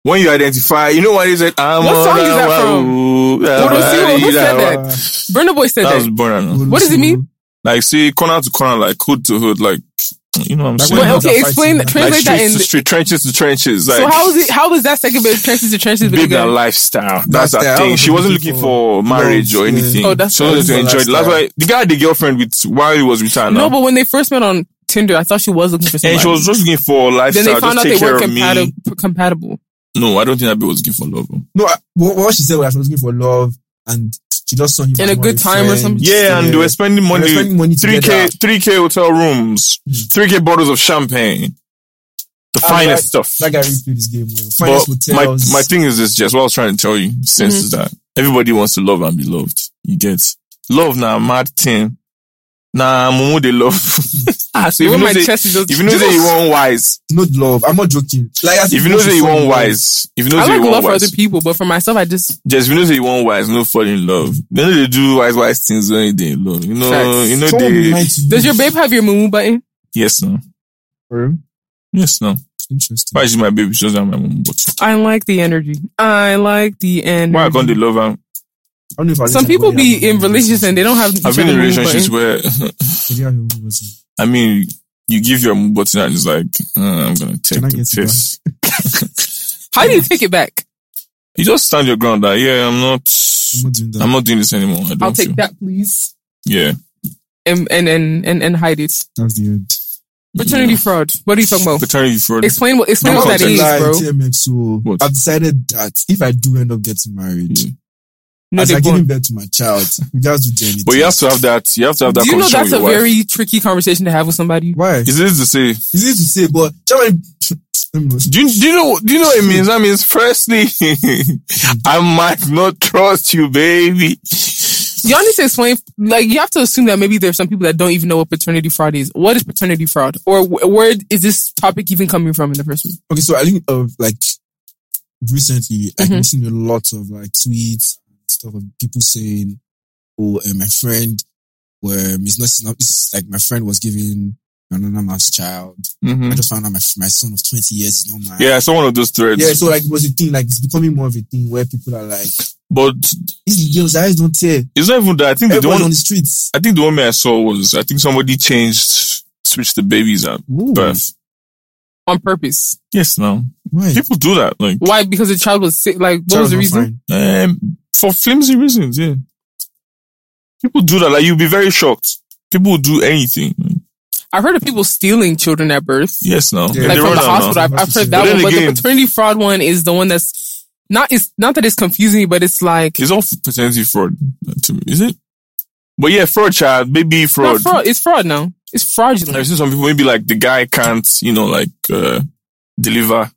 Speaker 1: when you identify, you know what is it? I'm
Speaker 3: What song is that from? Odosiro, who said that? Burna Boy said
Speaker 1: That was
Speaker 3: that.
Speaker 1: Burna.
Speaker 3: What does it mean?
Speaker 1: Like, see, corner to corner, like hood to hood, like you know what I'm
Speaker 7: Like,
Speaker 1: saying?
Speaker 7: when
Speaker 3: Well,
Speaker 7: Burna
Speaker 3: okay,
Speaker 7: Boy
Speaker 3: explain,
Speaker 7: fighting,
Speaker 1: like
Speaker 3: translate that in.
Speaker 1: streets to street, trenches to trenches. Like,
Speaker 3: so how is it? How is that second bit trenches to trenches?
Speaker 1: Babe, that
Speaker 3: began?
Speaker 1: lifestyle. That's
Speaker 7: Lifestyle.
Speaker 1: her
Speaker 7: I
Speaker 1: thing.
Speaker 7: was
Speaker 1: She wasn't
Speaker 7: looking
Speaker 1: looking for marriage or
Speaker 7: love, yeah.
Speaker 1: anything.
Speaker 3: Oh, that's
Speaker 1: she wanted to
Speaker 7: right.
Speaker 1: enjoy. it. That's why the guy had a girlfriend with while he was with her. now.
Speaker 3: No, but when they first met on Tinder, I thought she was looking for somebody.
Speaker 1: and she was just looking for
Speaker 3: then
Speaker 1: lifestyle.
Speaker 3: they found out
Speaker 1: just
Speaker 3: they
Speaker 1: take care
Speaker 3: weren't
Speaker 1: of me.
Speaker 3: compati- compatible.
Speaker 1: No, I don't think that babe was looking for love.
Speaker 7: No, I, what, what she said was she was looking for love and she just saw him.
Speaker 3: And a
Speaker 7: as
Speaker 3: good
Speaker 7: one of
Speaker 3: time or
Speaker 7: friends.
Speaker 3: something.
Speaker 1: Yeah, and they were spending
Speaker 7: They were
Speaker 1: money.
Speaker 7: spending money
Speaker 1: Three k,
Speaker 7: together.
Speaker 1: three k hotel rooms, three k bottles of champagne, the
Speaker 7: Ah,
Speaker 1: finest stuff.
Speaker 7: That guy really played this game well.
Speaker 1: But
Speaker 7: Finest
Speaker 1: my
Speaker 7: hotels.
Speaker 1: my thing is this, Jess. What I was trying to tell you since is that everybody wants to love and be loved. You get love now, mad thing. Nah, mumu they love. ah, so if you
Speaker 3: Even
Speaker 1: know
Speaker 3: my
Speaker 1: say,
Speaker 3: chest is just.
Speaker 1: if you know say you want wise,
Speaker 7: no love. I'm not joking. Like as
Speaker 1: if you know say you
Speaker 7: fall
Speaker 1: want
Speaker 7: in love.
Speaker 1: wise, if you know
Speaker 3: I
Speaker 1: say
Speaker 3: like
Speaker 1: you want
Speaker 3: love for other
Speaker 1: wise,
Speaker 3: people, but for myself, I just
Speaker 1: just if you know say you want wise, no fall in love. You know they do wise wise things when they in love. You know,
Speaker 3: Facts.
Speaker 1: you know
Speaker 7: Someone be
Speaker 1: they.
Speaker 7: lying to you.
Speaker 3: does your babe have your mumu button?
Speaker 1: Yes, no.
Speaker 7: Bro,
Speaker 1: Yes, no.
Speaker 7: Interesting.
Speaker 1: Why is she my baby? She doesn't have my mom. But
Speaker 3: I like the energy. I like the energy.
Speaker 1: why I can't they love her?
Speaker 7: I don't know if I
Speaker 3: Some people be in relationships and they eh? don't have.
Speaker 1: I've
Speaker 3: each
Speaker 1: been
Speaker 3: other
Speaker 1: in
Speaker 3: mumu
Speaker 1: relationships
Speaker 3: button.
Speaker 1: where
Speaker 7: Can
Speaker 1: I mean, you give your mom button and it's like, uh, I'm gonna take
Speaker 7: Can I
Speaker 1: the
Speaker 7: get you
Speaker 1: piss.
Speaker 3: How do you take it back?
Speaker 1: You just stand your ground. That yeah, I'm not. I'm not doing this anymore. I don't
Speaker 3: I'll take
Speaker 1: feel.
Speaker 3: that, please,
Speaker 1: Yeah.
Speaker 3: and and and and, and hide it.
Speaker 7: That's the end.
Speaker 3: Paternity
Speaker 1: Yeah.
Speaker 3: fraud. What are you talking about?
Speaker 1: Paternity fraud.
Speaker 3: Explain what explain
Speaker 1: Don't
Speaker 3: what that
Speaker 1: contact
Speaker 3: is,
Speaker 7: Lie,
Speaker 3: bro.
Speaker 7: TMX, so
Speaker 1: What?
Speaker 7: oh. I've decided that if I do end up getting married,
Speaker 1: Yeah.
Speaker 3: No,
Speaker 7: as
Speaker 3: they
Speaker 7: I give
Speaker 3: won't.
Speaker 7: birth to my child, we just do anything.
Speaker 1: But you have to have that. You have to have that.
Speaker 3: Do you know
Speaker 1: conversation
Speaker 3: that's a
Speaker 1: with your wife.
Speaker 3: very tricky conversation to have with somebody?
Speaker 7: Why? It's
Speaker 1: Is this to say?
Speaker 7: easy to say, but German. Let me know.
Speaker 1: Do you, do you know? Do you know what it means? That means, firstly, I might not trust you, baby.
Speaker 3: Y'all need to explain. Like, you have to assume that maybe there's some people that don't even know what paternity fraud is. What is paternity fraud, or wh- where is this topic even coming from in the first place?
Speaker 7: Okay, so I think of like recently, I've
Speaker 3: Mhm.
Speaker 7: been seeing a lot of like tweets and stuff of people saying, "Oh, uh, my friend, where um, it's not it's not- it's like my friend was giving an anonymous child.
Speaker 1: Mhm.
Speaker 7: I just found out my my son of twenty years is not mine."
Speaker 1: Yeah, I saw one of those threads.
Speaker 7: Yeah, so like it was a thing, like it's becoming more of a thing where people are like,
Speaker 1: but
Speaker 7: these girls' eyes don't tear.
Speaker 1: it's not even that. I think the
Speaker 7: Everyone
Speaker 1: one
Speaker 7: on the streets.
Speaker 1: I think the one I saw was I think somebody changed switched the babies at
Speaker 7: Ooh,
Speaker 1: birth.
Speaker 3: On purpose?
Speaker 1: Yes, no.
Speaker 7: Why?
Speaker 1: People do that, like
Speaker 3: Why? Because the child was sick. Like, what was the reason?
Speaker 1: um, for flimsy reasons. Yeah, people do that. Like you'll be very shocked. People will do anything.
Speaker 3: I've heard of people stealing children at birth,
Speaker 1: Yes, no.
Speaker 7: Yeah.
Speaker 1: They
Speaker 3: like
Speaker 7: they
Speaker 3: from
Speaker 1: run
Speaker 3: the
Speaker 1: out now.
Speaker 3: hospital. I've, I've heard
Speaker 7: But
Speaker 3: that
Speaker 1: then
Speaker 3: one, but
Speaker 1: again-
Speaker 3: the paternity fraud one is the one that's not. It's not that it's confusing, but it's like
Speaker 1: It's all paternity fraud to me, is it? But yeah, fraud, child, baby
Speaker 3: not
Speaker 1: fraud.
Speaker 3: fraud. It's fraud now. It's fraudulent.
Speaker 1: I've seen some people maybe like the guy can't, you know, like uh, deliver.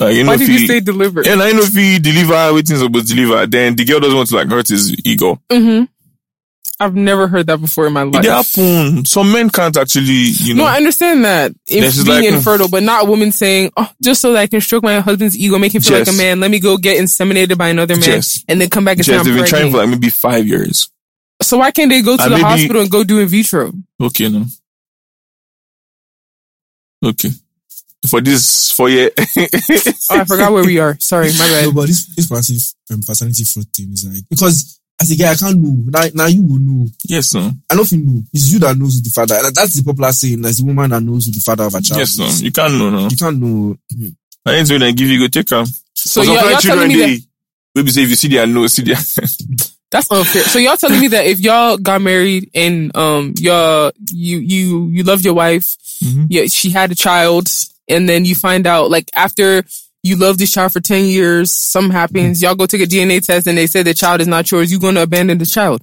Speaker 1: Uh, you know,
Speaker 3: Why
Speaker 1: if
Speaker 3: did
Speaker 1: he,
Speaker 3: you say deliver?
Speaker 1: and I know if he deliver, waiting supposed to deliver, then the girl doesn't want to like hurt his ego.
Speaker 3: hmm I've never heard that before in my life.
Speaker 1: It happen. Some men can't actually, you know.
Speaker 3: No, I understand that.
Speaker 1: This
Speaker 3: If
Speaker 1: is
Speaker 3: being
Speaker 1: like-
Speaker 3: infertile, but not a woman saying, oh, just so that I can stroke my husband's ego, make him feel like
Speaker 1: Jess.
Speaker 3: a man, let me go get inseminated by another man
Speaker 1: Jess.
Speaker 3: and then come back and say
Speaker 1: Jess,
Speaker 3: I'm
Speaker 1: they've been trying
Speaker 3: pregnant.
Speaker 1: for like maybe five years.
Speaker 3: so why can't they go to
Speaker 1: And
Speaker 3: the
Speaker 1: maybe-
Speaker 3: hospital and go do in vitro?
Speaker 1: Okay, no. Okay. For this four year.
Speaker 3: Oh, I forgot where we are. Sorry, my
Speaker 7: No,
Speaker 3: bad.
Speaker 7: but this this paternity, um, paternity fraud thing is like because as a guy I can't know. Now, now you will know.
Speaker 1: yes, no.
Speaker 7: I don't think know. It's you that knows who the father. and That's the popular saying. That's the woman that knows who the father of a child.
Speaker 1: Yes, no.
Speaker 7: is.
Speaker 1: You can't know, no.
Speaker 7: You can't know. Mhm.
Speaker 1: I ain't when I give you, go take them.
Speaker 3: So y'all, y'all telling me that
Speaker 1: Maybe say if you see their nose, see their.
Speaker 3: that's unfair. So y'all telling me that if y'all got married and um y'all you you you loved your wife,
Speaker 1: Mhm.
Speaker 3: yeah, she had a child, and then you find out like after you love this child for ten years, something happens, y'all go take a DNA test and they say the child is not yours, you gonna abandon the child.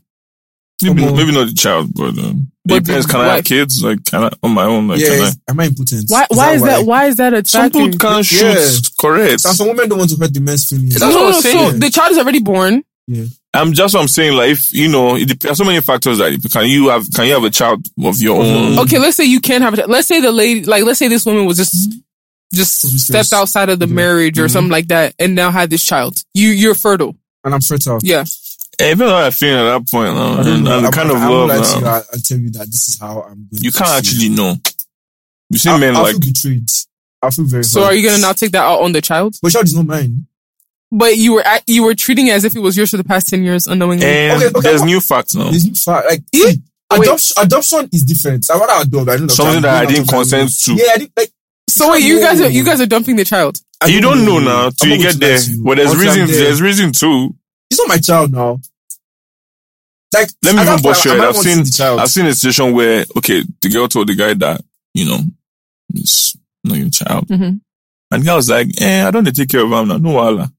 Speaker 1: maybe,
Speaker 7: Come on.
Speaker 1: maybe not the child, but. Um,
Speaker 3: But
Speaker 1: depends.
Speaker 3: the
Speaker 1: Can I have
Speaker 3: wife-
Speaker 1: kids? Like, can I on my own? Like, can I?
Speaker 7: yeah, am I impotent?
Speaker 3: Why? Why is that? Why is that a
Speaker 1: Some
Speaker 3: factor?
Speaker 1: people can't shoot.
Speaker 7: Yeah.
Speaker 1: Correct.
Speaker 7: And some women don't want to hurt the man's feelings.
Speaker 3: No,
Speaker 1: That's what
Speaker 3: no,
Speaker 1: I'm
Speaker 3: no. So
Speaker 1: saying.
Speaker 3: the child is already born.
Speaker 1: I'm just what I'm saying. Like, if you know, it dep- there's so many factors that it- can you have can you have a child of your
Speaker 7: Mm.
Speaker 1: own?
Speaker 3: Okay, let's say you can't have it. Let's say the lady, like, let's say this woman was just just
Speaker 7: Obviously,
Speaker 3: stepped
Speaker 7: yes.
Speaker 3: outside of the
Speaker 7: Mhm.
Speaker 3: marriage or
Speaker 1: Mm-hmm.
Speaker 3: something like that, and now had this child. You you're fertile.
Speaker 7: And I'm fertile.
Speaker 3: Yeah.
Speaker 1: Eh, Even though I feel at that point, uh, and, and the
Speaker 7: I'm-
Speaker 1: kind
Speaker 7: I'm
Speaker 1: of
Speaker 7: not
Speaker 1: love
Speaker 7: lying to
Speaker 1: uh,
Speaker 7: you. I- I'll tell you that this is how I'm going.
Speaker 1: you
Speaker 7: to
Speaker 1: can't
Speaker 7: feel.
Speaker 1: actually know. You see
Speaker 7: I,
Speaker 1: men
Speaker 7: I
Speaker 1: like
Speaker 7: feel betrayed. I feel very
Speaker 3: So
Speaker 7: hurt.
Speaker 3: are you gonna now take that out on the child?
Speaker 7: But child is not mine.
Speaker 3: But you were at, you were treating it as if it was yours for the past ten years unknowingly.
Speaker 1: And
Speaker 7: Okay, okay,
Speaker 1: there's
Speaker 7: I-
Speaker 1: new facts now.
Speaker 7: There's no fact. Like,
Speaker 3: Yeah.
Speaker 7: see, adoption, adoption is different. I rather adopt. I know
Speaker 1: Something that I didn't consent to.
Speaker 7: Yeah, I didn't, like,
Speaker 3: so wait, you guys are you guys are dumping the child.
Speaker 7: I
Speaker 1: You don't know now till
Speaker 7: I'm
Speaker 1: you
Speaker 7: not
Speaker 1: get
Speaker 7: going to
Speaker 1: there.
Speaker 7: lie to you.
Speaker 1: But there's
Speaker 7: Until I'm
Speaker 1: reason.
Speaker 7: there.
Speaker 1: There's reason too.
Speaker 7: He's not my child now. Like,
Speaker 1: Let me
Speaker 7: at
Speaker 1: even
Speaker 7: that point,
Speaker 1: bust
Speaker 7: I
Speaker 1: your head.
Speaker 7: might
Speaker 1: I've
Speaker 7: want to
Speaker 1: seen
Speaker 7: see the child.
Speaker 1: I've seen a situation where okay, the girl told the guy that you know it's not your child,
Speaker 3: Mhm.
Speaker 1: and the guy was like, "Eh, I don't dey take care of him now, no wahala."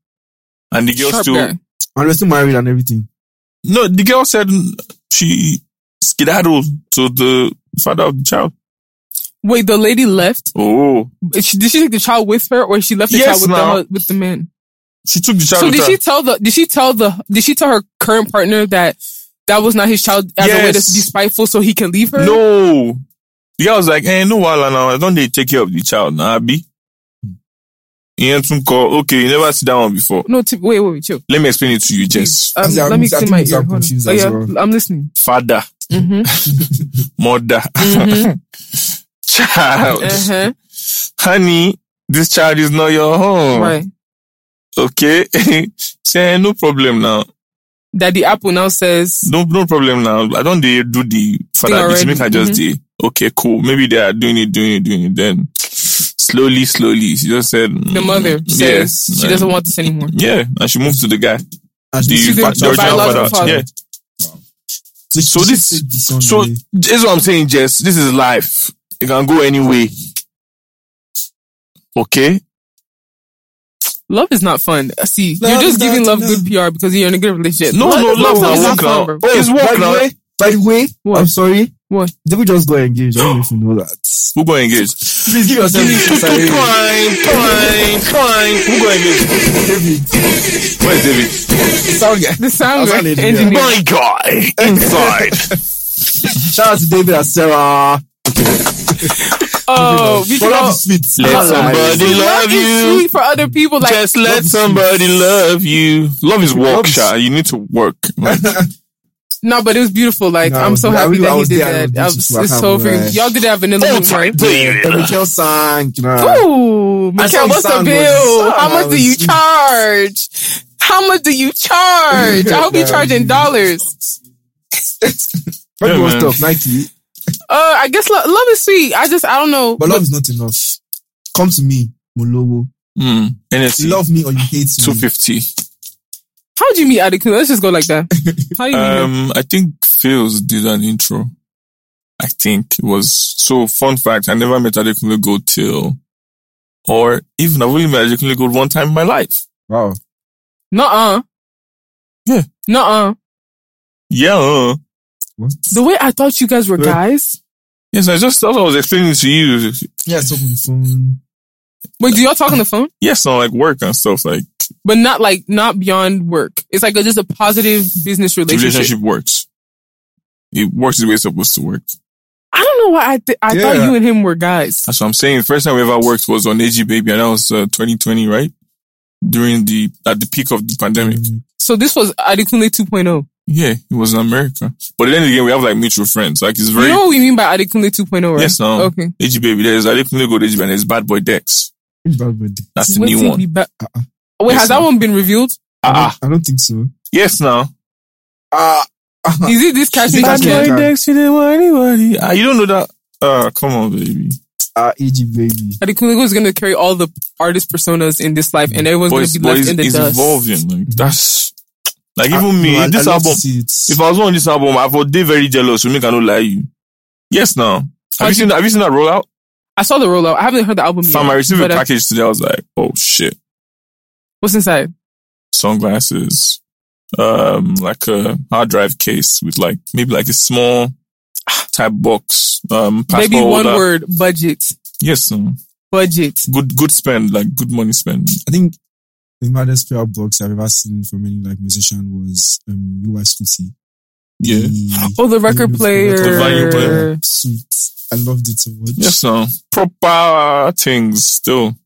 Speaker 1: And the girl
Speaker 3: Sharp
Speaker 1: still
Speaker 3: guy.
Speaker 7: And we're still married and everything.
Speaker 1: no. The girl said she skedaddled to the father of the child.
Speaker 3: Wait, the lady left.
Speaker 1: Oh,
Speaker 3: Is she- Did she take the child with her, or she left the
Speaker 1: Yes,
Speaker 3: child with
Speaker 1: now.
Speaker 3: the hu- with the man?
Speaker 1: she took the child.
Speaker 3: So
Speaker 1: with
Speaker 3: did
Speaker 1: her.
Speaker 3: she tell the did she tell the did she tell her current partner that that was not his child as a way to be
Speaker 1: Yes.
Speaker 3: spiteful so he can leave her?
Speaker 1: No. The guy was like, eh, no wahala now. Don't they take care of the child now, Abi? He had some call. Okay, you never see that one before.
Speaker 3: no. T- wait, wait, wait, chill.
Speaker 1: Let me explain it to you, Jess.
Speaker 3: Um,
Speaker 7: See, I'm-
Speaker 3: let me
Speaker 7: see, I
Speaker 3: clean
Speaker 7: think
Speaker 3: my
Speaker 7: these
Speaker 3: ear.
Speaker 7: are
Speaker 3: Hold on.
Speaker 7: confused
Speaker 3: Oh,
Speaker 7: as
Speaker 3: yeah,
Speaker 7: well.
Speaker 3: I'm listening.
Speaker 1: Father,
Speaker 3: hmm
Speaker 1: mother,
Speaker 3: Mhm.
Speaker 1: child.
Speaker 3: uh-huh.
Speaker 1: Honey, this child is not your home.
Speaker 3: Right.
Speaker 1: Okay? Say, no problem now.
Speaker 3: Daddy Apple now says
Speaker 1: No, no problem now. I don't they do the father. This
Speaker 3: already. Mm-hmm.
Speaker 1: make I just the okay, cool. Maybe they are doing it, doing it, doing it. Then slowly, slowly, she just said
Speaker 3: the mother says she
Speaker 1: man.
Speaker 3: doesn't want this anymore.
Speaker 1: Yeah, and she moved to the guy.
Speaker 7: And
Speaker 1: The,
Speaker 3: She's
Speaker 7: she's
Speaker 3: the
Speaker 1: fa- the original
Speaker 3: biological
Speaker 1: father.
Speaker 3: father.
Speaker 1: Yeah.
Speaker 7: So,
Speaker 1: so
Speaker 7: she
Speaker 1: this-
Speaker 7: said this on
Speaker 1: So
Speaker 7: the- eh?
Speaker 1: this is what I'm saying, Jess. This is life. You can go any way. Okay?
Speaker 3: Love is not fun. Uh, See, you're
Speaker 7: Love
Speaker 3: just
Speaker 7: is
Speaker 3: giving
Speaker 7: not
Speaker 3: love good PR because you're in a good relationship.
Speaker 1: No, no, love
Speaker 3: is
Speaker 1: now
Speaker 3: not
Speaker 1: work
Speaker 3: fun,
Speaker 1: now.
Speaker 3: bro.
Speaker 1: It's
Speaker 7: by
Speaker 1: work
Speaker 7: the
Speaker 1: now.
Speaker 7: way, by the way,
Speaker 3: What?
Speaker 7: I'm sorry.
Speaker 3: What?
Speaker 7: Devil just got engaged. I don't know if you know that.
Speaker 1: Who go engage?
Speaker 7: Please give yourself a
Speaker 1: Fine,
Speaker 7: sorry.
Speaker 1: fine, fine. Who go engage?
Speaker 7: David.
Speaker 1: Where's David?
Speaker 7: Sound guy.
Speaker 3: The sound
Speaker 7: That's an idiot.
Speaker 3: engineer.
Speaker 1: My guy inside.
Speaker 7: Shout out to David and Sarah.
Speaker 3: Oh, we
Speaker 7: For
Speaker 3: can
Speaker 7: love
Speaker 3: all-
Speaker 7: is sweet.
Speaker 1: Let
Speaker 7: Can't lie.
Speaker 1: somebody love
Speaker 3: love is
Speaker 1: you.
Speaker 3: sweet for other people. Like
Speaker 1: Just let somebody love you. Love is work, Sha. You need to work. Like,
Speaker 3: no, but it was beautiful. Like
Speaker 7: No,
Speaker 3: I'm so
Speaker 7: I
Speaker 3: happy
Speaker 7: really- I
Speaker 3: that he
Speaker 7: was
Speaker 3: did
Speaker 7: there, I was
Speaker 3: that. I was,
Speaker 7: beautiful. I
Speaker 3: it's
Speaker 7: can't
Speaker 3: so
Speaker 7: lie.
Speaker 3: freaking. Y'all did have vanilla
Speaker 1: Full
Speaker 3: movie, right?
Speaker 1: time player.
Speaker 7: The Michael sang. You know.
Speaker 3: Ooh, Mikhail,
Speaker 7: I saw the
Speaker 3: what's the
Speaker 7: sound
Speaker 3: bill?
Speaker 7: was-
Speaker 3: How much do you
Speaker 7: sound
Speaker 3: charge? How much do you charge? I hope you
Speaker 7: Yeah.
Speaker 3: charge in dollars.
Speaker 7: But
Speaker 1: Yeah,
Speaker 7: it was
Speaker 1: man.
Speaker 7: tough. Nike.
Speaker 3: Uh, I guess lo- love is sweet. I just I don't know.
Speaker 7: But love is not enough. Come to me, Molowo.
Speaker 1: Mm, NFC.
Speaker 7: Love me or you hate me.
Speaker 1: 250.
Speaker 3: How do you meet Adekunle? Let's just go like that. How you meet him?
Speaker 1: Um, I think Phils did an intro. I think it was so. Fun fact: I never met Adekunle Gold till, or even I've only met Adekunle Gold one time in my life.
Speaker 7: Wow.
Speaker 3: Nuh-uh.
Speaker 1: Yeah.
Speaker 3: Nuh-uh.
Speaker 1: Yeah. uh.
Speaker 7: What?
Speaker 3: The way I thought you guys were
Speaker 7: Yeah.
Speaker 3: guys.
Speaker 1: Yes, I just thought I was explaining to you.
Speaker 7: Yeah, it's open phone.
Speaker 3: Wait, do y'all talk on the phone?
Speaker 1: Yes, on like work and stuff, like
Speaker 3: But not like not beyond work. It's like a, just a positive business
Speaker 1: relationship,
Speaker 3: relationship.
Speaker 1: works. It works the way it's supposed to work.
Speaker 3: I don't know why I th- I thought
Speaker 7: Yeah.
Speaker 3: you and him were guys.
Speaker 1: That's what I'm saying. The first time we ever worked was on AG Baby, and that was uh, 2020, right? During the at the peak of the pandemic.
Speaker 7: um,
Speaker 3: So this was Adekunle oh. 2.0.
Speaker 1: Yeah, it was in America. But then again, we have like mutual friends. Like it's very
Speaker 3: You know what we mean by Adekunle 2.0, right?
Speaker 1: Yes, um, no.
Speaker 3: Okay.
Speaker 1: AG Baby. There's Adekunle Gold AG Baby and there's Bad Boy Dex.
Speaker 7: Bad word.
Speaker 1: That's the
Speaker 3: Wait
Speaker 1: new
Speaker 3: till
Speaker 1: one.
Speaker 3: we ba-
Speaker 7: Uh-uh.
Speaker 1: Yes,
Speaker 3: Wait,
Speaker 1: um,
Speaker 3: has that
Speaker 1: no.
Speaker 3: one been revealed?
Speaker 1: Ah, ah.
Speaker 7: I don't think so.
Speaker 1: yes, now.
Speaker 7: Ah,
Speaker 1: uh,
Speaker 3: Is it this catch me
Speaker 7: Bad
Speaker 3: catch
Speaker 7: Boy
Speaker 1: Dex, you didn't want anybody. Ah, you don't know that. Ah, come on, baby.
Speaker 7: ah, AG baby.
Speaker 3: Adekunle is going to carry all the artist personas in this life, and everyone's
Speaker 1: But
Speaker 3: going
Speaker 1: it's,
Speaker 3: to be
Speaker 1: but
Speaker 3: left
Speaker 1: it's,
Speaker 3: in the
Speaker 1: it's
Speaker 3: dust.
Speaker 1: evolving. Like that's like
Speaker 7: Ah,
Speaker 1: even me.
Speaker 7: no, I-
Speaker 1: this
Speaker 7: I love
Speaker 1: album.
Speaker 7: to see it.
Speaker 1: If I was on this album, I would be very jealous. So me cannot lie you. Yes, now. Have
Speaker 3: How'd
Speaker 1: you seen? that? Have you seen that rollout?
Speaker 3: I saw the rollout. I haven't heard the album yet.
Speaker 1: Fam, I received a
Speaker 3: but, uh,
Speaker 1: package today. I was like, oh shit,
Speaker 3: What's inside?
Speaker 1: sunglasses, um, like a hard drive case with like maybe like a small type box, um, passport
Speaker 3: Maybe one
Speaker 1: holder.
Speaker 3: word: budget.
Speaker 1: Yes, no.
Speaker 3: Budget.
Speaker 1: good good spend, like good money spend.
Speaker 7: I think the maddest pair of box I've ever seen from any like musician was um UI Scooty. The-
Speaker 3: Oh, the record
Speaker 7: the-
Speaker 3: player.
Speaker 1: Mm-hmm. The vinyl player.
Speaker 7: Sweet. I loved it so much.
Speaker 1: Yes, no. Proper things still.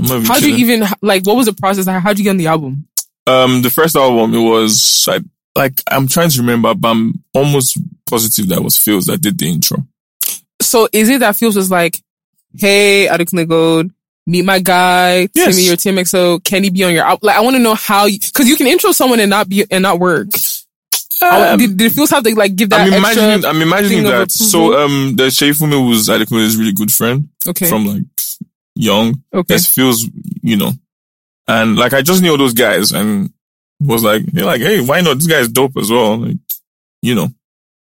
Speaker 1: I'm not even
Speaker 3: How do you
Speaker 1: kidding.
Speaker 3: even like? What was the process? How would you get on the album?
Speaker 1: um the first album it was I, like I'm trying to remember, but I'm almost positive that was Fields that did the intro.
Speaker 3: So is it that Fields was like, hey, Adekunle Gold, meet my guy,
Speaker 1: Yes.
Speaker 3: Timmy, your TMXO. Can he be on your out? Like, I want to know how you, cause you can intro someone and not be, and not work. I-
Speaker 1: Um,
Speaker 3: did, did Fields have to like give that
Speaker 1: I'm
Speaker 3: extra?
Speaker 1: imagining, I'm imagining
Speaker 3: thing of
Speaker 1: that. So, um, the Shay Fumi was Adekunle's really good friend
Speaker 3: okay.
Speaker 1: from like young.
Speaker 3: okay.
Speaker 1: Yes, feels, you know. And like, I just knew those guys and was like, you're like, hey, why not? This guy's dope as well. Like, you know.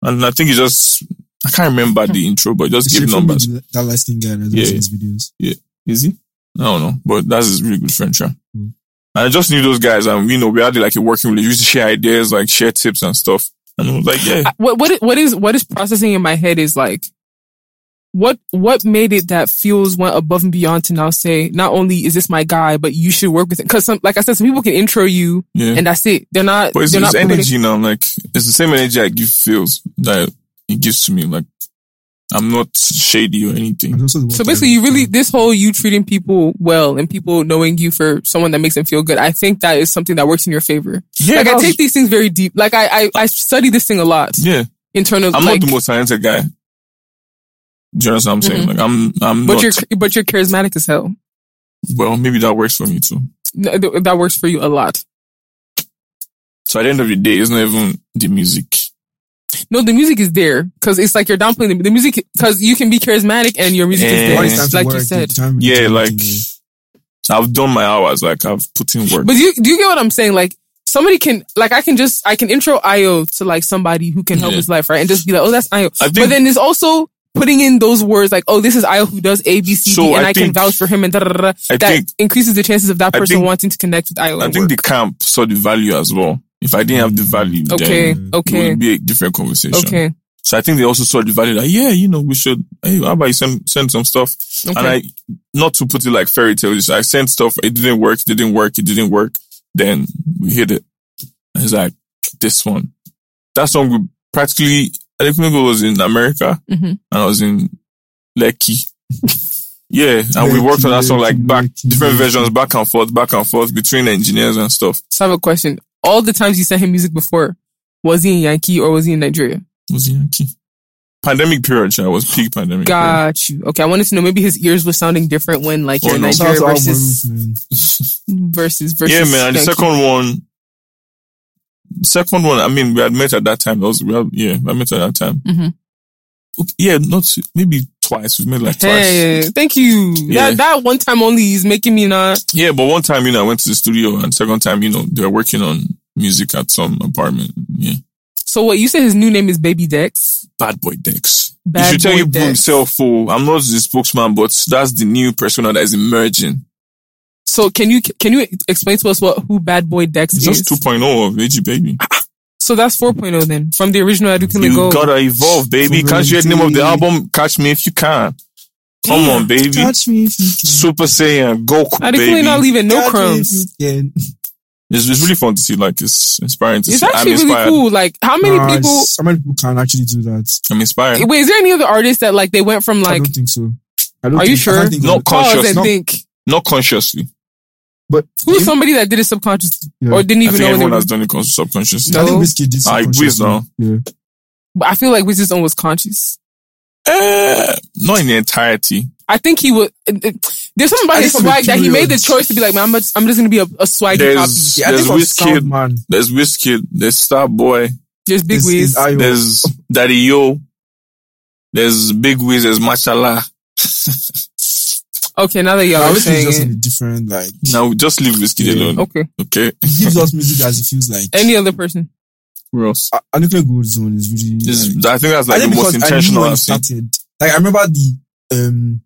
Speaker 1: And I think he just, I can't remember
Speaker 3: Hmm.
Speaker 1: the intro, but just
Speaker 7: Sheffield
Speaker 1: gave numbers.
Speaker 7: made That light skin guy that's
Speaker 1: Yeah,
Speaker 7: yeah, his videos.
Speaker 1: Is he? I don't know, but that's his really good friend, yeah.
Speaker 7: Hmm.
Speaker 1: And I just knew those guys and, you know, we had like a working relationship, used to share ideas, like share tips and stuff. And I was like, yeah.
Speaker 3: I- what what it- what is what is processing in my head is like what what made it that Fields went above and beyond to now say not only is this my guy but you should work with him because some like I said some people can intro you
Speaker 1: yeah.
Speaker 3: and that's it they're not
Speaker 1: But it's,
Speaker 3: they're
Speaker 1: it's
Speaker 3: not putting-
Speaker 1: energy now. Like it's the same energy I give feels that it gives to me. Like I'm not shady or anything.
Speaker 7: And also the one
Speaker 3: so
Speaker 7: that
Speaker 3: basically you
Speaker 7: I-
Speaker 3: really this whole you treating people well and people knowing you for someone that makes them feel good I think that is something that works in your favor
Speaker 1: Yeah,
Speaker 3: like I
Speaker 1: that's-
Speaker 3: take these things very deep like I I, I study this thing a lot
Speaker 1: yeah.
Speaker 3: in terms of
Speaker 1: I'm
Speaker 3: like Mm-hmm.
Speaker 1: not the most talented guy. Do you understand what I'm saying? Like I'm, I'm
Speaker 3: but
Speaker 1: not.
Speaker 3: you're but you're charismatic as hell
Speaker 1: well, maybe that works for me too.
Speaker 3: No, th- that works for you a lot
Speaker 1: So at the end of the day, it's not even the music.
Speaker 3: No, the music is there because it's like you're downplaying the, the music because you can be charismatic and your music
Speaker 1: Yeah.
Speaker 7: Why
Speaker 1: Once
Speaker 3: is
Speaker 7: it's time
Speaker 3: there, like
Speaker 7: to
Speaker 3: you
Speaker 7: work,
Speaker 3: said.
Speaker 7: the time- the
Speaker 1: Yeah,
Speaker 7: time
Speaker 1: like
Speaker 7: to-
Speaker 1: I've done my hours. Like I've put in work.
Speaker 3: But do you do you get what I'm saying? Like somebody can like I can just I can intro Io to like somebody who can help
Speaker 1: Yeah.
Speaker 3: his life right and just be like oh that's Io.
Speaker 1: I think-
Speaker 3: but then it's also putting in those words like oh this is Io who does A B C D
Speaker 1: So
Speaker 3: and
Speaker 1: I
Speaker 3: I, can
Speaker 1: think-
Speaker 3: vouch for him and da da da. da.
Speaker 1: I
Speaker 3: That
Speaker 1: think-
Speaker 3: increases the chances of that
Speaker 1: I
Speaker 3: person
Speaker 1: think-
Speaker 3: wanting to connect with Io.
Speaker 1: I
Speaker 3: and
Speaker 1: think the
Speaker 3: work.
Speaker 1: camp saw the value as well. If I didn't have the value,
Speaker 3: okay
Speaker 1: then it
Speaker 3: okay
Speaker 1: would be a different conversation.
Speaker 3: okay
Speaker 1: So I think they also saw the value that, yeah, you know, we should, hey, how about you send, send some stuff?
Speaker 3: okay.
Speaker 1: And I, not to put it like fairy tales, I sent stuff, it didn't work, it didn't work, it didn't work. Then we hit it. And it's like, this one. That song we practically, I think Nego was in America
Speaker 3: Mhm.
Speaker 1: and I was in Lekki. yeah. And we worked on that song like
Speaker 7: Lekki,
Speaker 1: back,
Speaker 7: Lekki,
Speaker 1: different
Speaker 7: Lekki.
Speaker 1: versions, back and forth, back and forth between engineers and stuff.
Speaker 3: So I have a question. All the times you sent him music before, was he in Yankee or was he in Nigeria?
Speaker 1: It was Yankee. Pandemic period, child, was peak pandemic. period.
Speaker 3: Got you. Okay, I wanted to know maybe his ears were sounding different when like
Speaker 1: Oh,
Speaker 3: you're in
Speaker 1: no.
Speaker 7: Shout out
Speaker 3: Nigeria
Speaker 7: to Al
Speaker 3: versus,
Speaker 7: Maroof, man.
Speaker 3: versus versus.
Speaker 1: yeah, man. And the
Speaker 3: Yankee.
Speaker 1: second one, second one. I mean, we had met at that time. That was we had, yeah, we had met at that time.
Speaker 3: Mhm.
Speaker 1: Okay, yeah, not maybe twice. We met like twice.
Speaker 3: Hey, thank you.
Speaker 1: Yeah.
Speaker 3: That that one time only is making me not.
Speaker 1: Yeah, but one time, you know, I went to the studio, and second time, you know, they were working on music at some apartment. Yeah,
Speaker 3: So what you said? His new name is Baby Dex.
Speaker 1: bad boy Dex.
Speaker 3: Bad
Speaker 1: you should tell
Speaker 3: Boy
Speaker 1: you
Speaker 3: Dex.
Speaker 1: himself. Oh, I'm not the spokesman, but that's the new persona that is emerging.
Speaker 3: So can you can you explain to us what who Bad Boy Dex
Speaker 1: It's
Speaker 3: is?
Speaker 1: just 2.0 of AG Baby.
Speaker 3: Ah, so that's 4.0 then from the original Adukunle
Speaker 1: You
Speaker 3: Gold.
Speaker 1: gotta evolve, baby. Can't you hear the name of the
Speaker 7: Sovereignty.
Speaker 1: album? Catch me if you can. Come on, baby.
Speaker 7: Touch me if you can.
Speaker 1: Super Saiyan, Goku, baby.
Speaker 3: Adukunle not leaving no
Speaker 7: Touch me if
Speaker 3: crumbs.
Speaker 7: you can.
Speaker 1: It's, it's really fun to see. Like it's inspiring to
Speaker 3: It's
Speaker 1: see. I'm
Speaker 3: actually really
Speaker 1: inspired.
Speaker 3: cool. Like how many
Speaker 7: Nah,
Speaker 3: people?
Speaker 7: it's- How many people can actually do that?
Speaker 1: I'm inspired.
Speaker 3: Wait, is there any other artists that like they went from
Speaker 7: I
Speaker 3: like
Speaker 7: don't think so. I don't
Speaker 3: Are you
Speaker 7: think- I
Speaker 3: sure?
Speaker 7: can't think
Speaker 1: Not
Speaker 7: of-
Speaker 3: pause
Speaker 1: conscious,
Speaker 3: and
Speaker 1: not-
Speaker 3: think?
Speaker 1: Not consciously.
Speaker 7: But
Speaker 3: Who's somebody that did it subconsciously
Speaker 7: Hmm? Yeah.
Speaker 3: or didn't
Speaker 1: I think
Speaker 3: even know? when they
Speaker 1: everyone
Speaker 3: were-
Speaker 1: has done it con- subconsciously.
Speaker 3: No.
Speaker 7: I think Whiskey
Speaker 1: I
Speaker 7: did subconsciously.
Speaker 1: whiz now.
Speaker 7: Yeah.
Speaker 3: But I feel like Wiz's own was conscious.
Speaker 1: Eh, not in the entirety.
Speaker 3: I think he would. it- it- There's something about
Speaker 7: I
Speaker 3: his
Speaker 7: think from the
Speaker 3: swag that he made the
Speaker 7: period.
Speaker 3: choice to be like, man, I'm just, I'm just gonna be a, a swaggy cop.
Speaker 1: There's
Speaker 7: Yeah, I
Speaker 1: there's
Speaker 7: think of Sound
Speaker 1: Wizkid,
Speaker 7: Man.
Speaker 1: there's Wizkid, there's Starboy,
Speaker 3: There's big
Speaker 7: Is-
Speaker 3: Wiz.
Speaker 7: is Ayo.
Speaker 1: there's Daddy Yo, there's Big Wiz, there's Mashallah.
Speaker 3: Okay, now that y'all
Speaker 7: Nah,
Speaker 3: are
Speaker 7: Whiskey is
Speaker 3: saying
Speaker 7: just in a
Speaker 3: it.
Speaker 7: different like.
Speaker 1: Now just leave Wizkid
Speaker 7: Yeah.
Speaker 1: alone,
Speaker 3: Okay,
Speaker 1: okay?
Speaker 7: He gives us music as he feels like.
Speaker 3: any other person?
Speaker 1: Who else?
Speaker 7: A- Anuke Gold Zone is really.
Speaker 1: This-
Speaker 7: like-
Speaker 1: I think that's
Speaker 7: I
Speaker 1: like
Speaker 7: think
Speaker 1: the most
Speaker 7: because I knew
Speaker 1: intentional
Speaker 7: when it
Speaker 1: I've seen.
Speaker 7: started. Like I remember the um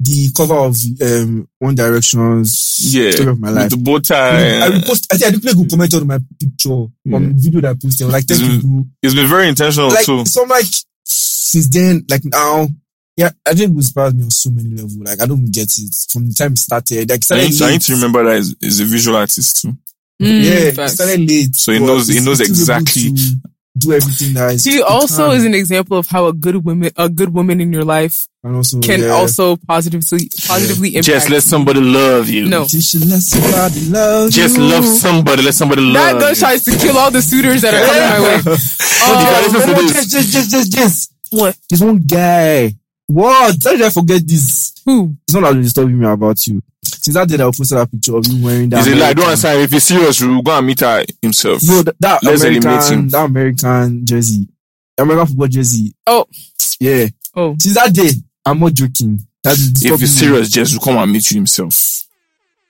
Speaker 7: the cover of um One Direction's
Speaker 1: Yeah.
Speaker 7: Story of My
Speaker 1: With
Speaker 7: Life.
Speaker 1: the bow tie.
Speaker 7: I
Speaker 1: and-
Speaker 7: repost. I think Anuke Gold commented on my picture on the video that I posted. I was like, thank you.
Speaker 1: Mm.
Speaker 7: bro.
Speaker 1: It's been very intentional
Speaker 7: like
Speaker 1: too.
Speaker 7: so I'm like since then, like now, yeah, I think it inspired me on so many levels. Like I don't even get it from the time it started. Like it
Speaker 1: I
Speaker 7: started
Speaker 1: need, to, I need
Speaker 7: late.
Speaker 1: to remember that he's, he's a visual artist too.
Speaker 3: Mm,
Speaker 7: yeah, it
Speaker 3: facts.
Speaker 7: started late.
Speaker 1: So he
Speaker 7: but
Speaker 1: knows- he
Speaker 7: it's-
Speaker 1: knows
Speaker 7: it's still able
Speaker 1: exactly-
Speaker 7: to do everything that is.
Speaker 3: She
Speaker 7: it
Speaker 3: also
Speaker 7: can.
Speaker 3: is an example of how a good woman, a good woman in your life,
Speaker 7: and also
Speaker 3: can
Speaker 7: yeah.
Speaker 3: also positively, positively impact.
Speaker 1: somebody love you.
Speaker 3: No.
Speaker 7: You should let somebody love you.
Speaker 1: somebody. Let somebody
Speaker 3: That gun tries to kill all the suitors that are coming my way.
Speaker 7: Oh,
Speaker 1: gotta listen to
Speaker 7: no, no,
Speaker 1: this.
Speaker 7: just, just, just, just, just.
Speaker 3: What?
Speaker 7: There's one guy. What? How did I forget this?
Speaker 3: Who?
Speaker 7: It's not that they disturbing me about you. Since that day that I posted that picture of you wearing that.
Speaker 1: He's a lie. I don't
Speaker 7: American-
Speaker 1: understand. If he's serious, we'll go and meet her himself.
Speaker 7: No, th- that
Speaker 1: Let's eliminate
Speaker 7: American,
Speaker 1: him.
Speaker 7: that American jersey, American football jersey.
Speaker 3: Oh.
Speaker 7: yeah.
Speaker 3: Oh.
Speaker 7: Since that day, I'm not joking. That's
Speaker 1: if he's serious, Jess will come and meet you himself.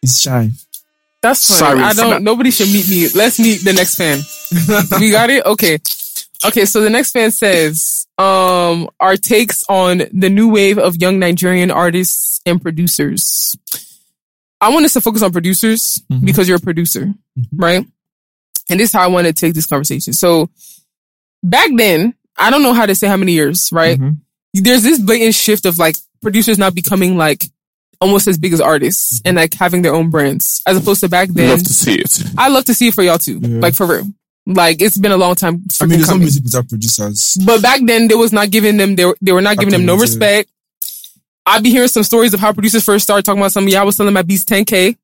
Speaker 7: It's shy.
Speaker 3: That's fine.
Speaker 1: Sorry
Speaker 3: I
Speaker 1: for that.
Speaker 3: don't. Nobody should meet me. Let's meet the next fan. we got it. Okay. Okay. So the next fan says, um, our takes on the new wave of young Nigerian artists and producers. I want us to focus on producers
Speaker 1: Mhm.
Speaker 3: because you're a producer, right? And this is how I want to take this conversation. So back then, I don't know how to say how many years, right?
Speaker 1: Mhm.
Speaker 7: Mm-hmm.
Speaker 3: There's this blatant shift of like producers not becoming like almost as big as
Speaker 7: Mm-hmm.
Speaker 3: artists and like having their own brands as opposed to back then.
Speaker 1: Love to see it.
Speaker 3: I love to see it for y'all too.
Speaker 7: Yeah.
Speaker 3: Like for real. Like it's been a long time.
Speaker 7: I mean,
Speaker 3: freaking
Speaker 7: there's some
Speaker 3: coming.
Speaker 7: music without producers.
Speaker 3: But back then, they was not giving them. They were, they were not giving them no
Speaker 7: Opportunity.
Speaker 3: respect. I'd be hearing some stories of how producers first started talking about something. Y'all was selling my beats 10k.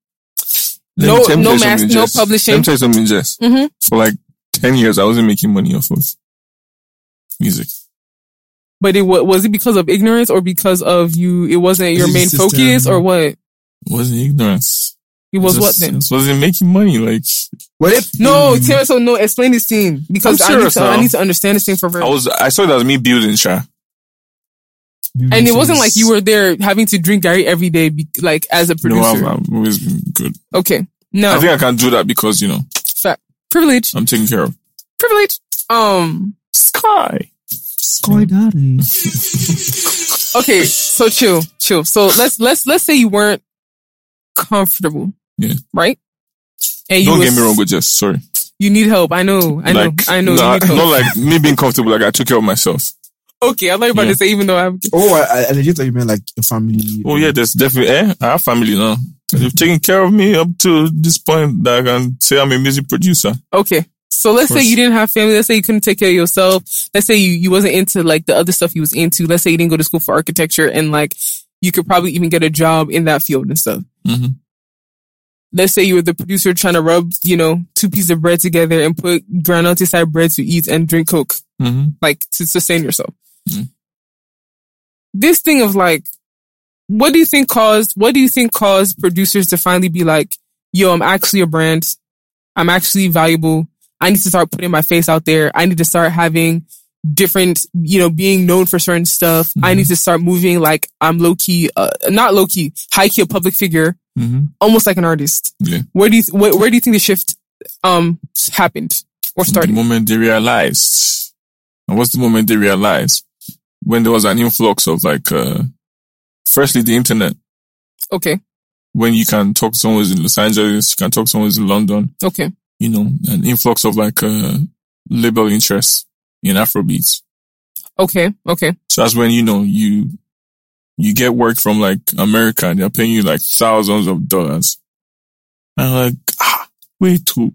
Speaker 1: Let
Speaker 3: No,
Speaker 1: me- let me
Speaker 3: no
Speaker 1: tell you
Speaker 3: mask,
Speaker 1: something,
Speaker 3: no
Speaker 1: Jess. Let
Speaker 3: publishing.
Speaker 1: me tell you something, Jess.
Speaker 3: Mhm.
Speaker 1: For like 10 years, I wasn't making money off of music.
Speaker 3: But it wa- was it because of ignorance or because of you? It wasn't your
Speaker 7: It's
Speaker 3: main
Speaker 7: just,
Speaker 3: focus
Speaker 7: um,
Speaker 3: or what?
Speaker 1: It wasn't ignorance.
Speaker 3: It was
Speaker 1: Just-
Speaker 3: what then?
Speaker 1: It wasn't making money. Like,
Speaker 7: Well, if,
Speaker 3: No,
Speaker 7: Mm.
Speaker 3: Taylor. So no, explain this scene because
Speaker 1: I'm
Speaker 3: I need,
Speaker 1: serious
Speaker 3: to, I
Speaker 1: now.
Speaker 3: need to understand this thing for
Speaker 1: I
Speaker 3: real.
Speaker 1: was, I saw it as me building, Sha.
Speaker 3: And it wasn't like you were there having to drink Gary every day, be, like as a
Speaker 1: No,
Speaker 3: producer. Oh.
Speaker 1: I've, I've always been good.
Speaker 3: okay,
Speaker 1: I
Speaker 3: no
Speaker 1: think Oh. I can do that because, you know,
Speaker 3: fact. privilege,
Speaker 1: I'm taken care of.
Speaker 3: privilege. Um,
Speaker 1: Sky.
Speaker 7: Sky Daddy.
Speaker 3: okay, so chill, chill. So let's let's let's say you weren't comfortable.
Speaker 1: Yeah.
Speaker 3: Right? And
Speaker 1: Don't
Speaker 3: was-
Speaker 1: get me wrong with Jess. Sorry.
Speaker 3: You need help. I know. I know.
Speaker 1: Like,
Speaker 3: I know.
Speaker 1: nah,
Speaker 3: you need help.
Speaker 1: not like me being comfortable. Like I took care of myself.
Speaker 3: okay, I thought you were about
Speaker 1: Yeah.
Speaker 3: to say even though I'm
Speaker 7: Oh, I, I legit thought you meant like your family.
Speaker 1: Oh yeah, there's definitely. Eh, I have family now. They've taken care of me up to this point that I can say I'm a music producer.
Speaker 3: okay. So let's say
Speaker 1: course.
Speaker 3: you didn't have family. Let's say you couldn't take care of yourself. Let's say you, you wasn't into like the other stuff you was into. Let's say you didn't go to school for architecture and like you could probably even get a job in that field and stuff.
Speaker 1: Mhm.
Speaker 3: Let's say you were the producer trying to rub, you know, two pieces of bread together and put groundnut inside bread to eat and drink Coke.
Speaker 1: Mm-hmm.
Speaker 3: like to sustain yourself.
Speaker 1: Mm.
Speaker 3: This thing of like, what do you think caused? What do you think caused producers to finally be like, "Yo, I'm actually a brand. I'm actually valuable. I need to start putting my face out there. I need to start having different, you know, being known for certain stuff. I need to start moving like I'm low key, uh, not low key, high key, a public figure,
Speaker 1: Mm-hmm.
Speaker 3: almost like an artist.
Speaker 1: Yeah.
Speaker 3: Where do you where, where do you think the shift um happened or
Speaker 1: The
Speaker 3: started?
Speaker 1: moment they realized, and what's the moment they realized when there was an influx of like, uh, firstly the internet.
Speaker 3: Okay,
Speaker 1: When you can talk to someone who's in Los Angeles, you can talk to someone who's in London.
Speaker 3: okay,
Speaker 1: You know, an influx of like uh, label interest in Afrobeats.
Speaker 3: okay, okay.
Speaker 1: So that's when you know you you get work from like America and they're paying you like thousands of dollars. And like ah, way too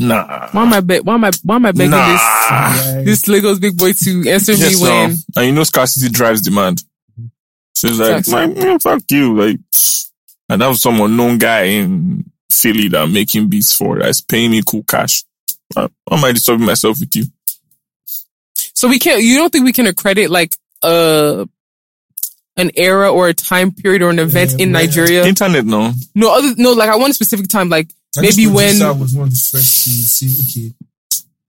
Speaker 1: Nah.
Speaker 3: Why am I be- why am I why am I begging
Speaker 1: nah.
Speaker 7: Like,
Speaker 3: this this Lagos big boy to answer
Speaker 1: Yes,
Speaker 3: me
Speaker 1: no.
Speaker 3: when
Speaker 1: And you know scarcity drives demand. So it's like,
Speaker 3: Facts.
Speaker 1: man, man, fuck you. Like and that was some unknown guy in Philly that I'm making beats for that's paying me cool cash. Why why am I disturbing myself with you?
Speaker 3: so we can't you don't think we can accredit like uh an era or a time period or an event
Speaker 7: Yeah,
Speaker 3: in
Speaker 7: where-
Speaker 3: Nigeria.
Speaker 1: Internet no.
Speaker 3: no other no like I want a specific time like
Speaker 7: I guess
Speaker 3: maybe when-
Speaker 7: producer was one of the first to say, okay,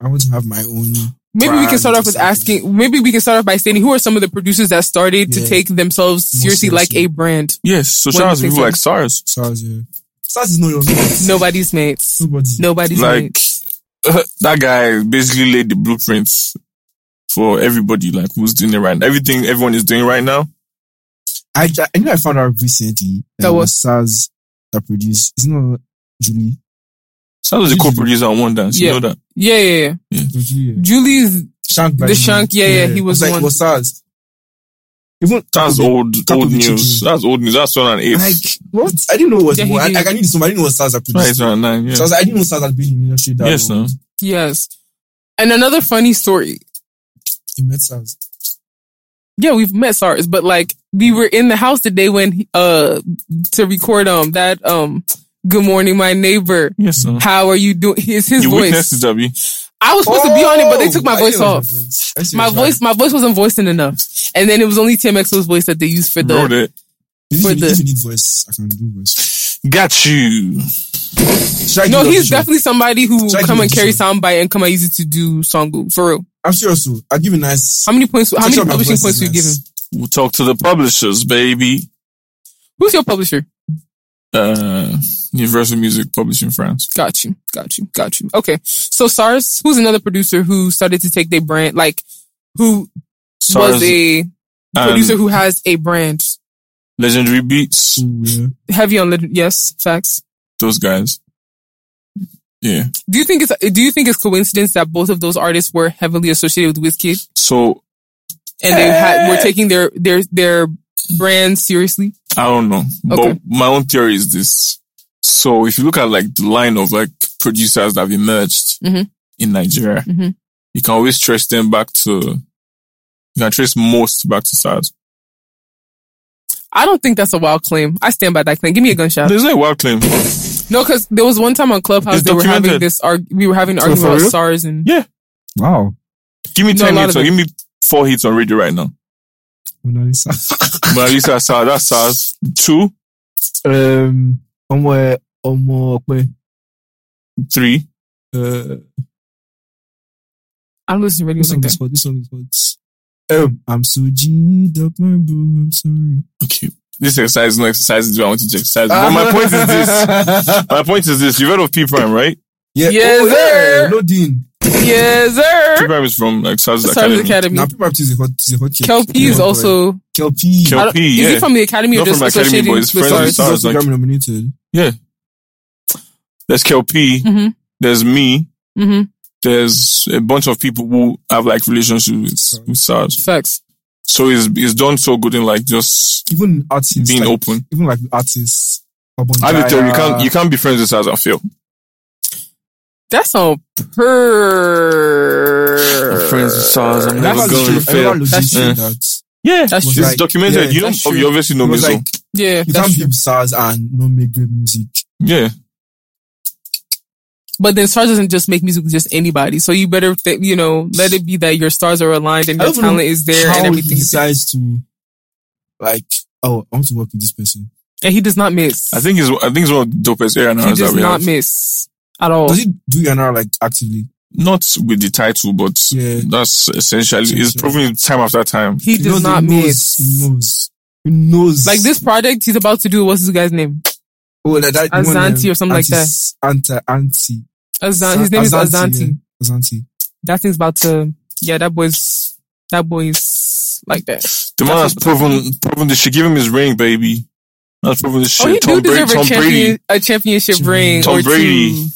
Speaker 7: I want to have my own.
Speaker 3: maybe we can
Speaker 7: Brands
Speaker 3: start
Speaker 7: or
Speaker 3: off with
Speaker 7: something.
Speaker 3: asking maybe we can start off by stating who are some of the producers that started
Speaker 7: Yeah.
Speaker 3: to take themselves
Speaker 7: More
Speaker 3: seriously like
Speaker 7: seriously.
Speaker 3: a brand.
Speaker 1: Yes, so
Speaker 3: What do
Speaker 1: shout
Speaker 3: you
Speaker 1: out to
Speaker 3: think,
Speaker 1: people
Speaker 3: sir?
Speaker 1: like SARS.
Speaker 7: Stars, yeah. Stars is not your mate.
Speaker 3: Nobody's mates.
Speaker 7: Nobody.
Speaker 3: Nobody's
Speaker 1: like
Speaker 3: mates.
Speaker 1: that guy basically laid the blueprints for everybody like who's doing it right now. everything everyone is doing right now
Speaker 7: I, I know I found out recently
Speaker 3: That
Speaker 7: it
Speaker 3: what?
Speaker 7: was SARS that produced. It's not Julie.
Speaker 1: so was the
Speaker 7: Mhm.
Speaker 1: co-producer on one dance
Speaker 3: Yeah.
Speaker 1: you know that
Speaker 3: Yeah, yeah, yeah.
Speaker 7: It was Julie, yeah.
Speaker 3: Julie's
Speaker 7: Shank. by
Speaker 3: The
Speaker 7: name.
Speaker 3: Shank, yeah, yeah, he was
Speaker 7: It's like,
Speaker 3: one.
Speaker 7: it was SARS. Even
Speaker 1: that's old
Speaker 7: Capo
Speaker 1: old
Speaker 7: Bichichi.
Speaker 1: news that's old news that's 2008
Speaker 7: Like what? I didn't know what.
Speaker 3: Yeah, he
Speaker 7: I,
Speaker 3: did.
Speaker 7: I knew this one. I didn't know what SARS that
Speaker 1: right
Speaker 7: produced.
Speaker 1: 2009 yeah
Speaker 7: So I was like, I didn't know SARS had been in the industry that
Speaker 1: yes
Speaker 7: long.
Speaker 1: no
Speaker 3: yes. And another funny story.
Speaker 7: He met SARS.
Speaker 3: Yeah, we've met SARS, but like we were in the house the day when uh to record um that um Good Morning My Neighbor.
Speaker 1: yes no
Speaker 3: How are you doing? Is Oh, his
Speaker 1: you
Speaker 3: voice?
Speaker 1: witnessed it Abby
Speaker 3: I was supposed to be on it, but they took my
Speaker 7: Oh! I
Speaker 3: voice
Speaker 7: hear
Speaker 3: off.
Speaker 7: your voice. I see
Speaker 3: My
Speaker 7: your
Speaker 3: voice, my voice wasn't voicing enough, and then it was only TMXO's voice that they used for
Speaker 1: Wrote
Speaker 3: the.
Speaker 1: it.
Speaker 7: If
Speaker 3: for
Speaker 7: you,
Speaker 3: the-
Speaker 7: if you need voice, I can do voice.
Speaker 1: Got you.
Speaker 7: Should I
Speaker 3: No,
Speaker 7: give
Speaker 3: he's
Speaker 7: you audition?
Speaker 3: definitely somebody who will
Speaker 7: Should I
Speaker 3: come
Speaker 7: give
Speaker 3: and carry
Speaker 7: audition?
Speaker 3: soundbite and come and use it to do songu for real.
Speaker 7: I'm serious. though. I'll give you a nice.
Speaker 3: How many points? How
Speaker 7: Make
Speaker 3: many
Speaker 7: sure my
Speaker 3: publishing
Speaker 7: voice
Speaker 3: points
Speaker 7: is
Speaker 3: you give him?
Speaker 7: nice.
Speaker 1: We'll talk to the publishers, baby.
Speaker 3: Who's your publisher?
Speaker 1: Uh, Universal Music Publishing France.
Speaker 3: Got you, got you, got you. Okay, so SARS, who's another producer who started to take their brand, like who was
Speaker 1: SARS
Speaker 3: a
Speaker 1: and
Speaker 3: producer who has a brand
Speaker 1: Legendary Beats.
Speaker 7: Yeah.
Speaker 3: heavy on lit- yes facts.
Speaker 1: Those guys. Yeah.
Speaker 3: Do you think it's do you think it's coincidence that both of those artists were heavily associated with WizKid
Speaker 1: So
Speaker 3: and they had,
Speaker 1: Eh.
Speaker 3: were taking their their their brand seriously?
Speaker 1: I don't know.
Speaker 3: Okay.
Speaker 1: But my own theory is this. So if you look at like the line of like producers that have emerged
Speaker 3: Mhm.
Speaker 1: in Nigeria,
Speaker 3: Mhm.
Speaker 1: you can always trace them back to, you can trace most back to SARS.
Speaker 3: I don't think that's a wild claim. I stand by that claim. Give me a gunshot.
Speaker 1: There's no wild claim.
Speaker 3: No, because there was one time on Clubhouse
Speaker 1: It's
Speaker 3: they were having
Speaker 1: documented.
Speaker 3: this arg- we were having an
Speaker 7: So
Speaker 3: argument
Speaker 7: for
Speaker 3: about
Speaker 7: real?
Speaker 3: SARS and
Speaker 1: Yeah.
Speaker 7: Wow.
Speaker 1: Give me
Speaker 3: No,
Speaker 1: 10
Speaker 3: a lot
Speaker 1: hits
Speaker 3: of
Speaker 1: or
Speaker 3: it-
Speaker 1: give me four hits on radio right now.
Speaker 7: Mona Lisa.
Speaker 1: Mona Lisa, SARS, that's SARS. Two,
Speaker 7: um, ọmọ ẹ, ọmọ ọpẹ.
Speaker 1: three.
Speaker 7: Uh,
Speaker 3: I don't listen to radio
Speaker 7: this
Speaker 3: like
Speaker 7: song
Speaker 3: that.
Speaker 7: is hot. This song is hot. Um, I'm so G'd up, my bro. I'm sorry.
Speaker 1: Okay. This exercise is no exercise. is what I want you to exercise. But my point is this. My point is this. You've heard of P Prime, right?
Speaker 7: Yeah. oh,
Speaker 3: Yes, sir.
Speaker 7: No, Dean.
Speaker 3: Yes,
Speaker 1: P
Speaker 3: sir.
Speaker 1: Prime is from like SARS
Speaker 3: SARS
Speaker 1: Academy.
Speaker 3: Academy.
Speaker 7: Now, people is a hot, is a hot chick.
Speaker 3: Kelpie is
Speaker 7: Yeah,
Speaker 3: also.
Speaker 7: Kelpie.
Speaker 1: Kelpie,
Speaker 3: I don't- Is
Speaker 1: yeah.
Speaker 3: he from the academy or
Speaker 1: Not
Speaker 3: just
Speaker 1: from the academy,
Speaker 3: associated
Speaker 1: but
Speaker 3: with
Speaker 1: he's friends with
Speaker 3: SARS?
Speaker 1: SARS.
Speaker 7: also
Speaker 1: like-
Speaker 7: Grammy nominated.
Speaker 1: There's Kelpie.
Speaker 3: Mhm.
Speaker 1: There's me.
Speaker 3: hmm
Speaker 1: There's a bunch of people who have like relationships with, with SARS.
Speaker 3: Facts.
Speaker 1: So it's, it's done so good in like just
Speaker 7: Even artists.
Speaker 1: being
Speaker 7: like,
Speaker 1: open.
Speaker 7: Even like artists. Obonjaya.
Speaker 1: I have a theory. You can't, you can't be friends with SARS and fail.
Speaker 3: That's on per.
Speaker 1: friends with SARS. I'm
Speaker 7: I
Speaker 1: never
Speaker 7: remember
Speaker 1: going
Speaker 7: Luigi-
Speaker 1: to
Speaker 7: I
Speaker 1: fail. Eh.
Speaker 7: remember Luigi
Speaker 3: That's
Speaker 7: said
Speaker 1: true.
Speaker 7: that.
Speaker 1: Yeah.
Speaker 3: That's
Speaker 1: It's
Speaker 7: Was
Speaker 3: true.
Speaker 7: like-
Speaker 1: documented.
Speaker 7: yeah,
Speaker 1: you
Speaker 3: that's
Speaker 1: know,
Speaker 3: true.
Speaker 1: you obviously know
Speaker 7: It
Speaker 1: me.
Speaker 7: was
Speaker 1: so
Speaker 7: like,
Speaker 3: yeah, that's
Speaker 7: you can't be
Speaker 3: true.
Speaker 7: with SARS and not make great music.
Speaker 1: yeah.
Speaker 3: But then SARS doesn't just make music with just anybody. So you better, th- you know, let it be that your stars are aligned and
Speaker 7: I
Speaker 3: your
Speaker 7: don't even
Speaker 3: talent
Speaker 7: know
Speaker 3: is there and
Speaker 7: How
Speaker 3: everything.
Speaker 7: he
Speaker 3: is there.
Speaker 7: decides to, like, oh, I want to work with this person.
Speaker 3: And he does not miss.
Speaker 1: I think it's I think it's one of the dopest era now
Speaker 3: he
Speaker 1: that
Speaker 3: does
Speaker 1: we
Speaker 3: not
Speaker 1: have.
Speaker 3: miss at all.
Speaker 7: Does he do Yana like actively?
Speaker 1: Not with the title, but
Speaker 7: Yeah.
Speaker 1: that's essentially it's
Speaker 7: Essentially.
Speaker 1: proven time after time.
Speaker 3: He does not
Speaker 7: he knows,
Speaker 3: miss.
Speaker 7: He knows. He knows.
Speaker 3: Like this project he's about to do. What's this guy's name?
Speaker 7: Oh, like that one,
Speaker 3: Azanti
Speaker 7: um,
Speaker 3: or something like that.
Speaker 7: Anti, anti.
Speaker 3: Azan- his name is Azanti.
Speaker 7: yeah. Azanti.
Speaker 3: That thing's about to. Yeah, that boy's. That boy's like that.
Speaker 1: The man
Speaker 3: That's
Speaker 1: has proven proven this shit. Give him his ring, baby. That's proven this shit.
Speaker 3: Oh, he
Speaker 1: Tom,
Speaker 3: do
Speaker 1: Brady,
Speaker 3: deserve
Speaker 1: Tom
Speaker 3: a,
Speaker 1: Brady.
Speaker 3: champion, a championship ring.
Speaker 1: Tom
Speaker 3: or
Speaker 1: Brady.
Speaker 3: Two.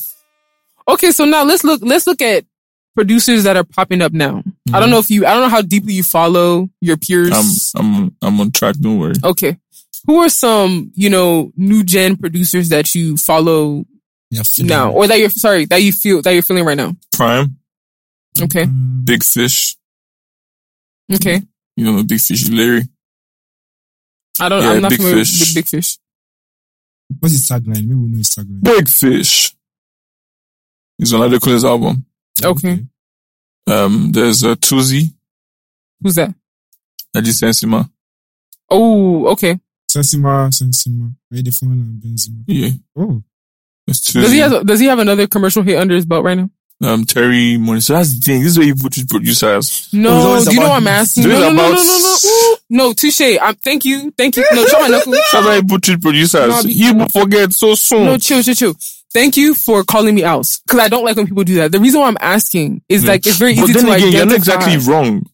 Speaker 3: Okay, so now let's look. Let's look at producers that are popping up now. I
Speaker 1: Mm-hmm.
Speaker 3: don't know if you. I don't know how deeply you follow your peers.
Speaker 1: I'm I'm I'm on track. Don't worry.
Speaker 3: okay, who are some you know new gen producers that you follow
Speaker 7: Yeah,
Speaker 3: now,
Speaker 1: Mm-hmm.
Speaker 3: or that you're sorry that you feel that you're feeling right now?
Speaker 1: Prime, Mm-hmm.
Speaker 3: Okay,
Speaker 7: Um,
Speaker 1: Big Fish.
Speaker 3: okay.
Speaker 1: You know, Big Fish Larry.
Speaker 3: I don't.
Speaker 1: Yeah,
Speaker 3: I'm not
Speaker 1: Big
Speaker 3: familiar
Speaker 1: Fish.
Speaker 3: with Big Fish.
Speaker 7: What's his tagline? Maybe we know his tagline.
Speaker 1: Big Fish. He's on Adekunle's album.
Speaker 3: Okay.
Speaker 1: Um, there's a Tuzi,
Speaker 3: Who's that?
Speaker 1: Adi Sensima.
Speaker 3: Oh, okay.
Speaker 7: Sensima, Sensima. Where they fall and Benzema.
Speaker 1: Yeah,
Speaker 7: Oh.
Speaker 1: there's
Speaker 3: Does he
Speaker 1: Tuzi.
Speaker 3: have Does he have another commercial hit under his belt right now?
Speaker 1: um, Terry Money. So that's the thing. This is where you put your producers.
Speaker 7: Oh,
Speaker 3: No,
Speaker 7: it's always
Speaker 3: do you know
Speaker 7: about-
Speaker 3: what I'm asking?
Speaker 1: it's
Speaker 3: No, no, no,
Speaker 1: always
Speaker 3: no, no,
Speaker 1: about-
Speaker 3: no, no, no, touche. I'm, thank you, thank you. No, show my knuckle.
Speaker 1: That's why you put it producers.
Speaker 3: No, I be-
Speaker 1: you will forget so soon.
Speaker 3: No, chill, chill, chill. Thank you for calling me out because I don't like when people do that. The reason why I'm asking is
Speaker 1: Yeah.
Speaker 3: like it's very
Speaker 1: Mm. but
Speaker 3: easy
Speaker 1: then
Speaker 3: to
Speaker 1: again,
Speaker 3: identify.
Speaker 1: you're not exactly wrong.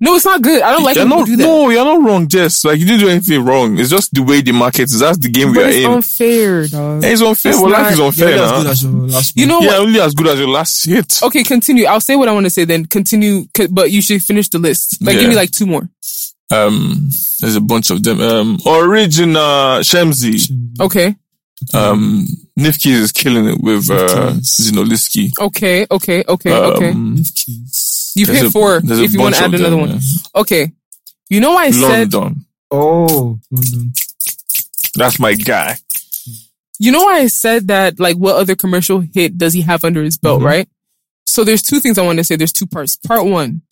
Speaker 3: No, it's not good. I don't like
Speaker 1: you're
Speaker 3: when
Speaker 1: not,
Speaker 3: people do that.
Speaker 1: no, you're not wrong, Jess. Like you didn't do anything wrong. It's just the way the market is. That's the game we
Speaker 3: but
Speaker 1: are
Speaker 3: it's
Speaker 1: in.
Speaker 3: unfair, dog.
Speaker 1: It's unfair.
Speaker 3: It's
Speaker 1: well,
Speaker 3: not-
Speaker 1: life is unfair
Speaker 7: that's
Speaker 1: now.
Speaker 7: good as your last
Speaker 3: You
Speaker 7: one.
Speaker 3: know
Speaker 1: yeah,
Speaker 3: what?
Speaker 1: only as good as your last hit.
Speaker 3: Okay, continue. I'll say what I want to say then. Continue, c- but you should finish the list. Like, give
Speaker 1: Yeah.
Speaker 3: me like two more.
Speaker 1: Um, there's a bunch of them. Um, original Shamsi.
Speaker 3: Okay,
Speaker 1: Um, Nifki is killing it with uh,
Speaker 7: Nifkis.
Speaker 1: Zinoliski.
Speaker 3: okay, okay, okay,
Speaker 1: um,
Speaker 3: okay.
Speaker 7: Leave kids.
Speaker 3: You've
Speaker 1: there's
Speaker 3: hit
Speaker 1: a-
Speaker 3: four.
Speaker 1: there's a
Speaker 3: If you want to add
Speaker 1: bunch of
Speaker 3: another
Speaker 1: them,
Speaker 3: one,
Speaker 1: yeah.
Speaker 3: okay. You know why I said
Speaker 1: London.
Speaker 7: Oh, London.
Speaker 1: That's my guy.
Speaker 3: you know why I said that like what other commercial hit does he have under his belt, right? So there's two things I want to say. There's two parts. Part one,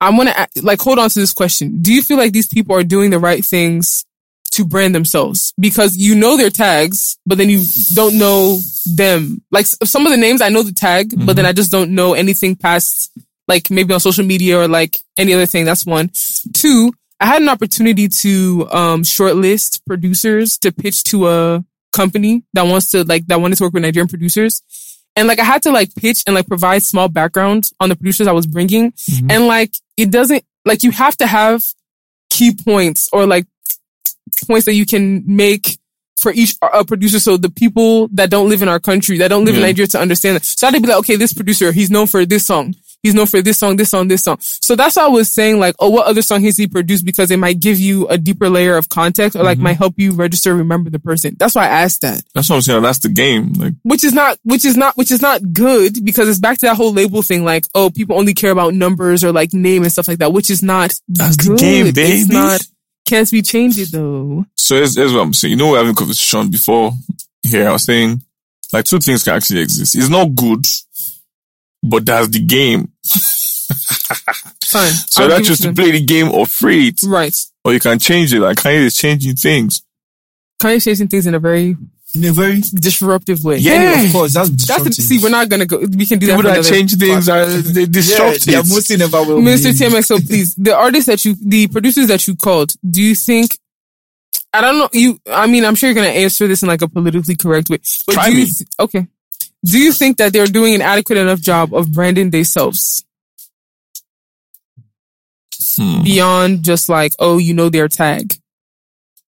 Speaker 3: I want to like hold on to this question. Do you feel like these people are doing the right things to brand themselves? Because you know their tags, but then you don't know them. Like s- some of the names, I know the tag, but then I just don't know anything past like maybe on social media or like any other thing. That's one. Two, I had an opportunity to um shortlist producers to pitch to a company that wants to like that wanted to work with Nigerian producers. And like I had to like pitch and like provide small background on the producers I was bringing. And like it doesn't like you have to have key points or like points that you can make for each uh, producer so the people that don't live in our country that don't live in
Speaker 1: Yeah.
Speaker 3: Nigeria to understand that. So I had to be like okay this producer he's known for this song. He's known for this song, this song, this song. So that's why I was saying like, oh, what other song has he produced? Because it might give you a deeper layer of context or like might help you register, remember the person. That's why I asked that
Speaker 1: That's what I'm saying. That's the game. Like,
Speaker 3: which is not which is not which is not good because it's back to that whole label thing like oh people only care about numbers or like name and stuff like that which is not
Speaker 1: That's the
Speaker 3: good.
Speaker 1: game,
Speaker 3: it's
Speaker 1: baby.
Speaker 3: not can't be changed though
Speaker 1: so here's, here's what I'm saying. You know, we we're having a conversation before here. I was saying, like, two things can actually exist. It's not good, but that's the game.
Speaker 3: fine
Speaker 1: So
Speaker 3: I'll
Speaker 1: that
Speaker 3: give it
Speaker 1: choose to
Speaker 3: them.
Speaker 1: play the game or free it,
Speaker 3: right
Speaker 1: or you can change it. Like, Kanye is changing things.
Speaker 3: Kanye's changing things in a very
Speaker 7: In a very,
Speaker 3: disruptive way
Speaker 1: Yeah.
Speaker 3: Anyway,
Speaker 7: of course, that's
Speaker 3: that's the,
Speaker 7: disruptive.
Speaker 3: see we're not gonna go we can do
Speaker 1: People
Speaker 3: that for
Speaker 1: that
Speaker 3: another-
Speaker 1: change things are, they
Speaker 7: yeah,
Speaker 1: disrupt
Speaker 7: they are
Speaker 1: it.
Speaker 7: mostly never well.
Speaker 3: Mr. TMXO, please. The artists that you, the producers that you called, do you think? I don't know. You, I mean, I'm sure you're gonna answer this in like a politically correct way. But
Speaker 1: Try
Speaker 3: do you,
Speaker 1: me.
Speaker 3: Okay. Do you think that they're doing an adequate enough job of branding themselves
Speaker 1: Hmm.
Speaker 3: beyond just like, oh, you know their tag?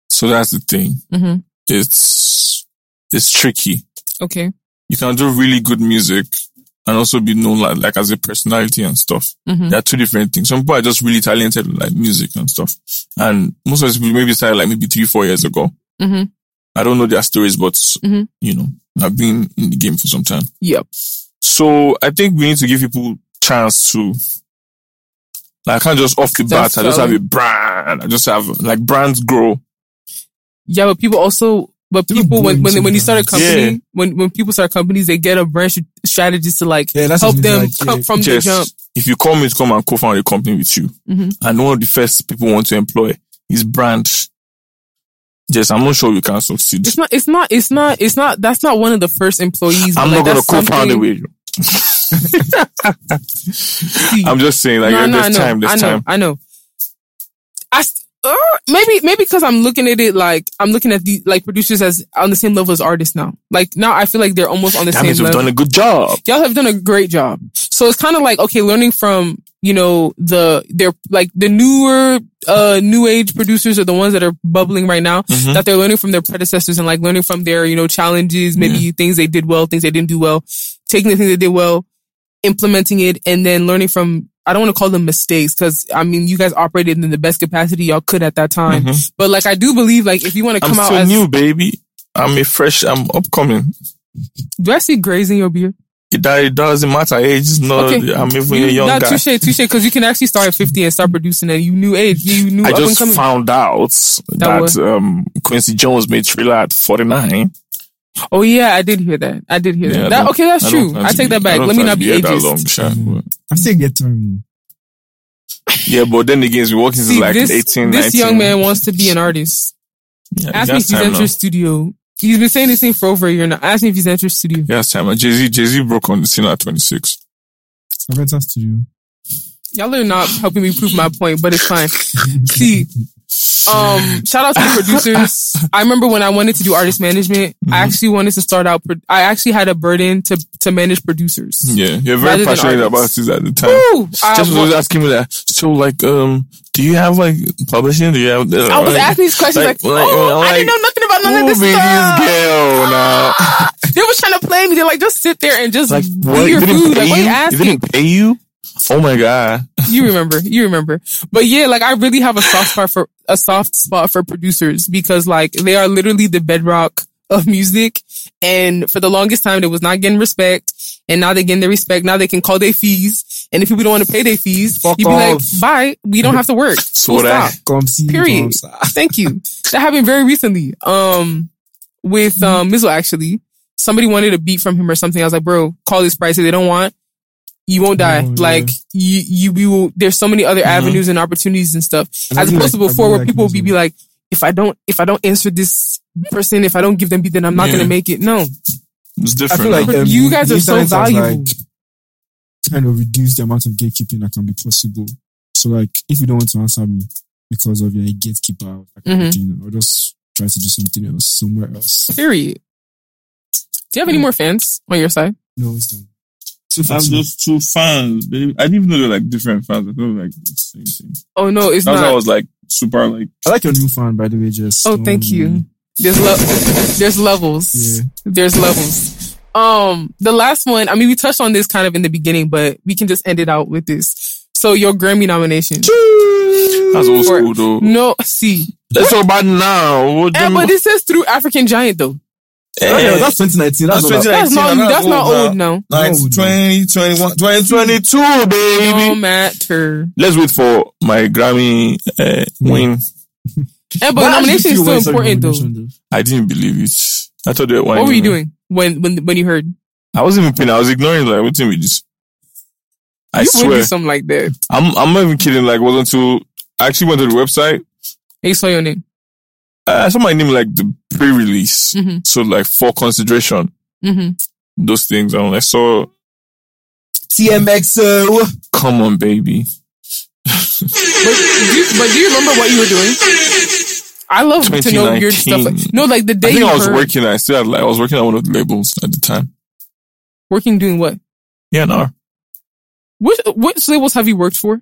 Speaker 1: So that's the thing.
Speaker 3: Mhm.
Speaker 1: It's, it's tricky.
Speaker 3: Okay.
Speaker 1: you can do really good music and also be known like, like as a personality and stuff.
Speaker 7: Mm-hmm.
Speaker 3: Mhm.
Speaker 1: They're two different things. Some people are just really talented with, like music and stuff. And most of these people maybe started like maybe three, four years ago.
Speaker 3: Mhm.
Speaker 1: I don't know their stories, but
Speaker 7: Mm-hmm.
Speaker 3: Mhm.
Speaker 1: you know, I've been in the game for some time.
Speaker 3: Yep.
Speaker 1: So I think we need to give people chance to like I can't just off the
Speaker 3: That's
Speaker 1: bat. I just
Speaker 3: valid.
Speaker 1: have a brand. I just have like brands grow.
Speaker 3: Yeah, but people also, but
Speaker 7: People
Speaker 3: people when
Speaker 7: go
Speaker 3: when they,
Speaker 7: into
Speaker 3: when you start a
Speaker 7: brands.
Speaker 3: company,
Speaker 1: Yeah.
Speaker 3: when when people start companies, they get a brand sh- strategist to like
Speaker 7: Yeah, that's
Speaker 3: help
Speaker 7: what
Speaker 3: them
Speaker 7: it's like,
Speaker 3: come
Speaker 7: yeah.
Speaker 3: from
Speaker 1: Just
Speaker 3: the jump.
Speaker 1: if you call me to come and co-found a company with you,
Speaker 3: Mhm.
Speaker 1: and one of the first people want to employ is brand. Yes, I'm not sure you can succeed.
Speaker 3: It's not. It's not. It's not. It's not. That's not one of the first employees.
Speaker 1: I'm
Speaker 3: but, like,
Speaker 1: not gonna
Speaker 3: that's
Speaker 1: co-found it
Speaker 3: something-
Speaker 1: with you.
Speaker 3: See.
Speaker 1: I'm just saying, like,
Speaker 3: no, no, I
Speaker 1: there's
Speaker 3: know.
Speaker 1: time,
Speaker 3: I
Speaker 1: there's
Speaker 3: know.
Speaker 1: time.
Speaker 3: I know. I s- uh, maybe maybe because I'm looking at it like I'm looking at the like producers as on the same level as artists now. Like now I feel like they're almost on the
Speaker 1: That
Speaker 3: same
Speaker 1: means we've
Speaker 3: level.
Speaker 1: done a good job.
Speaker 3: Y'all have done a great job. So it's kind of like okay, learning from you know the they're like the newer uh new age producers are the ones that are bubbling right now
Speaker 1: Mhm.
Speaker 3: that they're learning from their predecessors and like learning from their you know challenges maybe things they did well things they didn't do well taking the things they did well implementing it and then learning from I don't want to call them mistakes because I mean you guys operated in the best capacity y'all could at that time.
Speaker 1: Mhm.
Speaker 3: But like I do believe like if you want to
Speaker 1: I'm
Speaker 3: come out
Speaker 1: still
Speaker 3: as
Speaker 1: new, baby. I'm a fresh, I'm upcoming.
Speaker 3: do I see grays in your beard?
Speaker 1: It, do- it doesn't matter age. It's not,
Speaker 3: Okay.
Speaker 1: I'm even a young
Speaker 3: no,
Speaker 1: guy.
Speaker 3: touche, touche, because you can actually start at fifty and start producing and you knew age, you knew
Speaker 1: I
Speaker 3: up and
Speaker 1: just
Speaker 3: coming.
Speaker 1: found out that,
Speaker 3: was-
Speaker 1: um, Quincy Jones made Thriller at 49.
Speaker 3: oh yeah, I did hear that. I did hear
Speaker 1: Yeah, I
Speaker 3: that. that.
Speaker 1: don't-
Speaker 3: Okay, that's
Speaker 1: I don't
Speaker 3: true.
Speaker 1: plan
Speaker 3: I
Speaker 1: to
Speaker 3: take that
Speaker 1: I
Speaker 3: back.
Speaker 1: don't
Speaker 3: Let me
Speaker 1: plan
Speaker 3: not
Speaker 1: to
Speaker 3: be Mm-hmm.
Speaker 1: here that
Speaker 3: ageist.
Speaker 1: long, Sha.
Speaker 7: I still get time.
Speaker 1: Yeah, but then again, we walking
Speaker 3: See,
Speaker 1: since like
Speaker 3: this,
Speaker 1: 18,
Speaker 3: this
Speaker 1: 19.
Speaker 3: young man wants to be an artist.
Speaker 1: Yeah,
Speaker 3: Ask me if
Speaker 1: that's
Speaker 3: he's
Speaker 1: time now.
Speaker 3: entered studio. He's been saying this thing for over a year now. Ask me if he's entered studio.
Speaker 1: Yes, time. Jay Z, Jay Z broke on the scene at 26.
Speaker 7: I went to studio.
Speaker 3: Y'all are not helping me prove my point, but it's fine. See, um, shout out to the producers. I remember when I wanted to do artist management,
Speaker 1: Mm-hmm.
Speaker 3: I actually wanted to start out. Pro- I actually had a burden to to manage producers.
Speaker 1: Yeah, you're very
Speaker 3: Rather than
Speaker 1: passionate about
Speaker 3: artists.
Speaker 1: this at the time.
Speaker 3: Woo! I,
Speaker 1: Mm-hmm. Just was
Speaker 3: wa-
Speaker 1: asking me that. So, like, um, do you have like publishing? Do you have? Uh,
Speaker 3: I was asking these questions like,
Speaker 1: Like- like-
Speaker 3: oh, I
Speaker 1: like-
Speaker 3: didn't know nothing about none of
Speaker 1: Who
Speaker 3: this
Speaker 1: be this
Speaker 3: stuff.
Speaker 1: girl now?
Speaker 3: They were trying to play me. They're like, just sit there and just
Speaker 1: Like,
Speaker 3: eat
Speaker 1: what?
Speaker 3: your
Speaker 1: It didn't
Speaker 3: food.
Speaker 1: pay
Speaker 3: Like, what are you
Speaker 1: you? It
Speaker 3: asking?
Speaker 1: didn't pay you? Oh my god!
Speaker 3: you remember, you remember. But yeah, like I really have a soft spot for a soft spot for producers because like they are literally the bedrock of music. And for the longest time, they was not getting respect, and now they're getting their respect. Now they can call their fees, and if people don't want to pay their fees,
Speaker 7: Fuck
Speaker 3: you be like,
Speaker 7: off.
Speaker 3: "Bye, we don't have to work."
Speaker 1: So
Speaker 3: Full
Speaker 1: that-
Speaker 3: stop.
Speaker 7: Come see.
Speaker 3: Period.
Speaker 7: Come, sir.
Speaker 3: Thank you. That happened very recently. Um, with
Speaker 7: Mm-hmm.
Speaker 3: um Mizzle actually, somebody wanted a beat from him or something. I was like, bro, call this price. If they don't want, you won't die.
Speaker 7: Oh, yeah. Uh-huh.
Speaker 3: like you, you, we will. There's so many other avenues and opportunities and stuff,
Speaker 7: And I
Speaker 3: as
Speaker 7: think,
Speaker 3: opposed to
Speaker 7: like, I
Speaker 3: before
Speaker 7: think,
Speaker 3: where
Speaker 7: like,
Speaker 3: people would be,
Speaker 7: also-
Speaker 3: be like, if I don't, if I don't answer this person, if I don't give them beat, then I'm not
Speaker 1: Yeah.
Speaker 3: gonna make it. No,
Speaker 1: It's
Speaker 7: I
Speaker 1: different.
Speaker 7: feel like
Speaker 1: now.
Speaker 7: um,
Speaker 3: You guys are so
Speaker 7: internet has,
Speaker 3: valuable.
Speaker 7: Like, kind of reduce the amount of gatekeeping that can be possible. So like, if you don't want to answer me because of your gatekeeper, or that
Speaker 3: Mm-hmm.
Speaker 7: kind of thing, or just try to do something else somewhere else.
Speaker 3: period. Do you
Speaker 7: Mm.
Speaker 3: have any more fans on your side?
Speaker 7: No, it's done. Too
Speaker 1: I have
Speaker 7: fast.
Speaker 1: those two fans. Baby. I didn't even know they were like different fans. I thought they were like the same thing.
Speaker 3: Oh no, it's
Speaker 1: That's why I
Speaker 3: not.
Speaker 1: was like super like
Speaker 7: I like your new fan, by the way. Just
Speaker 3: Oh, thank you. There's le- there's levels.
Speaker 7: Yeah.
Speaker 3: There's levels. Um, the last one. I mean, we touched on this kind of in the beginning, but we can just end it out with this. So your Grammy nomination.
Speaker 1: that's old
Speaker 3: Or-
Speaker 1: school though.
Speaker 3: No, see,
Speaker 1: Let's talk about now. What
Speaker 3: Eh, but it says through African Giant though.
Speaker 7: Oh, yeah, that's 2019. That's,
Speaker 1: That's
Speaker 7: what I-
Speaker 1: 2019.
Speaker 3: That's not.
Speaker 1: that's
Speaker 3: That's not
Speaker 1: old now.
Speaker 3: old. No,
Speaker 1: Like
Speaker 7: No, no.
Speaker 1: 2021, 2022, baby.
Speaker 3: no matter.
Speaker 1: Let's wait for my Grammy uh, win.
Speaker 3: Eh, but
Speaker 7: But how did you
Speaker 3: nomination is
Speaker 7: feel
Speaker 3: still
Speaker 7: when you saw your
Speaker 3: important though.
Speaker 7: nomination,
Speaker 1: I didn't believe it. I thought they were
Speaker 3: What were you doing when when when you heard?
Speaker 1: I wasn't even paying. I was ignoring. Like, what's in with this? I
Speaker 3: you would
Speaker 1: swear,
Speaker 3: do something like that. And
Speaker 1: I'm. I'm not even kidding. Like, wasn't too. I actually went to the website.
Speaker 3: you saw your name.
Speaker 1: I saw my name Uh, like the pre-release,
Speaker 3: Mhm.
Speaker 1: so like for consideration,
Speaker 3: hmm
Speaker 1: those things. And I saw,
Speaker 7: TMXO.
Speaker 1: come on, baby.
Speaker 3: But do, you, but do you remember what you were doing? I love to know weird stuff. Like,
Speaker 1: 2019.
Speaker 3: no, like the day
Speaker 1: I think
Speaker 3: you
Speaker 1: I was
Speaker 3: heard-
Speaker 1: working. I still had like I was working at one of the labels at the time.
Speaker 3: working doing what?
Speaker 1: Yeah, no.
Speaker 3: Which which labels have you worked for?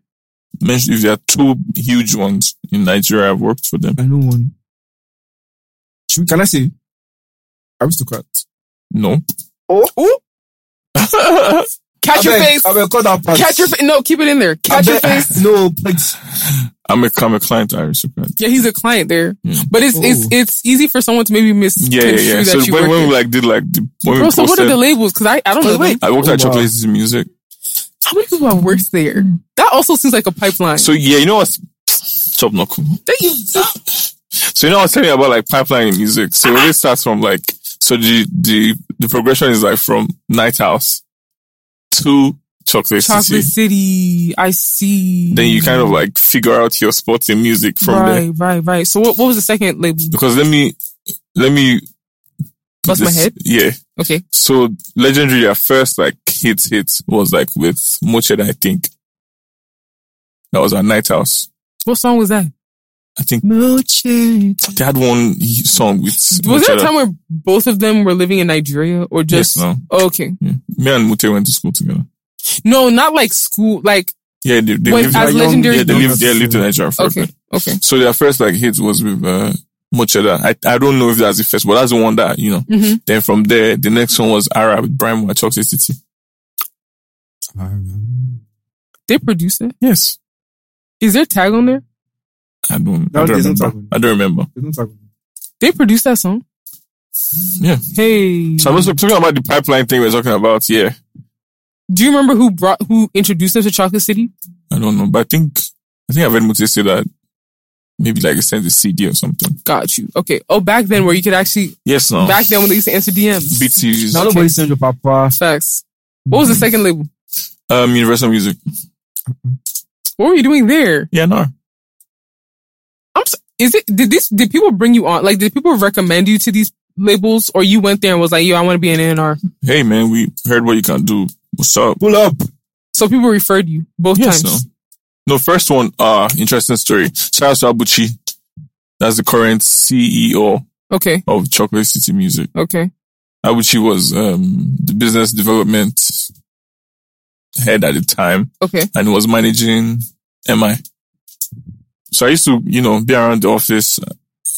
Speaker 1: Mentioned if there are two huge ones in Nigeria, I've worked for them.
Speaker 7: I know one. Should we, can I say? Aristocrat.
Speaker 1: No,
Speaker 3: Catch your
Speaker 7: I beg-
Speaker 3: face.
Speaker 7: I will cut that part.
Speaker 3: Catch your face. No, keep it in there.
Speaker 7: I
Speaker 3: Catch your
Speaker 7: beg-
Speaker 3: face.
Speaker 7: No, please.
Speaker 1: I'm a, I'm a client to aristocrat.
Speaker 3: Yeah, he's a client there,
Speaker 1: Yeah.
Speaker 3: but it's it's
Speaker 7: Oh.
Speaker 3: it's easy for someone to maybe misconstrue
Speaker 1: Hmm. Yeah, yeah, yeah.
Speaker 3: that
Speaker 1: So
Speaker 3: you
Speaker 1: when,
Speaker 3: work.
Speaker 1: when
Speaker 3: in-
Speaker 1: we like did like the when
Speaker 3: Bro,
Speaker 1: we
Speaker 3: so what are
Speaker 1: posted-
Speaker 3: the labels? Because I, I don't know. them.
Speaker 1: I worked
Speaker 7: Oh,
Speaker 1: at
Speaker 7: wow.
Speaker 1: Chocolate City Music.
Speaker 3: How many people have worked there? That also seems like a pipeline.
Speaker 1: So yeah, you know what's Chop knuckle.
Speaker 3: That you-
Speaker 1: So you know I was telling you about like pipeline in music. So it starts from like so the the the progression is like from Night House to Chocolate, City.
Speaker 3: Chocolate City, I see.
Speaker 1: Then you kind of like figure out your spot in music from
Speaker 3: right,
Speaker 1: there.
Speaker 3: right, right. So what, what was the second label?
Speaker 1: Because let me let me
Speaker 3: Bust my head.
Speaker 1: Yeah.
Speaker 3: Okay,
Speaker 1: So legendary, their first like hit hit was like with Moched, I think. That was at Night House.
Speaker 3: what song was that?
Speaker 1: I think they had one song with
Speaker 3: Was there a
Speaker 1: Moched.
Speaker 3: time where both of them were living in Nigeria or just? Oh,
Speaker 1: yes, no.
Speaker 3: Okay,
Speaker 1: Yeah. Me and Mute went to school together.
Speaker 3: no, not like school. Like
Speaker 1: Yeah, they, they
Speaker 3: Wait,
Speaker 1: lived
Speaker 3: as
Speaker 1: like,
Speaker 3: legendary-
Speaker 1: Yeah, they lived they lived in Nigeria for a
Speaker 3: okay,
Speaker 1: bit.
Speaker 3: okay.
Speaker 1: So their first like hit was with uh Mocheda. I I don't know if that's the first, but that's the one that you know.
Speaker 3: Mhm.
Speaker 1: Then from there, the next one was Ara with Brian Moore at Chocolate City.
Speaker 3: They produced it.
Speaker 1: Yes,
Speaker 3: Is their tag on there?
Speaker 1: I don't. I
Speaker 7: That
Speaker 1: don't
Speaker 7: is
Speaker 1: remember.
Speaker 7: Otago.
Speaker 1: I don't remember.
Speaker 3: They produced that song.
Speaker 1: Yeah.
Speaker 3: Hey,
Speaker 1: So I was talking about the pipeline thing we are talking about. Yeah,
Speaker 3: do you remember who brought who introduced them to Chocolate City?
Speaker 1: I don't know, but I think I think I've heard Mute say that maybe like he sent a CD or something.
Speaker 3: Got you. Okay. Oh, back then where you could actually
Speaker 1: Yes, no.
Speaker 3: back then when they used to answer DMs.
Speaker 1: BT
Speaker 7: Now nobody send your papa.
Speaker 3: Facts. What was the second label?
Speaker 1: um Universal Music.
Speaker 3: What were you doing there?
Speaker 1: Yeah, no.
Speaker 3: I'm. So, is it? Did this? Did people bring you on? Like, did people recommend you to these labels, or you went there and was like, "Yo, I want to be an A&R.
Speaker 1: Hey man, we heard what you can do. What's up?
Speaker 7: Pull up.
Speaker 3: So people referred you both
Speaker 1: Yes,
Speaker 3: times.
Speaker 1: No, first one, uh, interesting story. Shout out to Abuchi. That's the current CEO
Speaker 3: Okay.
Speaker 1: of Chocolate City Music.
Speaker 3: Okay.
Speaker 1: Abuchi was, um, the business development head at the time
Speaker 3: Okay.
Speaker 1: and was managing MI. So I used to, you know, be around the office,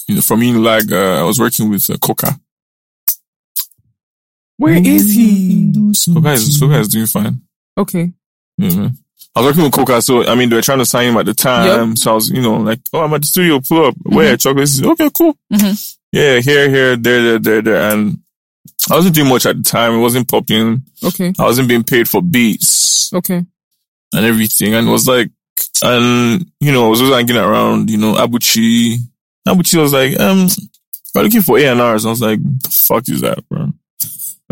Speaker 1: you know, from Unilag, uh, I was working with uh, Coca.
Speaker 3: Where is he?
Speaker 1: Coca is, Coca is doing fine.
Speaker 3: Okay.
Speaker 1: Yeah, man. Mm-hmm. I was working with Coca, so I mean, they were trying to sign him at the time. So I was, you know, like, oh, I'm at the studio, pull up. Where? Chocolate City. Okay, cool.
Speaker 3: Mhm.
Speaker 1: Yeah, here, here, there, there, there, there. And I wasn't doing much at the time. It wasn't popping.
Speaker 3: Okay.
Speaker 1: I wasn't being paid for beats
Speaker 3: Okay.
Speaker 1: and everything. And it was like, and, you know, I was just hanging around, you know, Abuchi. Abuchi was like, um, we're looking for A&Rs. I was like, the fuck is that, bro?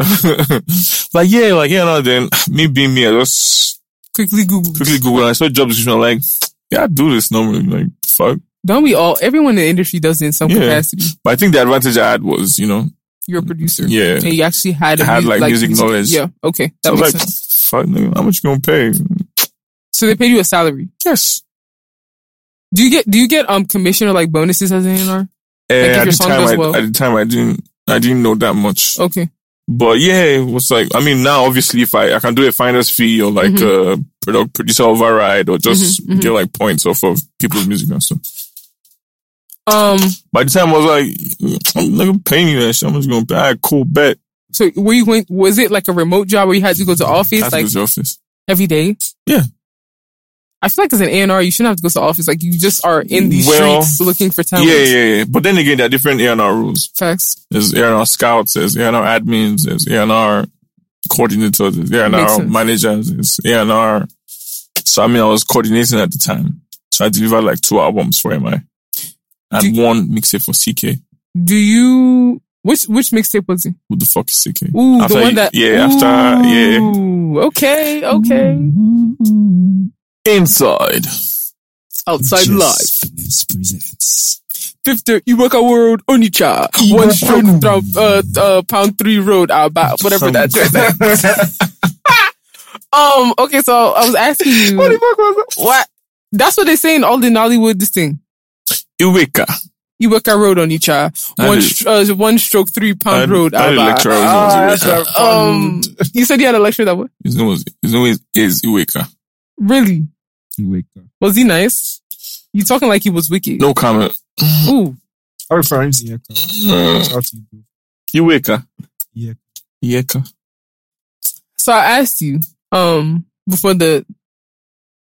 Speaker 1: like yeah, like yeah, no. Then me being me, I just
Speaker 3: Quickly Google.
Speaker 1: quickly Google and I saw job description. I'm like, yeah, I do this normally. Like fuck.
Speaker 3: Don't we all? Everyone in the industry does it in some
Speaker 1: Yeah.
Speaker 3: capacity.
Speaker 1: But I think the advantage I had was, you know,
Speaker 3: You're a producer.
Speaker 1: yeah.
Speaker 3: And you actually had a
Speaker 1: I had, like, music knowledge.
Speaker 3: Yeah. Okay. That
Speaker 1: I was
Speaker 3: makes
Speaker 1: like,
Speaker 3: sense.
Speaker 1: fuck, nigga, how much you gonna pay?
Speaker 3: So they paid you a salary.
Speaker 1: Yes.
Speaker 3: Do you get do you get um commission or like bonuses as an A&R?
Speaker 1: Eh,
Speaker 3: if
Speaker 1: at
Speaker 3: your
Speaker 1: the
Speaker 3: song
Speaker 1: time,
Speaker 3: does
Speaker 1: I,
Speaker 3: well. Oh.
Speaker 1: at the time, I didn't, I didn't know that much.
Speaker 3: Okay.
Speaker 1: But yeah, it was like, I mean, now obviously, if I, I can do a finder's fee or like
Speaker 3: Mm-hmm.
Speaker 1: a product producer override or just
Speaker 3: Mhm, mhm.
Speaker 1: get like points off of people's music and stuff.
Speaker 3: Um.
Speaker 1: By the time I was like, I'm not gonna pay you that shit. I'm just gonna pay. Alright, cool bet.
Speaker 3: So were you going? Was it like a remote job where you had to go to
Speaker 1: That's
Speaker 3: office like
Speaker 1: the office.
Speaker 3: every day?
Speaker 1: Yeah.
Speaker 3: I feel like as an A&R, you shouldn't have to go to office. Like you just are in these
Speaker 1: Well,
Speaker 3: streets looking for
Speaker 1: Yeah,
Speaker 3: talent.
Speaker 1: yeah, yeah. But then again, there are different A&R rules.
Speaker 3: Facts.
Speaker 1: There's A&R scouts, there's A&R admins, there's A&R coordinators, there's
Speaker 3: Makes
Speaker 1: A&R
Speaker 3: sense.
Speaker 1: managers, there's A&R. So I mean, I was coordinating at the time. So I delivered like two albums for MI and one mixtape for CK.
Speaker 3: Do you? Which which mixtape was it?
Speaker 1: Who the fuck is CK?
Speaker 3: Ooh,
Speaker 1: After
Speaker 3: the one
Speaker 1: you-
Speaker 3: that.
Speaker 1: yeah, after- yeah.
Speaker 3: Ooh, Okay. Okay.
Speaker 1: Inside.
Speaker 3: Outside life.
Speaker 7: Finesse presents.
Speaker 3: Fifty Iwaka World Onicha. One stroke through uh, uh, pound three road about whatever that Um, okay, so I was asking you What the fuck was that? What that's what they say in all the Nollywood this thing.
Speaker 1: Iweka.
Speaker 3: Iwaka Road Onicha.
Speaker 1: I
Speaker 3: One
Speaker 1: did-
Speaker 3: str- uh, one stroke three
Speaker 1: I,
Speaker 3: pound road Ah,
Speaker 1: I had a
Speaker 3: about.
Speaker 1: lecturer. His
Speaker 6: Ah,
Speaker 1: name was Iweka.
Speaker 6: Oh,
Speaker 3: Um you said you had a lecture that way?
Speaker 1: His name, was, his name is, is Iweka.
Speaker 3: Really?
Speaker 7: Wake up.
Speaker 3: Was he nice? You talking like he was wicked.
Speaker 1: No comment.
Speaker 3: Ooh.
Speaker 7: I refer him to Yeka.
Speaker 1: Uh,
Speaker 7: Shout out to you, bro.
Speaker 1: Iweka.
Speaker 7: Yeka.
Speaker 1: Iweka.
Speaker 3: So I asked you, um, before the,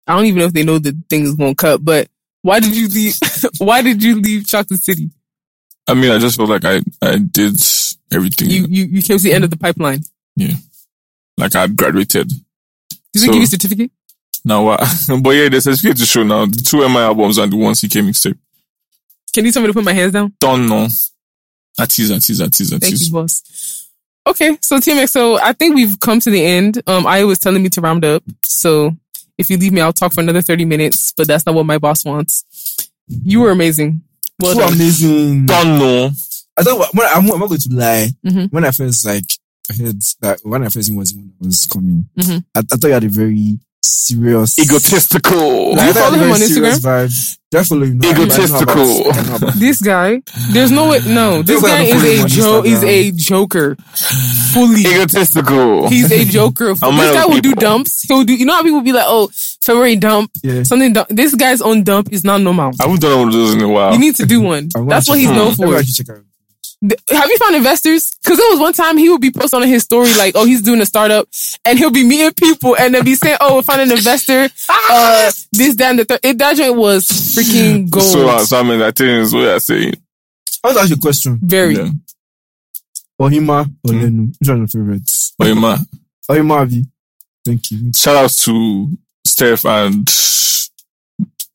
Speaker 3: I don't even know if they know the thing is going to cut, but why did you leave? why did you leave Chocolate City?
Speaker 1: I mean, I just felt like I, I did everything.
Speaker 3: You, you, you came to the end of the pipeline.
Speaker 1: like I graduated.
Speaker 3: Did they
Speaker 1: So-
Speaker 3: give you a certificate?
Speaker 1: Now, what? but yeah, there's a certificate to show now. The two MI albums and the one CK mixtape.
Speaker 3: Can you tell me to put my hands down?
Speaker 1: Done now. That is, that is, that is, that
Speaker 3: Thank you,
Speaker 1: is.
Speaker 3: boss. Okay, so TMXO, I think we've come to the end. Um, I was telling me to round up, so if you leave me, I'll talk for another thirty minutes. But that's not what my boss wants. You were amazing. Well
Speaker 7: So
Speaker 3: done.
Speaker 7: amazing.
Speaker 1: Done now.
Speaker 7: I don't. When, I'm, I'm not going to lie.
Speaker 3: Mhm.
Speaker 7: When I first like heard that, when I first knew was when I was coming,
Speaker 3: Mhm.
Speaker 7: I, I thought you had a very serious
Speaker 1: Egotistical.
Speaker 7: Like, I
Speaker 3: You
Speaker 7: thought
Speaker 3: follow
Speaker 7: you had a
Speaker 3: him on
Speaker 7: very serious Vibe. Do I follow you? No, I don't know about-
Speaker 1: Egotistical.
Speaker 7: I don't know about-
Speaker 3: This guy, there's no way. No, this
Speaker 7: This guy
Speaker 3: guy
Speaker 7: don't play
Speaker 3: is a
Speaker 7: much
Speaker 3: jo-
Speaker 7: Instagram.
Speaker 3: is a joker. Fully,
Speaker 1: Egotistical.
Speaker 3: he's a joker. This
Speaker 1: I'm mad
Speaker 3: guy
Speaker 1: at
Speaker 3: will do
Speaker 1: people.
Speaker 3: dumps. He'll do. You know how people be like, "Oh, February dump,
Speaker 7: Yeah.
Speaker 3: something." Dump. This guy's own dump is not normal.
Speaker 1: I haven't done one of those in a while.
Speaker 3: You need to do one.
Speaker 7: I'm gonna
Speaker 3: That's what
Speaker 7: check
Speaker 3: he's
Speaker 7: it out.
Speaker 3: known
Speaker 7: Maybe
Speaker 3: for.
Speaker 7: I should check it out.
Speaker 3: Th- Have you found investors? Because there was one time he would be posting on his story like, "Oh, he's doing a startup," and he'll be meeting people and they'll be saying, "Oh, we found an investor." Uh, this, that, and the third. It- That joint was freaking gold.
Speaker 1: So, uh, so I mean, I think is what I say.
Speaker 7: I want to ask you a question.
Speaker 3: Very.
Speaker 1: Yeah.
Speaker 7: Ohima or Lenu? Which one are your favorites?
Speaker 1: But, man,
Speaker 7: Ohima Abi. Thank you.
Speaker 1: shout out to Steph and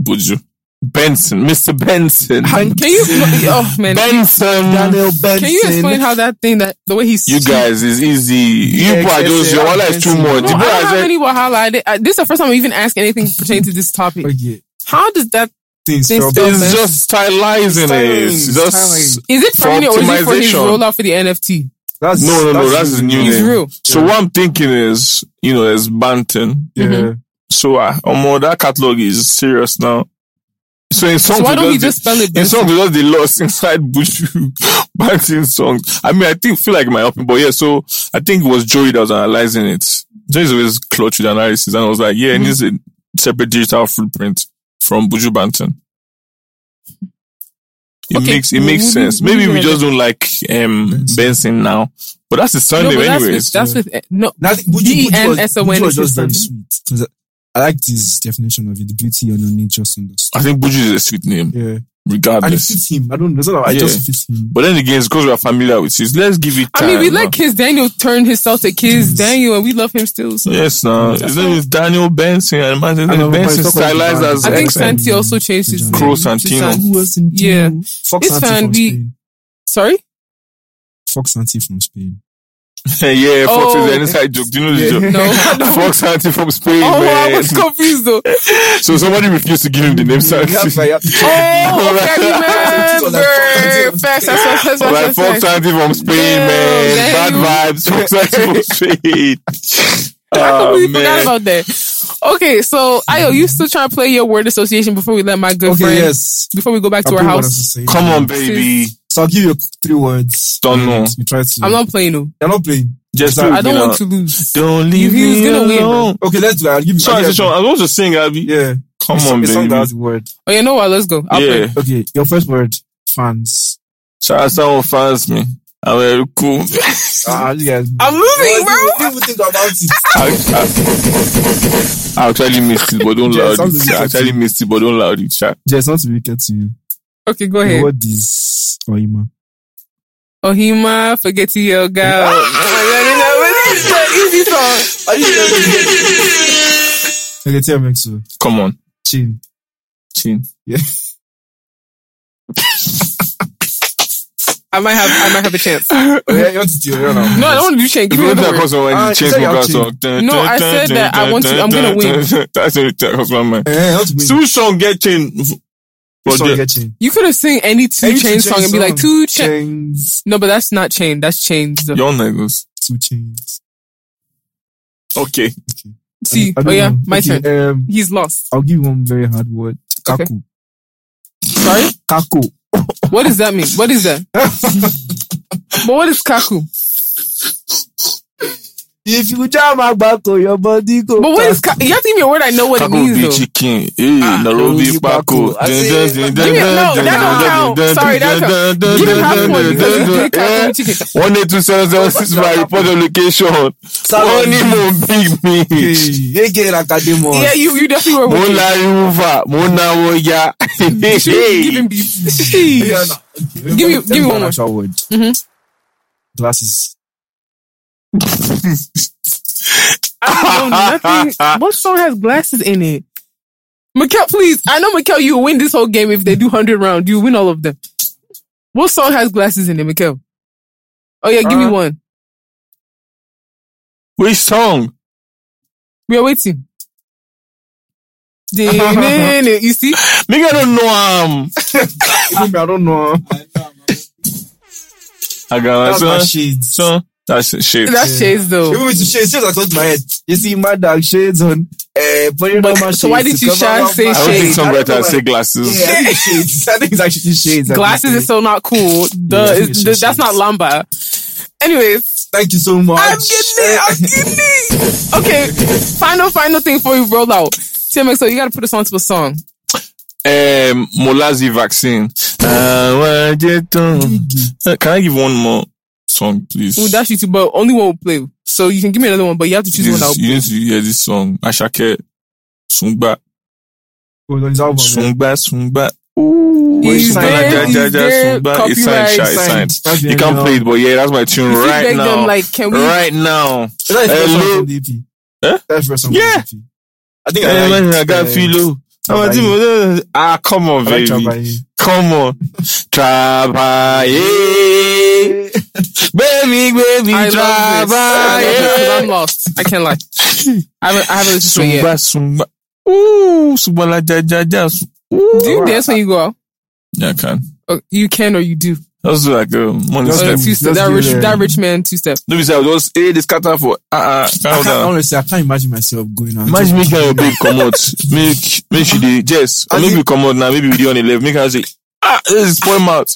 Speaker 1: Buju. Benson, Mr. Benson.
Speaker 3: Can you? Oh man.
Speaker 1: Benson.
Speaker 7: Daniel Benson.
Speaker 3: Can you explain how that thing that the way he's
Speaker 1: You guys is easy. You
Speaker 7: Yeah,
Speaker 1: people are just,
Speaker 7: Benson.
Speaker 1: your wallet is too
Speaker 7: Benson.
Speaker 1: much. The
Speaker 3: No, I
Speaker 1: boy
Speaker 3: don't
Speaker 1: has
Speaker 3: have
Speaker 1: a-
Speaker 3: any Wahala. I did- I- This is the first time I even ask anything pertaining to this topic.
Speaker 7: Okay.
Speaker 3: How does that?
Speaker 7: Things
Speaker 3: Things
Speaker 7: fell
Speaker 3: fell
Speaker 7: back.
Speaker 3: back.
Speaker 1: It's just stylizing it.
Speaker 7: Styling,
Speaker 1: It's just
Speaker 7: styling.
Speaker 3: Is it
Speaker 1: For
Speaker 3: permanent or is it for his
Speaker 1: optimization.
Speaker 3: rollout for the NFT?
Speaker 7: That's,
Speaker 1: no, no, no. That's his new
Speaker 3: He's
Speaker 1: name.
Speaker 3: real.
Speaker 1: So what I'm thinking is, you know, there's Banton.
Speaker 7: Yeah.
Speaker 1: So uh, um, that catalog is serious now. So in songs,
Speaker 3: So why
Speaker 1: we
Speaker 3: don't we
Speaker 1: just-
Speaker 3: just spell it?
Speaker 1: in songs we just the lost inside Bushu Banton songs. I mean, I think feel like my helping, but yeah. So I think it was Joey that was analyzing it. Joey's always clutch with analysis, and I was like, yeah,
Speaker 3: Mm.
Speaker 1: it needs a separate digital footprint from Buju Banton. It
Speaker 3: Okay.
Speaker 1: makes it
Speaker 3: We'll-
Speaker 1: makes
Speaker 3: we'll do-
Speaker 1: sense.
Speaker 3: we'll
Speaker 1: Maybe
Speaker 3: do
Speaker 1: we
Speaker 3: it
Speaker 1: just don't like um
Speaker 7: Benson.
Speaker 1: Benson now, but that's his
Speaker 3: No,
Speaker 1: surname,
Speaker 3: but that's
Speaker 1: anyways.
Speaker 3: with, that's with eh, no.
Speaker 7: Now, would
Speaker 3: E
Speaker 7: you, would you was-
Speaker 3: BNSON
Speaker 7: would you was
Speaker 3: is
Speaker 7: just
Speaker 3: his
Speaker 7: very
Speaker 3: name.
Speaker 7: sweet. 'Cause I like this definition of it. The beauty underneath just understood.
Speaker 1: I think Buju is a sweet name,
Speaker 7: Yeah. And it
Speaker 1: regardless.
Speaker 7: fits him. I don't know. It's not that I
Speaker 1: Yeah.
Speaker 7: just fit him.
Speaker 1: But then again, it's because we are familiar with it. Let's give it
Speaker 3: I
Speaker 1: time.
Speaker 3: mean, we
Speaker 1: now.
Speaker 3: let Kids Daniel turn himself to Kids
Speaker 7: Yes.
Speaker 3: Daniel, and we love him still. So.
Speaker 1: Yes, now
Speaker 3: Mm.
Speaker 1: his name is Daniel Benson, and man, his
Speaker 7: I
Speaker 1: name
Speaker 7: know,
Speaker 1: is
Speaker 7: but
Speaker 1: Benson
Speaker 7: it's not called
Speaker 1: stylized
Speaker 7: Ivan.
Speaker 1: as
Speaker 3: I think
Speaker 1: X.
Speaker 7: Excellent.
Speaker 3: Santi also changed his name.
Speaker 1: Crow
Speaker 3: to
Speaker 1: Santino.
Speaker 3: San-
Speaker 7: Who was in
Speaker 3: Yeah.
Speaker 7: Fox
Speaker 3: It's
Speaker 7: Anti
Speaker 3: fine,
Speaker 7: from
Speaker 3: we-
Speaker 7: Spain.
Speaker 3: Sorry,
Speaker 7: Fox Anti from Spain.
Speaker 1: yeah, Fox
Speaker 3: Oh.
Speaker 1: is an inside joke. Do you know this joke?
Speaker 3: No.
Speaker 1: Fox Santi from Spain.
Speaker 3: Oh, I
Speaker 1: man.
Speaker 3: was confused though.
Speaker 1: So somebody refused to give him the name Santi.
Speaker 3: Oh, okay, I
Speaker 4: It's all like
Speaker 3: remember. Facts, that's what- that's what-
Speaker 1: Like
Speaker 3: that's
Speaker 1: Fox
Speaker 3: what-
Speaker 1: Santi from Spain,
Speaker 3: Damn,
Speaker 1: man.
Speaker 3: damn.
Speaker 1: Bad vibes. Fox Santi from Spain.
Speaker 3: I
Speaker 1: Ah,
Speaker 3: completely
Speaker 1: man.
Speaker 3: forgot about that. Okay, so Ayo, you still trying to play your word association before we let my good
Speaker 7: Okay,
Speaker 3: friend
Speaker 7: yes.
Speaker 3: before we go back
Speaker 7: I
Speaker 3: to our
Speaker 7: put what I was
Speaker 3: house?
Speaker 7: saying.
Speaker 1: Come on, baby.
Speaker 7: So I'll give you three words.
Speaker 1: Don't know.
Speaker 7: You try to.
Speaker 3: I'm not playing no.
Speaker 7: You're not playing.
Speaker 1: Just
Speaker 7: I
Speaker 3: I don't
Speaker 1: you know,
Speaker 3: want to lose.
Speaker 1: Don't leave
Speaker 3: He was
Speaker 1: me
Speaker 3: gonna win, bro.
Speaker 1: alone.
Speaker 7: Okay, let's do that. I'll give you.
Speaker 1: Sorry,
Speaker 7: I'll give
Speaker 1: Sean, I was just saying, Abby.
Speaker 7: you- Yeah.
Speaker 1: Come
Speaker 7: It's-
Speaker 1: on,
Speaker 7: it's
Speaker 1: baby.
Speaker 7: not that word.
Speaker 3: Oh, you know what? Let's go. I'll play.
Speaker 1: yeah.
Speaker 7: Okay, your first word, fans.
Speaker 1: Shout out someone fans me. I'm very cool.
Speaker 7: Ah, you guys.
Speaker 3: I'm losing, bro.
Speaker 7: What do you think about it?
Speaker 1: I, I- I actually missed it, but don't
Speaker 7: Yeah,
Speaker 1: loud
Speaker 7: sounds
Speaker 1: it. I
Speaker 7: like
Speaker 1: actually
Speaker 7: it.
Speaker 1: missed it, but don't loud it. Sha.
Speaker 7: Just not to be wicked to you.
Speaker 3: Okay, go
Speaker 7: The
Speaker 3: ahead.
Speaker 7: word is Oima.
Speaker 3: Ohima, forget you, yo, girl. Easy song.
Speaker 7: Okay, TMXO.
Speaker 1: Come on.
Speaker 7: oh. Chin.
Speaker 1: Chin.
Speaker 3: I might have, I might have a chance.
Speaker 7: Oh, yeah, you want to do it right now?
Speaker 3: No, I don't want to do chain. Give
Speaker 1: If you
Speaker 3: me
Speaker 1: want
Speaker 3: another
Speaker 1: that
Speaker 3: word.
Speaker 1: customer when
Speaker 7: Ah,
Speaker 1: you
Speaker 7: you
Speaker 1: change
Speaker 7: said you're
Speaker 1: vocal
Speaker 7: chin.
Speaker 1: song. Dun,
Speaker 3: No,
Speaker 1: dun,
Speaker 3: I
Speaker 1: dun,
Speaker 3: said
Speaker 1: dun,
Speaker 3: that I
Speaker 1: dun,
Speaker 3: want to-
Speaker 1: dun,
Speaker 3: I'm gonna
Speaker 1: dun,
Speaker 3: win.
Speaker 1: dun. That's what that crossed my mind.
Speaker 7: Eh, you want to win.
Speaker 1: Sue Sean get chain.
Speaker 7: This one,
Speaker 1: Roger.
Speaker 7: get chin.
Speaker 3: You could have sing any two
Speaker 7: Any Two
Speaker 3: chain song
Speaker 7: Chainz
Speaker 3: and be like
Speaker 7: song.
Speaker 3: two chain.
Speaker 7: Chains.
Speaker 3: No, but that's not chain. That's chains.
Speaker 1: Young niggas.
Speaker 7: Two chains.
Speaker 1: Okay.
Speaker 3: See,
Speaker 7: I don't
Speaker 3: oh yeah,
Speaker 7: know.
Speaker 3: my
Speaker 7: okay,
Speaker 3: turn.
Speaker 7: Um,
Speaker 3: He's lost.
Speaker 7: I'll give you one very hard word.
Speaker 3: Okay.
Speaker 7: Kaku.
Speaker 3: Sorry.
Speaker 7: Kaku.
Speaker 3: What does that mean? What is that? but what is kaku?
Speaker 7: If you jam a bako, your body go.
Speaker 3: But what is kaku? You have to give me a word I know what it
Speaker 1: Taco
Speaker 3: means
Speaker 1: be
Speaker 3: though. Ah.
Speaker 1: chicken. Hey, Nairobi
Speaker 7: oh,
Speaker 1: Paco.
Speaker 4: I see.
Speaker 3: Give me- no, that don't count. Sorry, that don't Give him half one because you did kaku with chicken.
Speaker 1: One eight two seven seven six. My report of location. One big me.
Speaker 4: Yege Academos.
Speaker 3: Yeah, you you definitely were.
Speaker 1: Mo
Speaker 3: with me.
Speaker 1: la river, mo na wo ya.
Speaker 3: Should we Give him beef. Sheesh. Give me- give me one more.
Speaker 7: actual word.
Speaker 3: Mhm.
Speaker 7: Glasses.
Speaker 3: I don't know nothing. What song has glasses in it? Mikel, please. I know Mikel, you win this whole game if they do hundred round. You win all of them. What song has glasses in it, Mikel? Oh yeah, give me one.
Speaker 1: Which song?
Speaker 3: We are waiting. you see?
Speaker 1: Make I don't know. Um,
Speaker 7: Even me, I don't know.
Speaker 1: I got
Speaker 7: That's my
Speaker 1: that
Speaker 7: shades.
Speaker 1: song. That's shit.
Speaker 3: That's shades though.
Speaker 7: Even with the shades, shades are close to my head. You see my dark shades on. Eh, but you know
Speaker 3: But-
Speaker 7: my
Speaker 3: so why
Speaker 7: shades
Speaker 3: did you
Speaker 7: to cover
Speaker 3: shy
Speaker 7: up
Speaker 3: say
Speaker 7: my-
Speaker 1: I don't think
Speaker 3: shades?
Speaker 1: songwriters
Speaker 7: I
Speaker 1: say glasses.
Speaker 7: Yeah, I think it's shades. I think it's actually shades. I
Speaker 3: Glasses
Speaker 7: think.
Speaker 3: is so not cool.
Speaker 7: Yeah,
Speaker 3: Duh,
Speaker 7: I think
Speaker 3: it's-
Speaker 7: it's just
Speaker 3: that's not
Speaker 7: shades.
Speaker 3: lamba. Anyways,
Speaker 7: Thank you so much. Eh,
Speaker 3: I'm getting it. I'm getting it. Okay, final final thing before we roll out. TMXO, you got to put us onto a song.
Speaker 1: Um, Molazi vaccine. Uh, what you doing? Uh, Can I give one more song, please?
Speaker 3: We'll dash you to, but only one will play. So you can give me another one, but you have to choose
Speaker 1: This-
Speaker 3: one out.
Speaker 1: you need to hear this song. Ashake, Sungba,
Speaker 7: Hold on, it's album.
Speaker 1: Sungba, Sungba.
Speaker 3: He's
Speaker 7: It's
Speaker 1: Sungba,
Speaker 7: there,
Speaker 1: ja,
Speaker 3: dead,
Speaker 7: it's
Speaker 1: ja,
Speaker 3: he's
Speaker 1: ja,
Speaker 3: dead,
Speaker 1: Sungba. It's signed,
Speaker 3: copyright.
Speaker 1: sha, it's
Speaker 7: Signed.
Speaker 1: signed.
Speaker 7: That's the
Speaker 1: You
Speaker 7: end
Speaker 1: can't
Speaker 7: now.
Speaker 1: play it, but yeah, that's my tune
Speaker 3: If you
Speaker 1: right
Speaker 3: beg them,
Speaker 1: now.
Speaker 3: like, can we?
Speaker 1: Right now.
Speaker 7: Is that his first
Speaker 1: Hello.
Speaker 7: song on the
Speaker 1: Eh?
Speaker 7: EP? That's his first song
Speaker 1: Yeah.
Speaker 7: on the EP. I think
Speaker 1: Eh,
Speaker 7: I like.
Speaker 1: man, I got
Speaker 7: eh,
Speaker 1: Philo. I'm a
Speaker 7: Trabaye.
Speaker 1: team- Ah, come on,
Speaker 7: I like
Speaker 1: baby.
Speaker 7: Trabaye.
Speaker 1: Come on. Trabaye. Baby, baby,
Speaker 3: I love this. I love it 'cause I'm
Speaker 1: trabaye.
Speaker 3: lost. I can't lie. I haven't, I haven't listened to it yet.
Speaker 1: Sumba, sumba. Ooh, sumba la ja ja ja. Ooh.
Speaker 3: Do you dance when you go out?
Speaker 1: Yeah, I can.
Speaker 3: Oh, you can or you do.
Speaker 1: That's like a money
Speaker 7: Just
Speaker 1: step.
Speaker 3: Oh,
Speaker 7: do.
Speaker 3: two step.
Speaker 7: Let's
Speaker 3: That
Speaker 7: do
Speaker 3: rich,
Speaker 7: it.
Speaker 3: that rich man two step.
Speaker 1: Let me say, I was hey, this scatter for uh uh.
Speaker 7: I
Speaker 1: Calm
Speaker 7: can't,
Speaker 1: down.
Speaker 7: honestly, I can't imagine myself going out.
Speaker 1: Imagine making your babe come out. Make make she the yes. Or
Speaker 7: As
Speaker 1: maybe
Speaker 7: in-
Speaker 1: we come out now. Maybe we do on the left. Make her say ah, this is point out.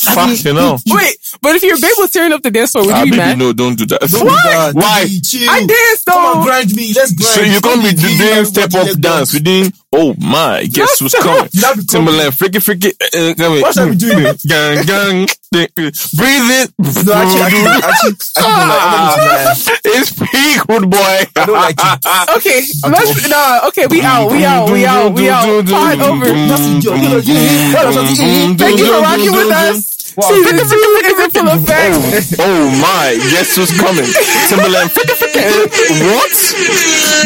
Speaker 1: Fuck you know.
Speaker 3: Wait, but if your babe was tearing up the dance floor, would
Speaker 1: Ah,
Speaker 3: you be
Speaker 1: baby,
Speaker 3: mad?
Speaker 1: no, don't do that.
Speaker 7: Don't do that.
Speaker 1: Why?
Speaker 7: Baby, Chill.
Speaker 3: I danced
Speaker 7: Come on,
Speaker 3: though.
Speaker 7: grind me. Let's grind.
Speaker 1: So you can't be
Speaker 7: Don't
Speaker 1: doing
Speaker 7: leave
Speaker 1: step up
Speaker 7: everybody like
Speaker 1: dance. We didn't. Oh my, guess who's coming?
Speaker 7: You have to come-
Speaker 1: Timberland, freaky, freaky. Uh, come
Speaker 7: What shall we do?
Speaker 1: Gang, gang. eh, Breathe it.
Speaker 7: that. No, actually, I don't- actually, I don't like- I don't like that.
Speaker 1: it's peak, good boy.
Speaker 7: I don't like it.
Speaker 3: Okay, let's nah. Okay, we out, we out, we out, we out. Pod over. Thank you for rocking with us. Season two is in full effect.
Speaker 1: Oh my, guess who's coming? Timberland, freaky, freaky. What?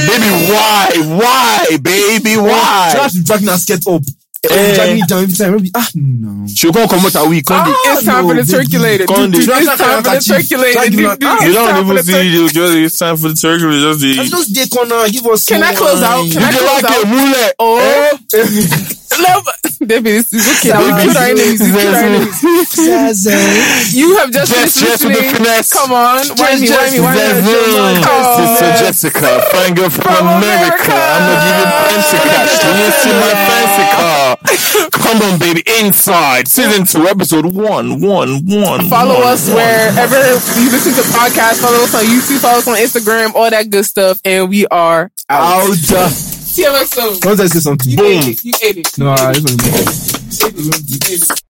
Speaker 1: Baby, why? Why, baby,
Speaker 7: She
Speaker 1: why?
Speaker 7: has to drag that skirt up.
Speaker 1: Eh.
Speaker 7: drag me down every time. I'll be, ah, no.
Speaker 1: She'll come come out a
Speaker 3: Ah,
Speaker 1: week. come dey-
Speaker 3: It's time for the circulator.
Speaker 1: Conde.
Speaker 3: It's
Speaker 7: Drag
Speaker 3: time
Speaker 7: that
Speaker 3: for the
Speaker 7: out, Chief.
Speaker 3: circulator.
Speaker 7: Drag you out.
Speaker 1: You
Speaker 3: It's time
Speaker 1: don't
Speaker 3: for
Speaker 1: even
Speaker 3: the
Speaker 1: see
Speaker 3: circulator.
Speaker 1: you. Just it's time for the circular. Just the.
Speaker 7: Let's just date corner. Give us.
Speaker 3: Can I close out? Can I close out?
Speaker 1: mule. Eh?
Speaker 3: Oh, love. David, it's, it's okay. We killed our enemies. We killed our enemies. You have just
Speaker 1: Just,
Speaker 3: finished
Speaker 1: just with the
Speaker 3: listening.
Speaker 1: finesse.
Speaker 3: Come on. Why me? Why me? Why me?
Speaker 1: Sister
Speaker 3: Oh,
Speaker 1: Jessica, find girl from
Speaker 3: From
Speaker 1: America.
Speaker 3: America. Oh,
Speaker 1: I'ma give you fancy cash. Do you see my fancy car? Come on, baby, inside. Season two, episode one, one, one.
Speaker 3: Follow
Speaker 1: one,
Speaker 3: us
Speaker 1: one.
Speaker 3: wherever you listen to podcasts. Follow us on YouTube. Follow us on Instagram. All that good stuff. And we are out.
Speaker 7: Out.
Speaker 3: TMXO.
Speaker 7: Don't say something.
Speaker 3: You ate it. You ate it.
Speaker 7: No, I just want to.
Speaker 3: You ate it. You ate it.